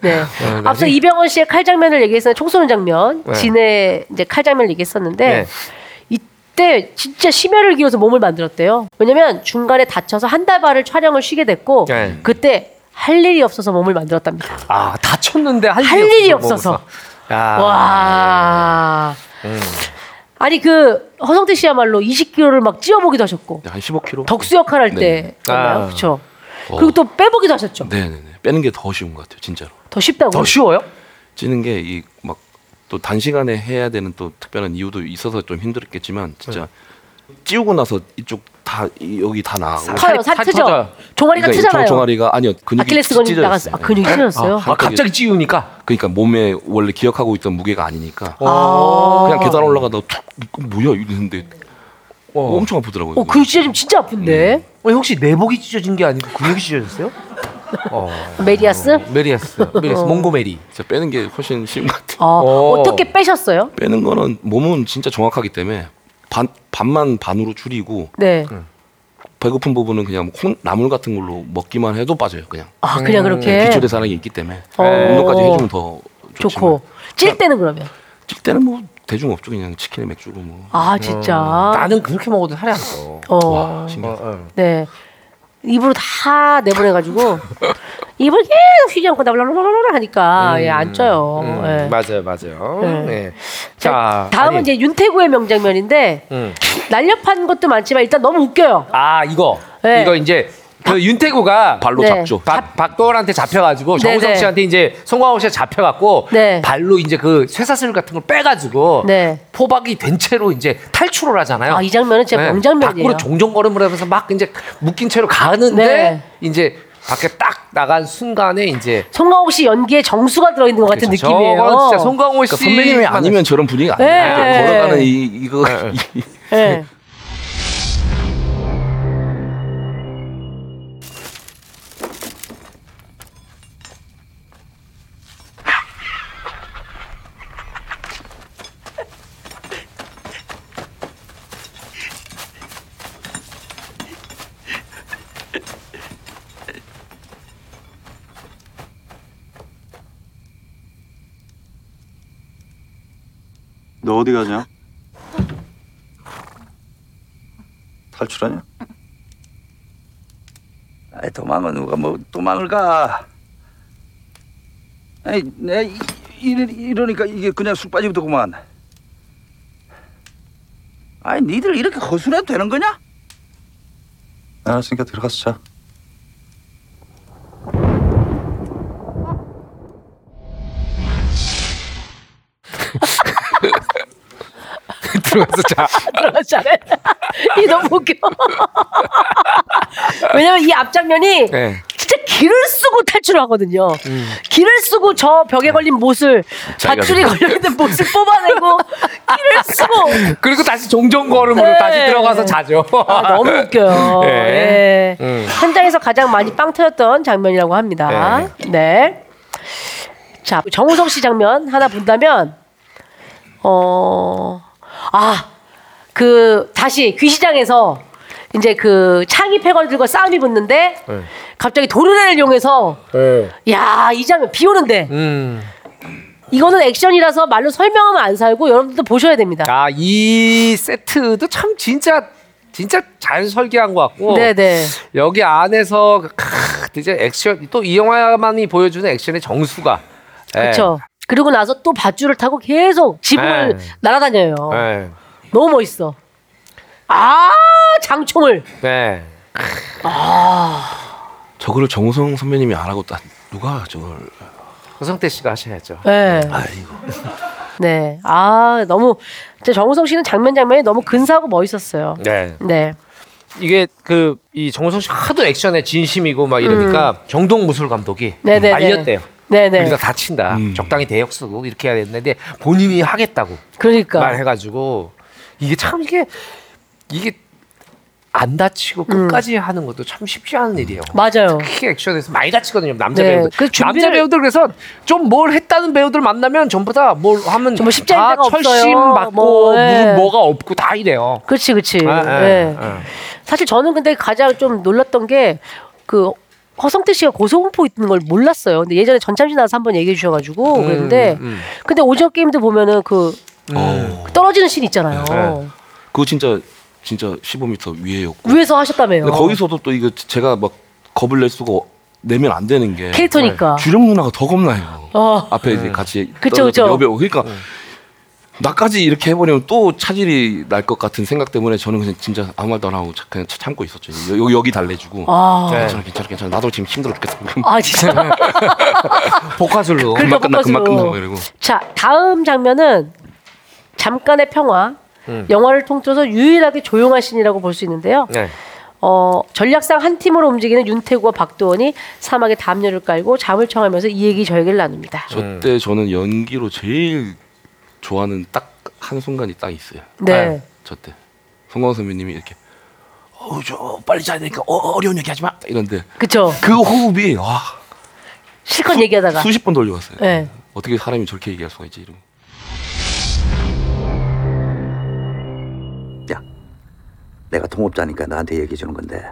A: 네. 앞서 이병헌 씨의 칼 장면을 얘기했었는데 총 쏘는 장면,
B: 네.
A: 진의 이제 칼 장면을 얘기했었는데
B: 네.
A: 이때 진짜 심혈을 기울여서 몸을 만들었대요. 왜냐면 중간에 다쳐서 한 달 반을 촬영을 쉬게 됐고
B: 네.
A: 그때 할 일이 없어서 몸을 만들었답니다.
B: 아 다쳤는데 할,
A: 할 일이 없어서.
B: 야.
A: 와. 아니 그 허성태 씨야말로 20kg를 막 찌어보기도 하셨고
C: 한 15kg.
A: 덕수 역할 할
C: 네.
A: 때잖아요,
B: 아.
A: 그렇죠?
C: 어.
A: 그리고 또 빼보기도 하셨죠.
C: 네네네. 빼는 게 더 쉬운 것 같아요, 진짜로.
A: 더 쉽다고.
B: 더 쉬워요?
C: 찌는 게 이 막 또 단시간에 해야 되는 또 특별한 이유도 있어서 좀 힘들었겠지만 진짜 찌우고 나서 이쪽 다 이- 여기 다 나가고.
A: 커요,
B: 살-
A: 살
B: 살
A: 트죠.
B: 터져요.
A: 종아리가
C: 그러니까 이
A: 트잖아요.
C: 종아리가 아니요 근육이
A: 아킬레스 건이
C: 찢어졌어요.
A: 나갔어. 아, 근육이
C: 네.
A: 찢어졌어요.
B: 아 갑자기 찌우니까.
C: 그러니까 몸에 원래 기억하고 있던 무게가 아니니까
A: 아.
C: 그냥 계단 올라가다가 툭 이거 뭐야 이랬는데
B: 어.
C: 엄청 아프더라고요.
A: 어, 근육 찢어지면 진짜 아픈데.
B: 어, 혹시 내복이 찢어진 게 아니고 근육이 찢어졌어요? 어.
A: 메리아스? *laughs*
B: 메리아스, 메리아스, 몽고메리.
C: 진짜 빼는 게 훨씬 쉬운 것 같아요.
A: 어,
B: 어.
A: 어떻게 빼셨어요?
C: 빼는 거는 몸은 진짜 정확하기 때문에 반 반만 반으로 줄이고
A: 네.
B: 음.
C: 배고픈 부분은 그냥 뭐 콩, 나물 같은 걸로 먹기만 해도 빠져요 그냥
A: 아, 그냥
B: 음,
A: 그렇게.
C: 기초 대사량이 있기 때문에
A: 어.
C: 운동까지 해주면 더 좋지만.
A: 좋고. 찔 때는 그러면.
C: 찔 때는 뭐 대중 없죠 그냥 치킨에 맥주로 뭐
B: 음.
A: 아, 진짜.
B: 나는 그렇게 먹어도 살이 안 쪄.
A: 어.
C: 와, 신기하다.
A: 네. 입으로 다
B: *laughs*
A: 내보내가지고 입을 계속 쉬지 않고 나블라블라블라 하니까 예, 안 쪄요.
B: 음,
A: 예.
B: 맞아요, 맞아요.
A: 네.
B: 네.
A: 자, 다음은
B: 아니,
A: 이제 윤태구의 명장면인데
B: 음.
A: 날렵한 것도 많지만 일단 너무 웃겨요.
B: 아 이거
A: 네.
B: 이거 이제 그 윤태구가
C: 발로
A: 네.
C: 잡죠
B: 박, 박도원한테 잡혀가지고
A: 네네.
B: 정우성 씨한테 이제 송강호 씨가 잡혀갖고
A: 네.
B: 발로 이제 그 쇠사슬 같은 걸 빼가지고
A: 네.
B: 포박이 된 채로 이제 탈출을 하잖아요. 네.
A: 아, 이 장면은 진짜 명장면이에요.
B: 밖으로 종종 걸음을 하면서 막 이제 묶인 채로 가는데
A: 네.
B: 이제 밖에 딱 나간 순간에 이제
A: 송강호 씨 연기에 정수가 들어있는 것 같은 느낌이에요.
B: 그렇죠. 저건 진짜 송강호 씨
C: 그러니까 선배님이 아니면 저런 분위기가
A: 네.
C: *laughs*
B: 예.
A: *laughs*
C: 아니에요 걸어가는 이 이거 이-
A: 예.
K: 너 어디 가냐? 탈출하냐?
L: 아이, 도망은 누가 뭐 도망을 가. 아이, 내 이- 이러, 이러니까 이게 그냥 쑥 빠지더구만. 아이, 니들 이렇게 허술해도 되는 거냐?
K: 알았으니까 들어가서 자.
B: 들어가서 자.
A: 들어가서 아, 잘해. *laughs* 이 너무 웃겨. *laughs* 왜냐면 이 앞장면이
B: 네.
A: 진짜 길을 쓰고 탈출하거든요.
B: 음.
A: 길을 쓰고 저 벽에 걸린 못을
B: 자기가
A: 밧줄이
B: 들고.
A: 걸려 있는
B: *laughs*
A: 못을 뽑아내고 길을 쓰고
B: 그리고 다시 종종 걸음으로
A: 네. 아,
B: 다시 들어가서 자죠. *laughs*
A: 너무 웃겨요.
B: 예.
A: 예.
B: 음.
A: 현장에서 가장 많이 빵 터졌던 장면이라고 합니다. 네. 자, 정우성 씨 장면 하나 본다면 어 아, 그 다시 귀시장에서 이제 그 창이 패걸 들고 싸움이 붙는데
B: 네.
A: 갑자기 도르래를 이용해서 야, 이 장면 비 오는데
B: 음.
A: 이거는 액션이라서 말로 설명하면 안 살고 여러분들도 보셔야 됩니다.
B: 아, 이 세트도 참 진짜 진짜 잘 설계한 것 같고.
A: 네네.
B: 여기 안에서 크, 이제 액션 또 이 영화만이 보여주는 액션의 정수가. 예.
A: 그렇죠. 그리고 나서 또 밧줄을 타고 계속 지붕을
B: 네.
A: 날아다녀요.
B: 예.
A: 너무 멋있어. 아 장총을.
B: 네.
A: 아
C: *laughs* 저거를 정우성 선배님이 안 하고 나, 누가 저걸
B: 허성태 씨가 하셔야죠.
A: 네.
C: 아,
A: 네. 아 너무 진짜 정우성 씨는 장면 장면이 너무 근사하고 멋있었어요.
B: 네.
A: 네.
B: 이게 그 이 정우성 씨 하도 액션에 진심이고 막 이러니까 정동 무술 감독이
A: 음. 네네네.
B: 알렸대요.
A: 네네.
B: 우리가 다친다. 적당히 대역 쓰고 이렇게 해야 되는데 본인이 하겠다고
A: 그러니까.
B: 말해가지고 이게 참 이게 이게 안 다치고 끝까지 하는 것도 참 쉽지 않은 일이에요.
A: 음. 맞아요.
B: 특히 액션에서 많이 다치거든요. 남자
A: 네,
B: 배우들.
A: 그 준비를-
B: 남자 배우들 그래서 좀 뭘 했다는 배우들 만나면 전부 다 뭘 하면
A: 정말 쉽지 않은
B: 다
A: 데가 없어요.
B: 철심 받고
A: 뭐, 예.
B: 무슨 뭐가 없고 다 이래요.
A: 그렇지 그렇지.
B: 예, 예,
A: 네.
B: 예.
A: 사실 저는 근데 가장 좀 놀랐던 게 그 허성태 씨가 고소공포 있는 걸 몰랐어요. 근데 예전에 전참시 나와서 한번 얘기해 주셔가지고 그랬는데
C: 음, 음.
A: 근데 오징어 게임도 보면은 그 떨어지는 씬 있잖아요.
C: 네. 그거 진짜 진짜 15m 위에였고
A: 위에서 하셨다며요.
C: 근데 거기서도 또 이거 제가 막 겁을 낼 수가 없- 내면 안 되는 게
A: 캐릭터니까.
C: 주령 누나가 더 겁나요.
A: 어.
C: 앞에 이제 같이
A: 그쵸,
C: 떨어졌던
A: 그쵸.
C: 여배우 그러니까 나까지 이렇게 해버리면 또 차질이 날 것 같은 생각 때문에 저는 그냥 진짜 아무 말도 안 하고 자- 그냥 참- 참고 있었죠. 여기 여기 달래주고
A: 아.
B: 네.
C: 괜찮아 괜찮아 괜찮아 나도 지금 힘들어 죽겠어.
A: 아
C: *laughs*
A: 진짜.
B: 복화술로
A: 그러니까
C: 금방 네. 끝나
A: 복화술로.
C: 금방 끝나 뭐 이러고.
A: 자 다음 장면은 잠깐의 평화.
C: 음.
A: 영화를 통틀어서 유일하게 조용한 신이라고 볼 수 있는데요.
B: 네.
A: 어, 전략상 한 팀으로 움직이는 윤태구와 박도원이 사막에 담요를 깔고 잠을 청하면서 이 얘기 저 얘기를 나눕니다.
C: 저때 저는 연기로 제일 좋아하는 딱 한 순간이 딱 있어요.
A: 네. 네.
C: 저때 송강호 선배님이 이렇게 어우 저 빨리 자야 되니까 어, 려운 얘기 하지 마 이런데
A: 그쵸.
C: 그 호흡이 와
A: 실컷 얘기하다가.
C: 수십 번 돌려봤어요.
A: 네.
C: 어떻게 사람이 저렇게 얘기할 수가 있지 이러고.
L: 내가 통업자니까 나한테 얘기해 주는 건데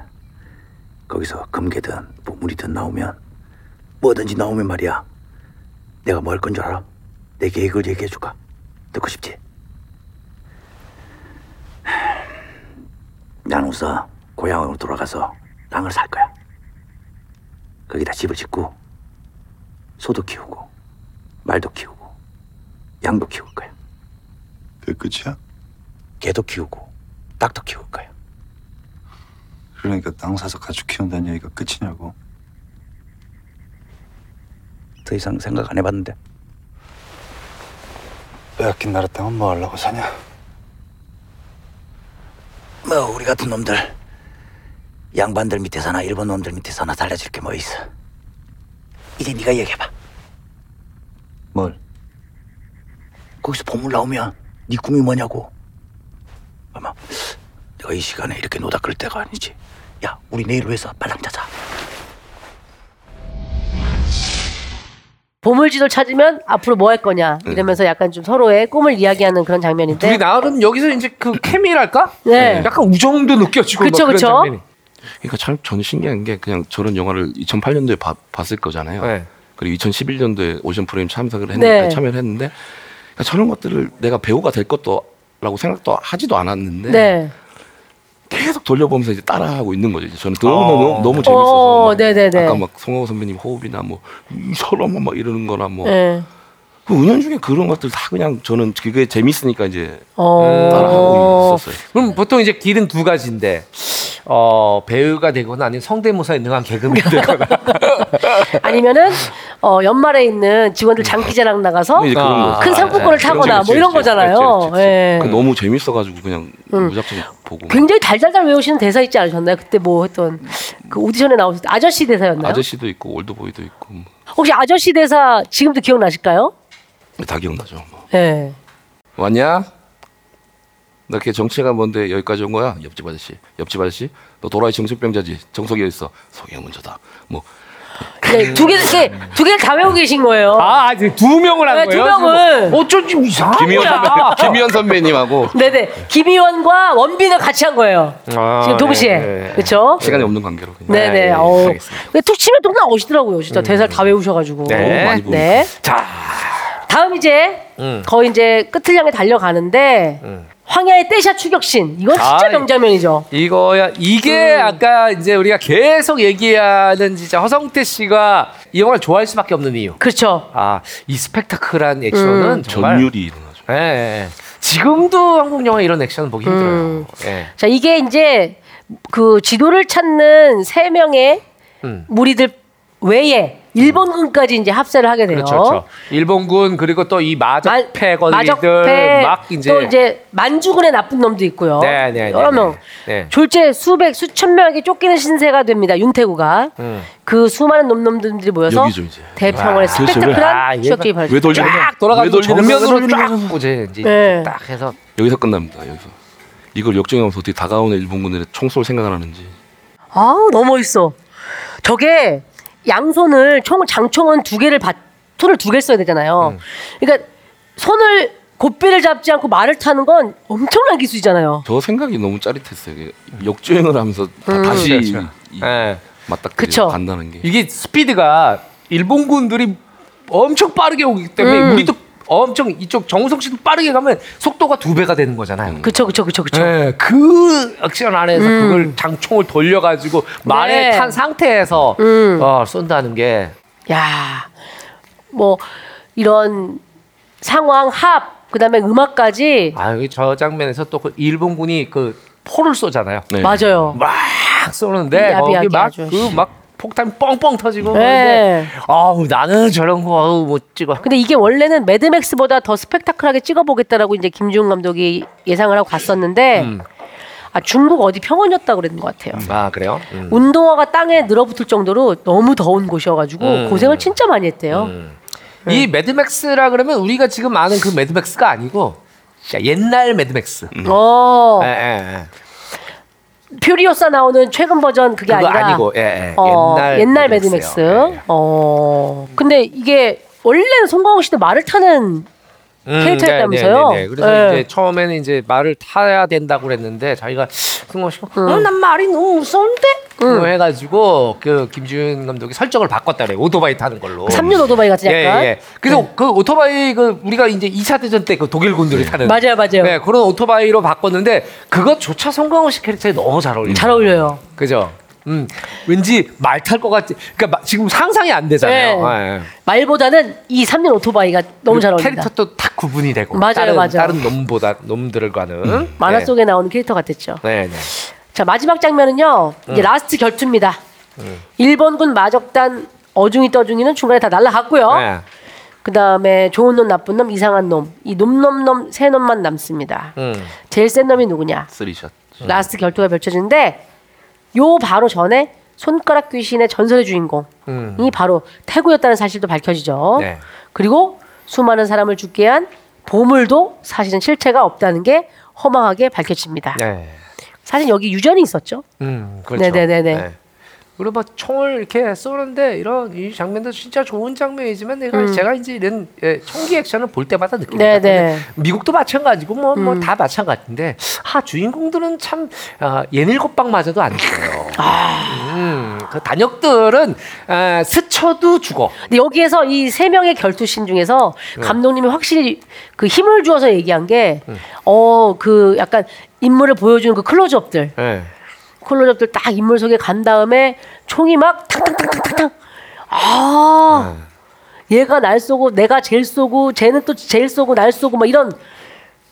L: 거기서 금괴든 보물이든 나오면 뭐든지 나오면 말이야 내가 뭘 건 줄 알아? 내 계획을 얘기해 줄까? 듣고 싶지? 난 우선 고향으로 돌아가서 땅을 살 거야 거기다 집을 짓고 소도 키우고 말도 키우고 양도 키울 거야
K: 그게 끝이야?
L: 개도 키우고 닭도 키울 거야
K: 그러니까 땅 사서 가축 키운다는 얘기가 끝이냐고.
L: 더 이상 생각 안 해봤는데
K: 빼앗긴 나라 땅은 뭐 하려고 사냐?
L: 뭐 우리 같은 놈들 양반들 밑에 사나 일본 놈들 밑에 사나 달라질 게 뭐 있어 이제 네가 얘기해봐
K: 뭘?
L: 거기서 보물 나오면 네 꿈이 뭐냐고 아마 내가 이 시간에 이렇게 노다 끌 때가 아니지 야 우리 내일 회사 빨랑 자자
A: 보물지도를 찾으면 앞으로 뭐 할 거냐 이러면서
C: 네.
A: 약간 좀 서로의 꿈을 이야기하는 그런 장면인데.
B: 둘이 나름 여기서 이제 그 케미랄까?
A: 네.
B: 약간 우정도 느껴지고
A: 그쵸,
B: 막 그런
A: 그쵸.
B: 장면이.
C: 그러니까 참 저는 신기한 게 그냥 저런 영화를 2008년도에 봤을 거잖아요. 그리고 2011년도에 오션 프레임 참석을 했는데
B: 네.
C: 참여를 했는데 저런 것들을 내가 배우가 될 것도라고 생각도 하지도 않았는데
A: 네.
C: 계속 돌려보면서 이제 따라하고 있는 거죠. 이제 저는 너무 너무 너무 재밌어서
A: 어, 네네네.
C: 아까 막 송하우 선배님 호흡이나 뭐 이 사람은 막 이러는 거나 뭐
A: 네.
C: 그 은연중에 그런 것들 다 그냥 저는 그게 재밌으니까 이제
A: 어.
C: 따라하고 있었어요.
B: 그럼 보통 이제 길은 두 가지인데 어, 배우가 되거나 아니면 성대모사에
A: *laughs*
B: 능한 개그맨이 되거나
A: 아니면은 어, 연말에 있는 직원들 장기자랑 나가서
C: 이제 그런 거.
A: 큰
C: 아,
A: 상품권을
C: 네.
A: 타거나
C: 그렇지,
A: 뭐 이런
C: 그렇지,
A: 거잖아요. 예. 음.
C: 그 너무 재밌어가지고 그냥 무작정 보고
A: 굉장히 달달달 외우시는 대사 있지 않으셨나요? 그때 뭐 했던 그 오디션에 나오셨 아저씨 대사였나요?
C: 아저씨도 있고 올드보이도 있고 뭐
A: 혹시 아저씨 대사 지금도 기억나실까요?
C: 다 기억나죠. 뭐.
A: 예.
C: 왔냐? 너 걔 정체가 뭔데 여기까지 온 거야? 옆집 아저씨. 옆집 아저씨? 너 도라이 정신병자지. 정석이 어디 있어? 성형 문제다. 뭐그
A: 네, 두 개를 이렇게 두 개를 다 외우고 계신 거예요.
B: 아, 아직 두 명을
A: 네, 두 명을.
B: 어쩐지 이상한 *laughs*
C: 김희원 선배, 김희원 선배님하고
A: 네네. 김희원과 원빈을 같이 한 거예요.
C: 아,
A: 지금 동시에.
C: 네, 네.
A: 그렇죠?
C: 시간이 없는 관계로 그냥.
A: 네네.
C: 예, 예,
A: 어우.
C: 알겠습니다. 음.
A: 근데 툭 치면 툭 나오시더라고요. 진짜 대사를 다 외우셔가지고.
C: 네. 많이 보고
A: 네.
B: 자.
A: 다음 이제
B: 음.
A: 거의 이제 끝을 향해 달려가는데 황야의 떼샷 추격신. 이건 진짜
B: 아,
A: 명장면이죠.
B: 이거야 이게
A: 음.
B: 아까 이제 우리가 계속 얘기하는 진짜 허성태 씨가 이 영화를 좋아할 수밖에 없는 이유.
A: 그렇죠.
B: 아, 이 스펙타클한 액션은
A: 음.
B: 정말
C: 전율이 일어나죠.
B: 예. 예. 지금도 한국 영화 이런 액션 보기 힘들어요.
A: 음.
B: 예.
A: 자, 이게 이제 그 지도를 찾는 세 명의
B: 음.
A: 무리들 외에 일본군까지 이제 합세를 하게 돼요.
B: 그렇죠. 그렇죠. 일본군 그리고 또 이 마적패
A: 마적패
B: 거리들 막 이제
A: 또 이제 만주군의 나쁜 놈도 있고요.
B: 네, 네, 네,
A: 여러
B: 네.
A: 명
B: 네.
A: 졸제 수백 수천 명에게 쫓기는 신세가 됩니다. 윤태구가
B: 음.
A: 그 수많은 놈놈들이 모여서
B: 여기죠, 이제.
A: 대평원의
B: 아, 도대체 왜- 아,
A: 스펙타클한
B: 얘가
A: 추격기 발사.
C: 왜 돌리는 거야?
B: 쫙 돌아가면서
C: 왜 돌리는 거야?
B: 정면으로 쫙 이제 이제
A: 네.
B: 딱 해서
C: 여기서 끝납니다. 여기서. 이걸 역정하면서 어떻게 다가오는 일본군들의 총소를 생각하는지.
A: 아 너무 멋있어. 저게 양손을 총 장총은 두 개를 받 손을 두 개 써야 되잖아요. 그러니까 손을 곧비를 잡지 않고 말을 타는 건 엄청난 기술이잖아요.
C: 저 생각이 너무 짜릿했어요. 이게 역주행을 하면서 다,
A: 음.
C: 다시
B: 그렇죠.
C: 이-
B: 예.
C: 맞닥뜨리고 간다는 게.
B: 이게 스피드가 일본군들이 엄청 빠르게 오기 때문에
A: 음.
B: 우리도 엄청 이쪽 정우성 씨도 빠르게 가면 속도가 두 배가 되는 거잖아요.
A: 그쵸 그쵸 그쵸 그쵸.
B: 예, 그 액션 안에서
A: 음.
B: 그걸 장총을 돌려가지고
A: 네.
B: 말에 탄 상태에서 어, 쏜다는 게
A: 야, 뭐 이런 상황 합 그다음에 음악까지
B: 아, 여기 저 장면에서 또그 일본군이 그 포를 쏘잖아요.
C: 네.
A: 맞아요.
B: 막 쏘는데
A: 야비하게
B: 거기 막
A: 아주.
B: 그 막 폭탄 뻥뻥 터지고
A: 네.
B: 그러는데 아우 나는 저런 거 아우 못 찍어.
A: 근데 이게 원래는 매드맥스보다 더 스펙타클하게 찍어보겠다라고 이제 김지훈 감독이 예상을 하고 갔었는데
B: 음.
A: 아 중국 어디 평원이었다 그랬는 것 같아요.
B: 아 그래요? 음.
A: 운동화가 땅에 늘어붙을 정도로 너무 더운 곳이어가지고
B: 음.
A: 고생을 진짜 많이 했대요. 네.
B: 이 매드맥스라 그러면 우리가 지금 아는 그 매드맥스가 아니고 진짜 옛날 매드맥스.
A: 어
B: 예, 예, 예.
A: 퓨리오사 나오는 최근 버전 그게
B: 그거
A: 아니라
B: 아니고 예, 예.
A: 어,
B: 옛날,
A: 옛날 매드맥스.
B: 매드맥스예요.
A: 어 근데 이게 원래는 송강호 씨도 말을 타는
B: 음,
A: 캐릭터였다면서요?
B: 네, 네, 네, 네. 그래서
A: 네.
B: 이제 처음에는 이제 말을 타야 된다고 그랬는데 자기가 승호 씨가
A: 음.
B: 어, 난 말이 너무 무서운데 뭐 해가지고 그 김지훈 감독이 설정을 바꿨다 그래 오토바이 타는 걸로.
A: 삼륜 오토바이 같은
B: 예,
A: 약간. 네.
B: 예. 그래서 그 오토바이 그 우리가 이제 2차 대전 때 그 독일군들이 타는
A: 맞아요, 맞아요.
B: 네, 그런 오토바이로 바꿨는데 그것조차 성광호 씨 캐릭터에 너무 잘 어울려.
A: 잘 어울려요.
B: 그죠? 음, 왠지 말 탈 것 같지. 그러니까 마- 지금 상상이 안 되잖아요.
A: 네.
B: 예, 예.
A: 말보다는 이 3년 오토바이가 너무 잘 어울린다.
B: 그 캐릭터도 탁 구분이 되고
A: 맞아요,
B: 다른,
A: 맞아요. 음,
B: 다른 놈보다 놈들과는
A: 만화
B: 네.
A: 속에 나오는 캐릭터 같았죠.
B: 네, 네.
A: 자 마지막 장면은요. 이제
B: 음.
A: 라스트 결투입니다.
B: 음.
A: 일본군 마적단 어중이 떠중이는 중간에 다 날라갔고요.
B: 네.
A: 그 다음에 좋은 놈 나쁜 놈 이상한 놈 이 놈놈놈 세 놈만 남습니다.
B: 음.
A: 제일 센 놈이 누구냐?
C: 쓰리샷.
A: 라스트 결투가 펼쳐지는데 요 바로 전에 손가락 귀신의 전설의 주인공이
B: 음.
A: 바로 태구였다는 사실도 밝혀지죠.
B: 네.
A: 그리고 수많은 사람을 죽게 한 보물도 사실은 실체가 없다는 게 허망하게 밝혀집니다.
B: 네.
A: 사실 여기 유전이 있었죠.
B: 음, 그렇죠.
A: 네네네네.
B: 네. 그리고 막 총을 이렇게 쏘는데 이런 이 장면도 진짜 좋은 장면이지만 내가
A: 음.
B: 제가 이제 이런 예, 총기 액션을 볼 때마다 느끼니다
A: 네네. 음.
B: 미국도 마찬가지고 뭐 뭐 다 마찬가지인데 아 주인공들은 참 아, 예닐곱방마저도 안 돼요. 음, 그 단역들은 아, 스쳐도 죽어.
A: 근데 여기에서 이 세 명의 결투신 중에서
B: 네.
A: 감독님이 확실히 그 힘을 주어서 얘기한 게 어 그 약간 인물을 보여주는 그 클로즈업들
B: 예.
A: 클로즈업들 딱 인물 속에 간 다음에 총이 막 탕탕탕탕탕탕 아 얘가 날 쏘고 내가 제일 쏘고 쟤는 또 제일 쏘고 날 쏘고 막 이런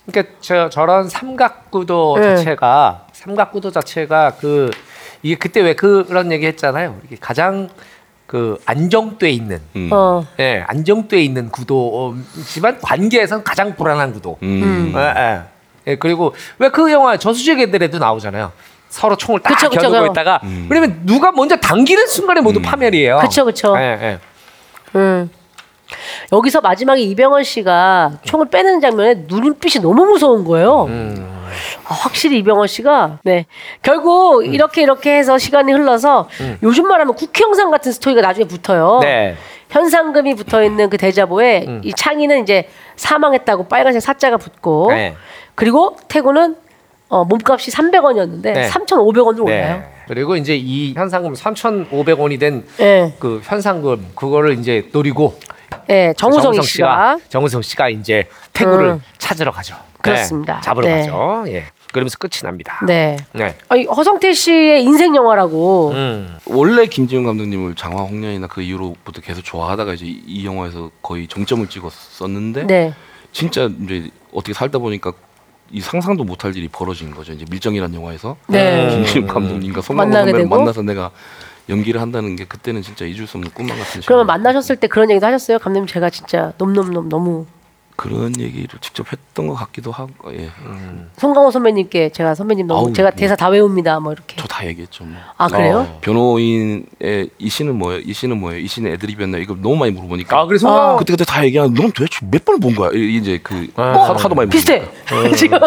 B: 그러니까 저, 저런 삼각구도
A: 네.
B: 자체가 삼각구도 자체가 그 이게 그때 왜 그런 얘기 했잖아요. 이게 가장 그 안정돼 있는
A: 음. 어.
B: 예, 안정돼 있는 구도지만 관계에선 가장 불안한 구도.
A: 음.
B: 예, 예. 예, 그리고 왜 그 영화 저수지 애들에도 나오잖아요. 서로 총을 딱
A: 그쵸, 그쵸,
B: 겨누고
A: 그거.
B: 있다가 왜냐면 누가 먼저 당기는 순간에 모두 파멸이에요.
A: 그쵸, 그쵸.
B: 예, 예.
A: 음. 여기서 마지막에 이병헌 씨가 총을 빼는 장면에 눈빛이 너무 무서운 거예요. 아, 확실히 이병헌 씨가 네 결국 이렇게 이렇게 해서 시간이 흘러서
B: 음.
A: 요즘 말하면 국회 영상 같은 스토리가 나중에 붙어요.
B: 네.
A: 현상금이 붙어 있는 그 대자보에 이 창이는 이제 사망했다고 빨간색 사자가 붙고
B: 네.
A: 그리고 태구는 어, 몸값이 300원이었는데
B: 네.
A: 3,500원으로
B: 네.
A: 올라요.
B: 그리고 이제 이 현상금 3,500원이 된 그
A: 네.
B: 현상금 그거를 이제 노리고
A: 네, 정우성 씨가
B: 정우성 씨가 이제 태구를
A: 음.
B: 찾으러 가죠. 네,
A: 그렇습니다.
B: 잡으러
A: 네.
B: 가죠. 예. 그러면서 끝이 납니다.
A: 네.
B: 네.
A: 아니 허성태 씨의 인생 영화라고
B: 음.
C: 원래 김지훈 감독님을 장화 홍련이나 그 이후로부터 계속 좋아하다가 이제 이, 이 영화에서 거의 정점을 찍었었는데
A: 네.
C: 진짜 이제 어떻게 살다 보니까 이 상상도 못할 일이 벌어진 거죠. 이제 밀정이라는 영화에서
A: 네.
C: 김지훈
A: 음.
C: 감독님과 송강호
A: 만나게
C: 선배를
A: 되고.
C: 만나서 내가 연기를 한다는 게 그때는 진짜 잊을 수 없는 꿈만 같은 시간.
A: 그러면 만나셨을 때 그런 얘기도 하셨어요? 감독님 제가 진짜 놈놈놈 너무
C: 그런 얘기를 직접 했던 것 같기도 하고 예.
A: 송강호 선배님께 제가 선배님 너무
C: 아우,
A: 제가
C: 뭐.
A: 대사 다 외웁니다 뭐 이렇게
C: 저 다 얘기했죠. 뭐.
A: 아, 그래요?
C: 변호인의 이 씨는 뭐예요? 이 씨는 뭐예요? 이 씨는 애드립이었나? 이거 너무 많이 물어보니까. 아
B: 그래서
A: 아.
C: 그때 그때 다 얘기하는. 넌 도대체 몇 번을 본 거야? 이- 이제 그 하도, 하도 많이
A: 비슷해 *laughs*
C: 물어보니까.
A: 지금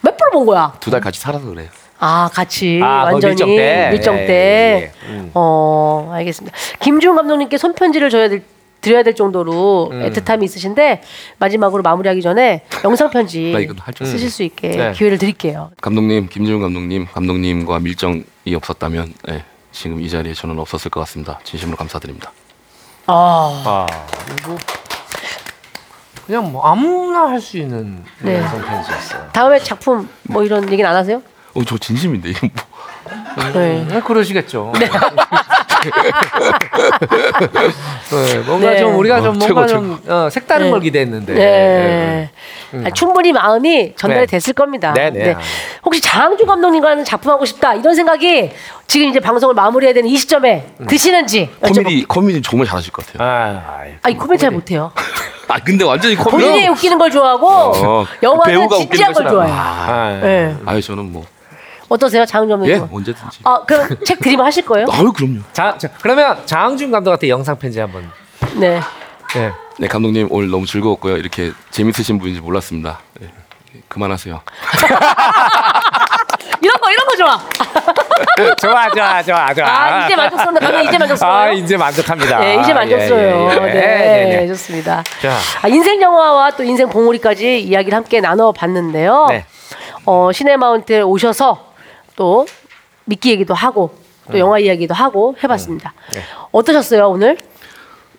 A: 몇 프로 본 거야?
C: 두달 같이 살아서 그래요.
A: 아 같이
C: 아, 거기
A: 완전히
C: 밀정 때.
A: 밀정
C: 예,
A: 때.
C: 예, 예. 음.
A: 어 알겠습니다. 김준 감독님께 손편지를 줘야 될 드려야 될 정도로
C: 음.
A: 애틋함이 있으신데 마지막으로 마무리하기 전에 영상 편지
C: 나 이건 할줄
A: 쓰실
C: 음.
A: 수 있게
C: 네.
A: 기회를 드릴게요.
C: 감독님 김지훈 감독님 감독님과 밀정이 없었다면 예, 지금 이 자리에 저는 없었을 것 같습니다. 진심으로 감사드립니다.
A: 아
B: 그리고 그냥 뭐 아무나 할 수 있는
A: 네.
B: 영상 편지였어요.
A: 다음에 작품 뭐 이런 얘기는 안 하세요?
C: 어, 저 진심인데 이게 뭐.
A: 네.
B: 그러시겠죠. *laughs* 네, 뭔가
A: 네.
B: 좀 우리가
A: 어,
B: 좀
A: 최고,
B: 뭔가 좀 어, 색다른
A: 네.
B: 걸 기대했는데.
A: 네.
B: 음.
A: 아, 충분히 마음이 전달이
B: 네.
A: 됐을 겁니다.
B: 네, 네.
A: 혹시 장항주 감독님과는 작품하고 싶다 이런 생각이 지금 이제 방송을 마무리해야 되는 이 시점에
B: 음.
A: 드시는지. 아,
C: 코미디 코미디 정말 잘하실 것 같아요.
B: 아,
A: 아니 코미디 잘 못해요.
C: 아 근데 완전히 코미디.
A: 본인이 웃기는 걸 좋아하고
C: 어,
A: 영화는
C: 배우가 웃기는
A: 진지한 걸
C: 것이라.
A: 좋아해요.
C: 아,
A: 예.
C: 아니 저는 뭐
A: 어떠세요, 장항주
C: 예,
A: 감독님?
C: 언제든지. 어.
A: 아 그럼 책 드림 하실 거예요?
C: 아유 그럼요.
B: 자, 자, 그러면 장항준 감독한테 영상 편지 한번.
A: 네.
B: 네.
C: 네 감독님 오늘 너무 즐거웠고요. 이렇게 재밌으신 분인지 몰랐습니다. 예, 그만하세요.
A: 이런 거 이런 거 좋아.
B: 네, 좋아, 좋아, 좋아, 좋아.
A: 아, 이제 만족스럽네. 방금 이제 만족스러워요?
B: 아, 이제 만족합니다.
A: 네, 이제 만졌어요.
B: 예, 예, 예.
A: 네,
B: 네, 네, 네.
A: 좋습니다.
B: 자,
A: 아, 인생 영화와 또 인생 봉우리까지 이야기를 함께 나눠봤는데요.
B: 네.
A: 어, 시네마운트에 오셔서 또 미끼 얘기도 하고 또
B: 음.
A: 영화 이야기도 하고 해봤습니다.
C: 네.
A: 어떠셨어요 오늘?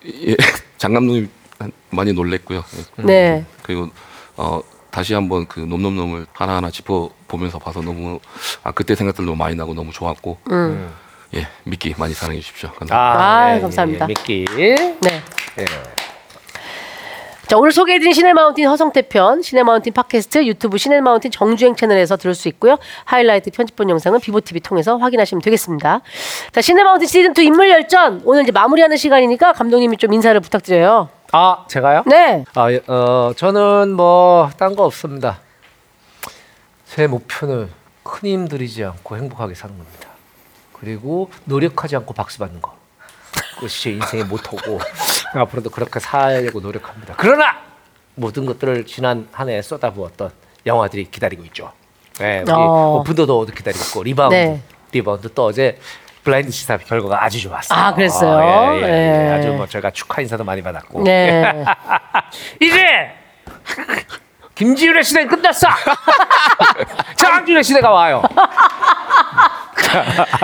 C: 예, *laughs* 장 감독님 한- 많이 놀랬고요. 예.
A: 네.
C: 그리고 어, 다시 한번 그 놈놈놈을 하나하나 짚어 보면서 봐서 너무 아 그때 생각들 너무 많이 나고 너무 좋았고
A: 음.
C: 예 미끼 많이 사랑해 주십시오. 감사합니다.
A: 아, 아, 예, 감사합니다. 예,
B: 네, 미끼.
A: 네. 자, 오늘 소개해드린 시네마운틴 허성태 편, 시네마운틴 팟캐스트, 유튜브 시네마운틴 정주행 채널에서 들을 수 있고요. 하이라이트 편집본 영상은 비보TV 통해서 확인하시면 되겠습니다. 자, 시네마운틴 시즌2 인물열전, 오늘 이제 마무리하는 시간이니까 감독님이 좀 인사를 부탁드려요.
B: 아, 제가요?
A: 네.
B: 아, 예, 어, 저는 뭐 딴 거 없습니다. 제 목표는 큰 힘 들이지 않고 행복하게 사는 겁니다. 그리고 노력하지 않고 박수 받는 거. 그것이 제 인생의 모토고 *laughs* 앞으로도 그렇게 살려고 노력합니다. 그러나 모든 것들을 지난 한 해 쏟아부었던 영화들이 기다리고 있죠. 네, 우리
A: 어.
B: 오픈더도어도 기다리고 있고 리바운드,
A: 네.
B: 리바운드 또 어제 블라인드 시사 결과가 아주 좋았어요.
A: 아, 그랬어요? 네.
B: 어, 예, 예, 예.
A: 예.
B: 아주 뭐 저희가 축하 인사도 많이 받았고.
A: 네.
B: 이제 김지윤의 시대
A: *laughs*
B: 끝났어. 장준의 시대가 와요.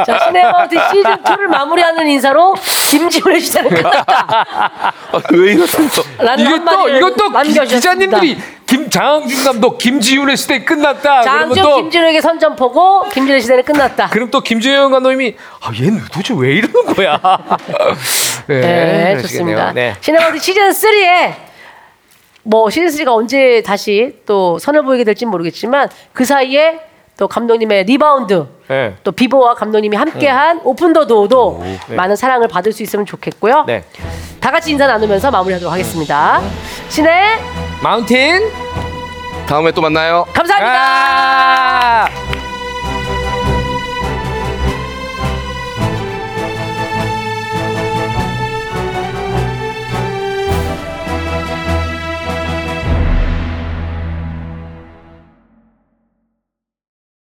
A: 자, 시네마우트 시즌 2를 마무리하는 인사로 김지훈의 시대는 끝났다.
C: 왜 이러세요?
A: 라는
B: 아, 이것도
A: 한마디를
B: 이것도 기,
A: 남겨주셨습니다.
B: 기자님들이 김 장항준 감독 김지훈의 시대 끝났다. 그러면
A: 장준
B: 또
A: 김지훈에게 선전포고 김지훈의 시대는 끝났다.
B: 그럼 또 김재영 감독님이 아, 얘는 도대체 왜 이러는 거야? *laughs* 네,
A: 네,
B: 그러시겠네요.
A: 좋습니다.
B: 네.
A: 시네마우트 시즌 3에 뭐 시즌 3가 언제 다시 또 선을 보이게 될지 모르겠지만 그 사이에 또 감독님의 리바운드
B: 네. 음.
A: 또 비보와 감독님이 함께한 오픈 더 도어도
B: 네.
A: 많은 사랑을 받을 수 있으면 좋겠고요.
B: 네.
A: 다 같이 인사 나누면서 마무리하도록 하겠습니다. 신혜
B: 마운틴
C: 다음에 또 만나요.
B: 아,
A: 감사합니다.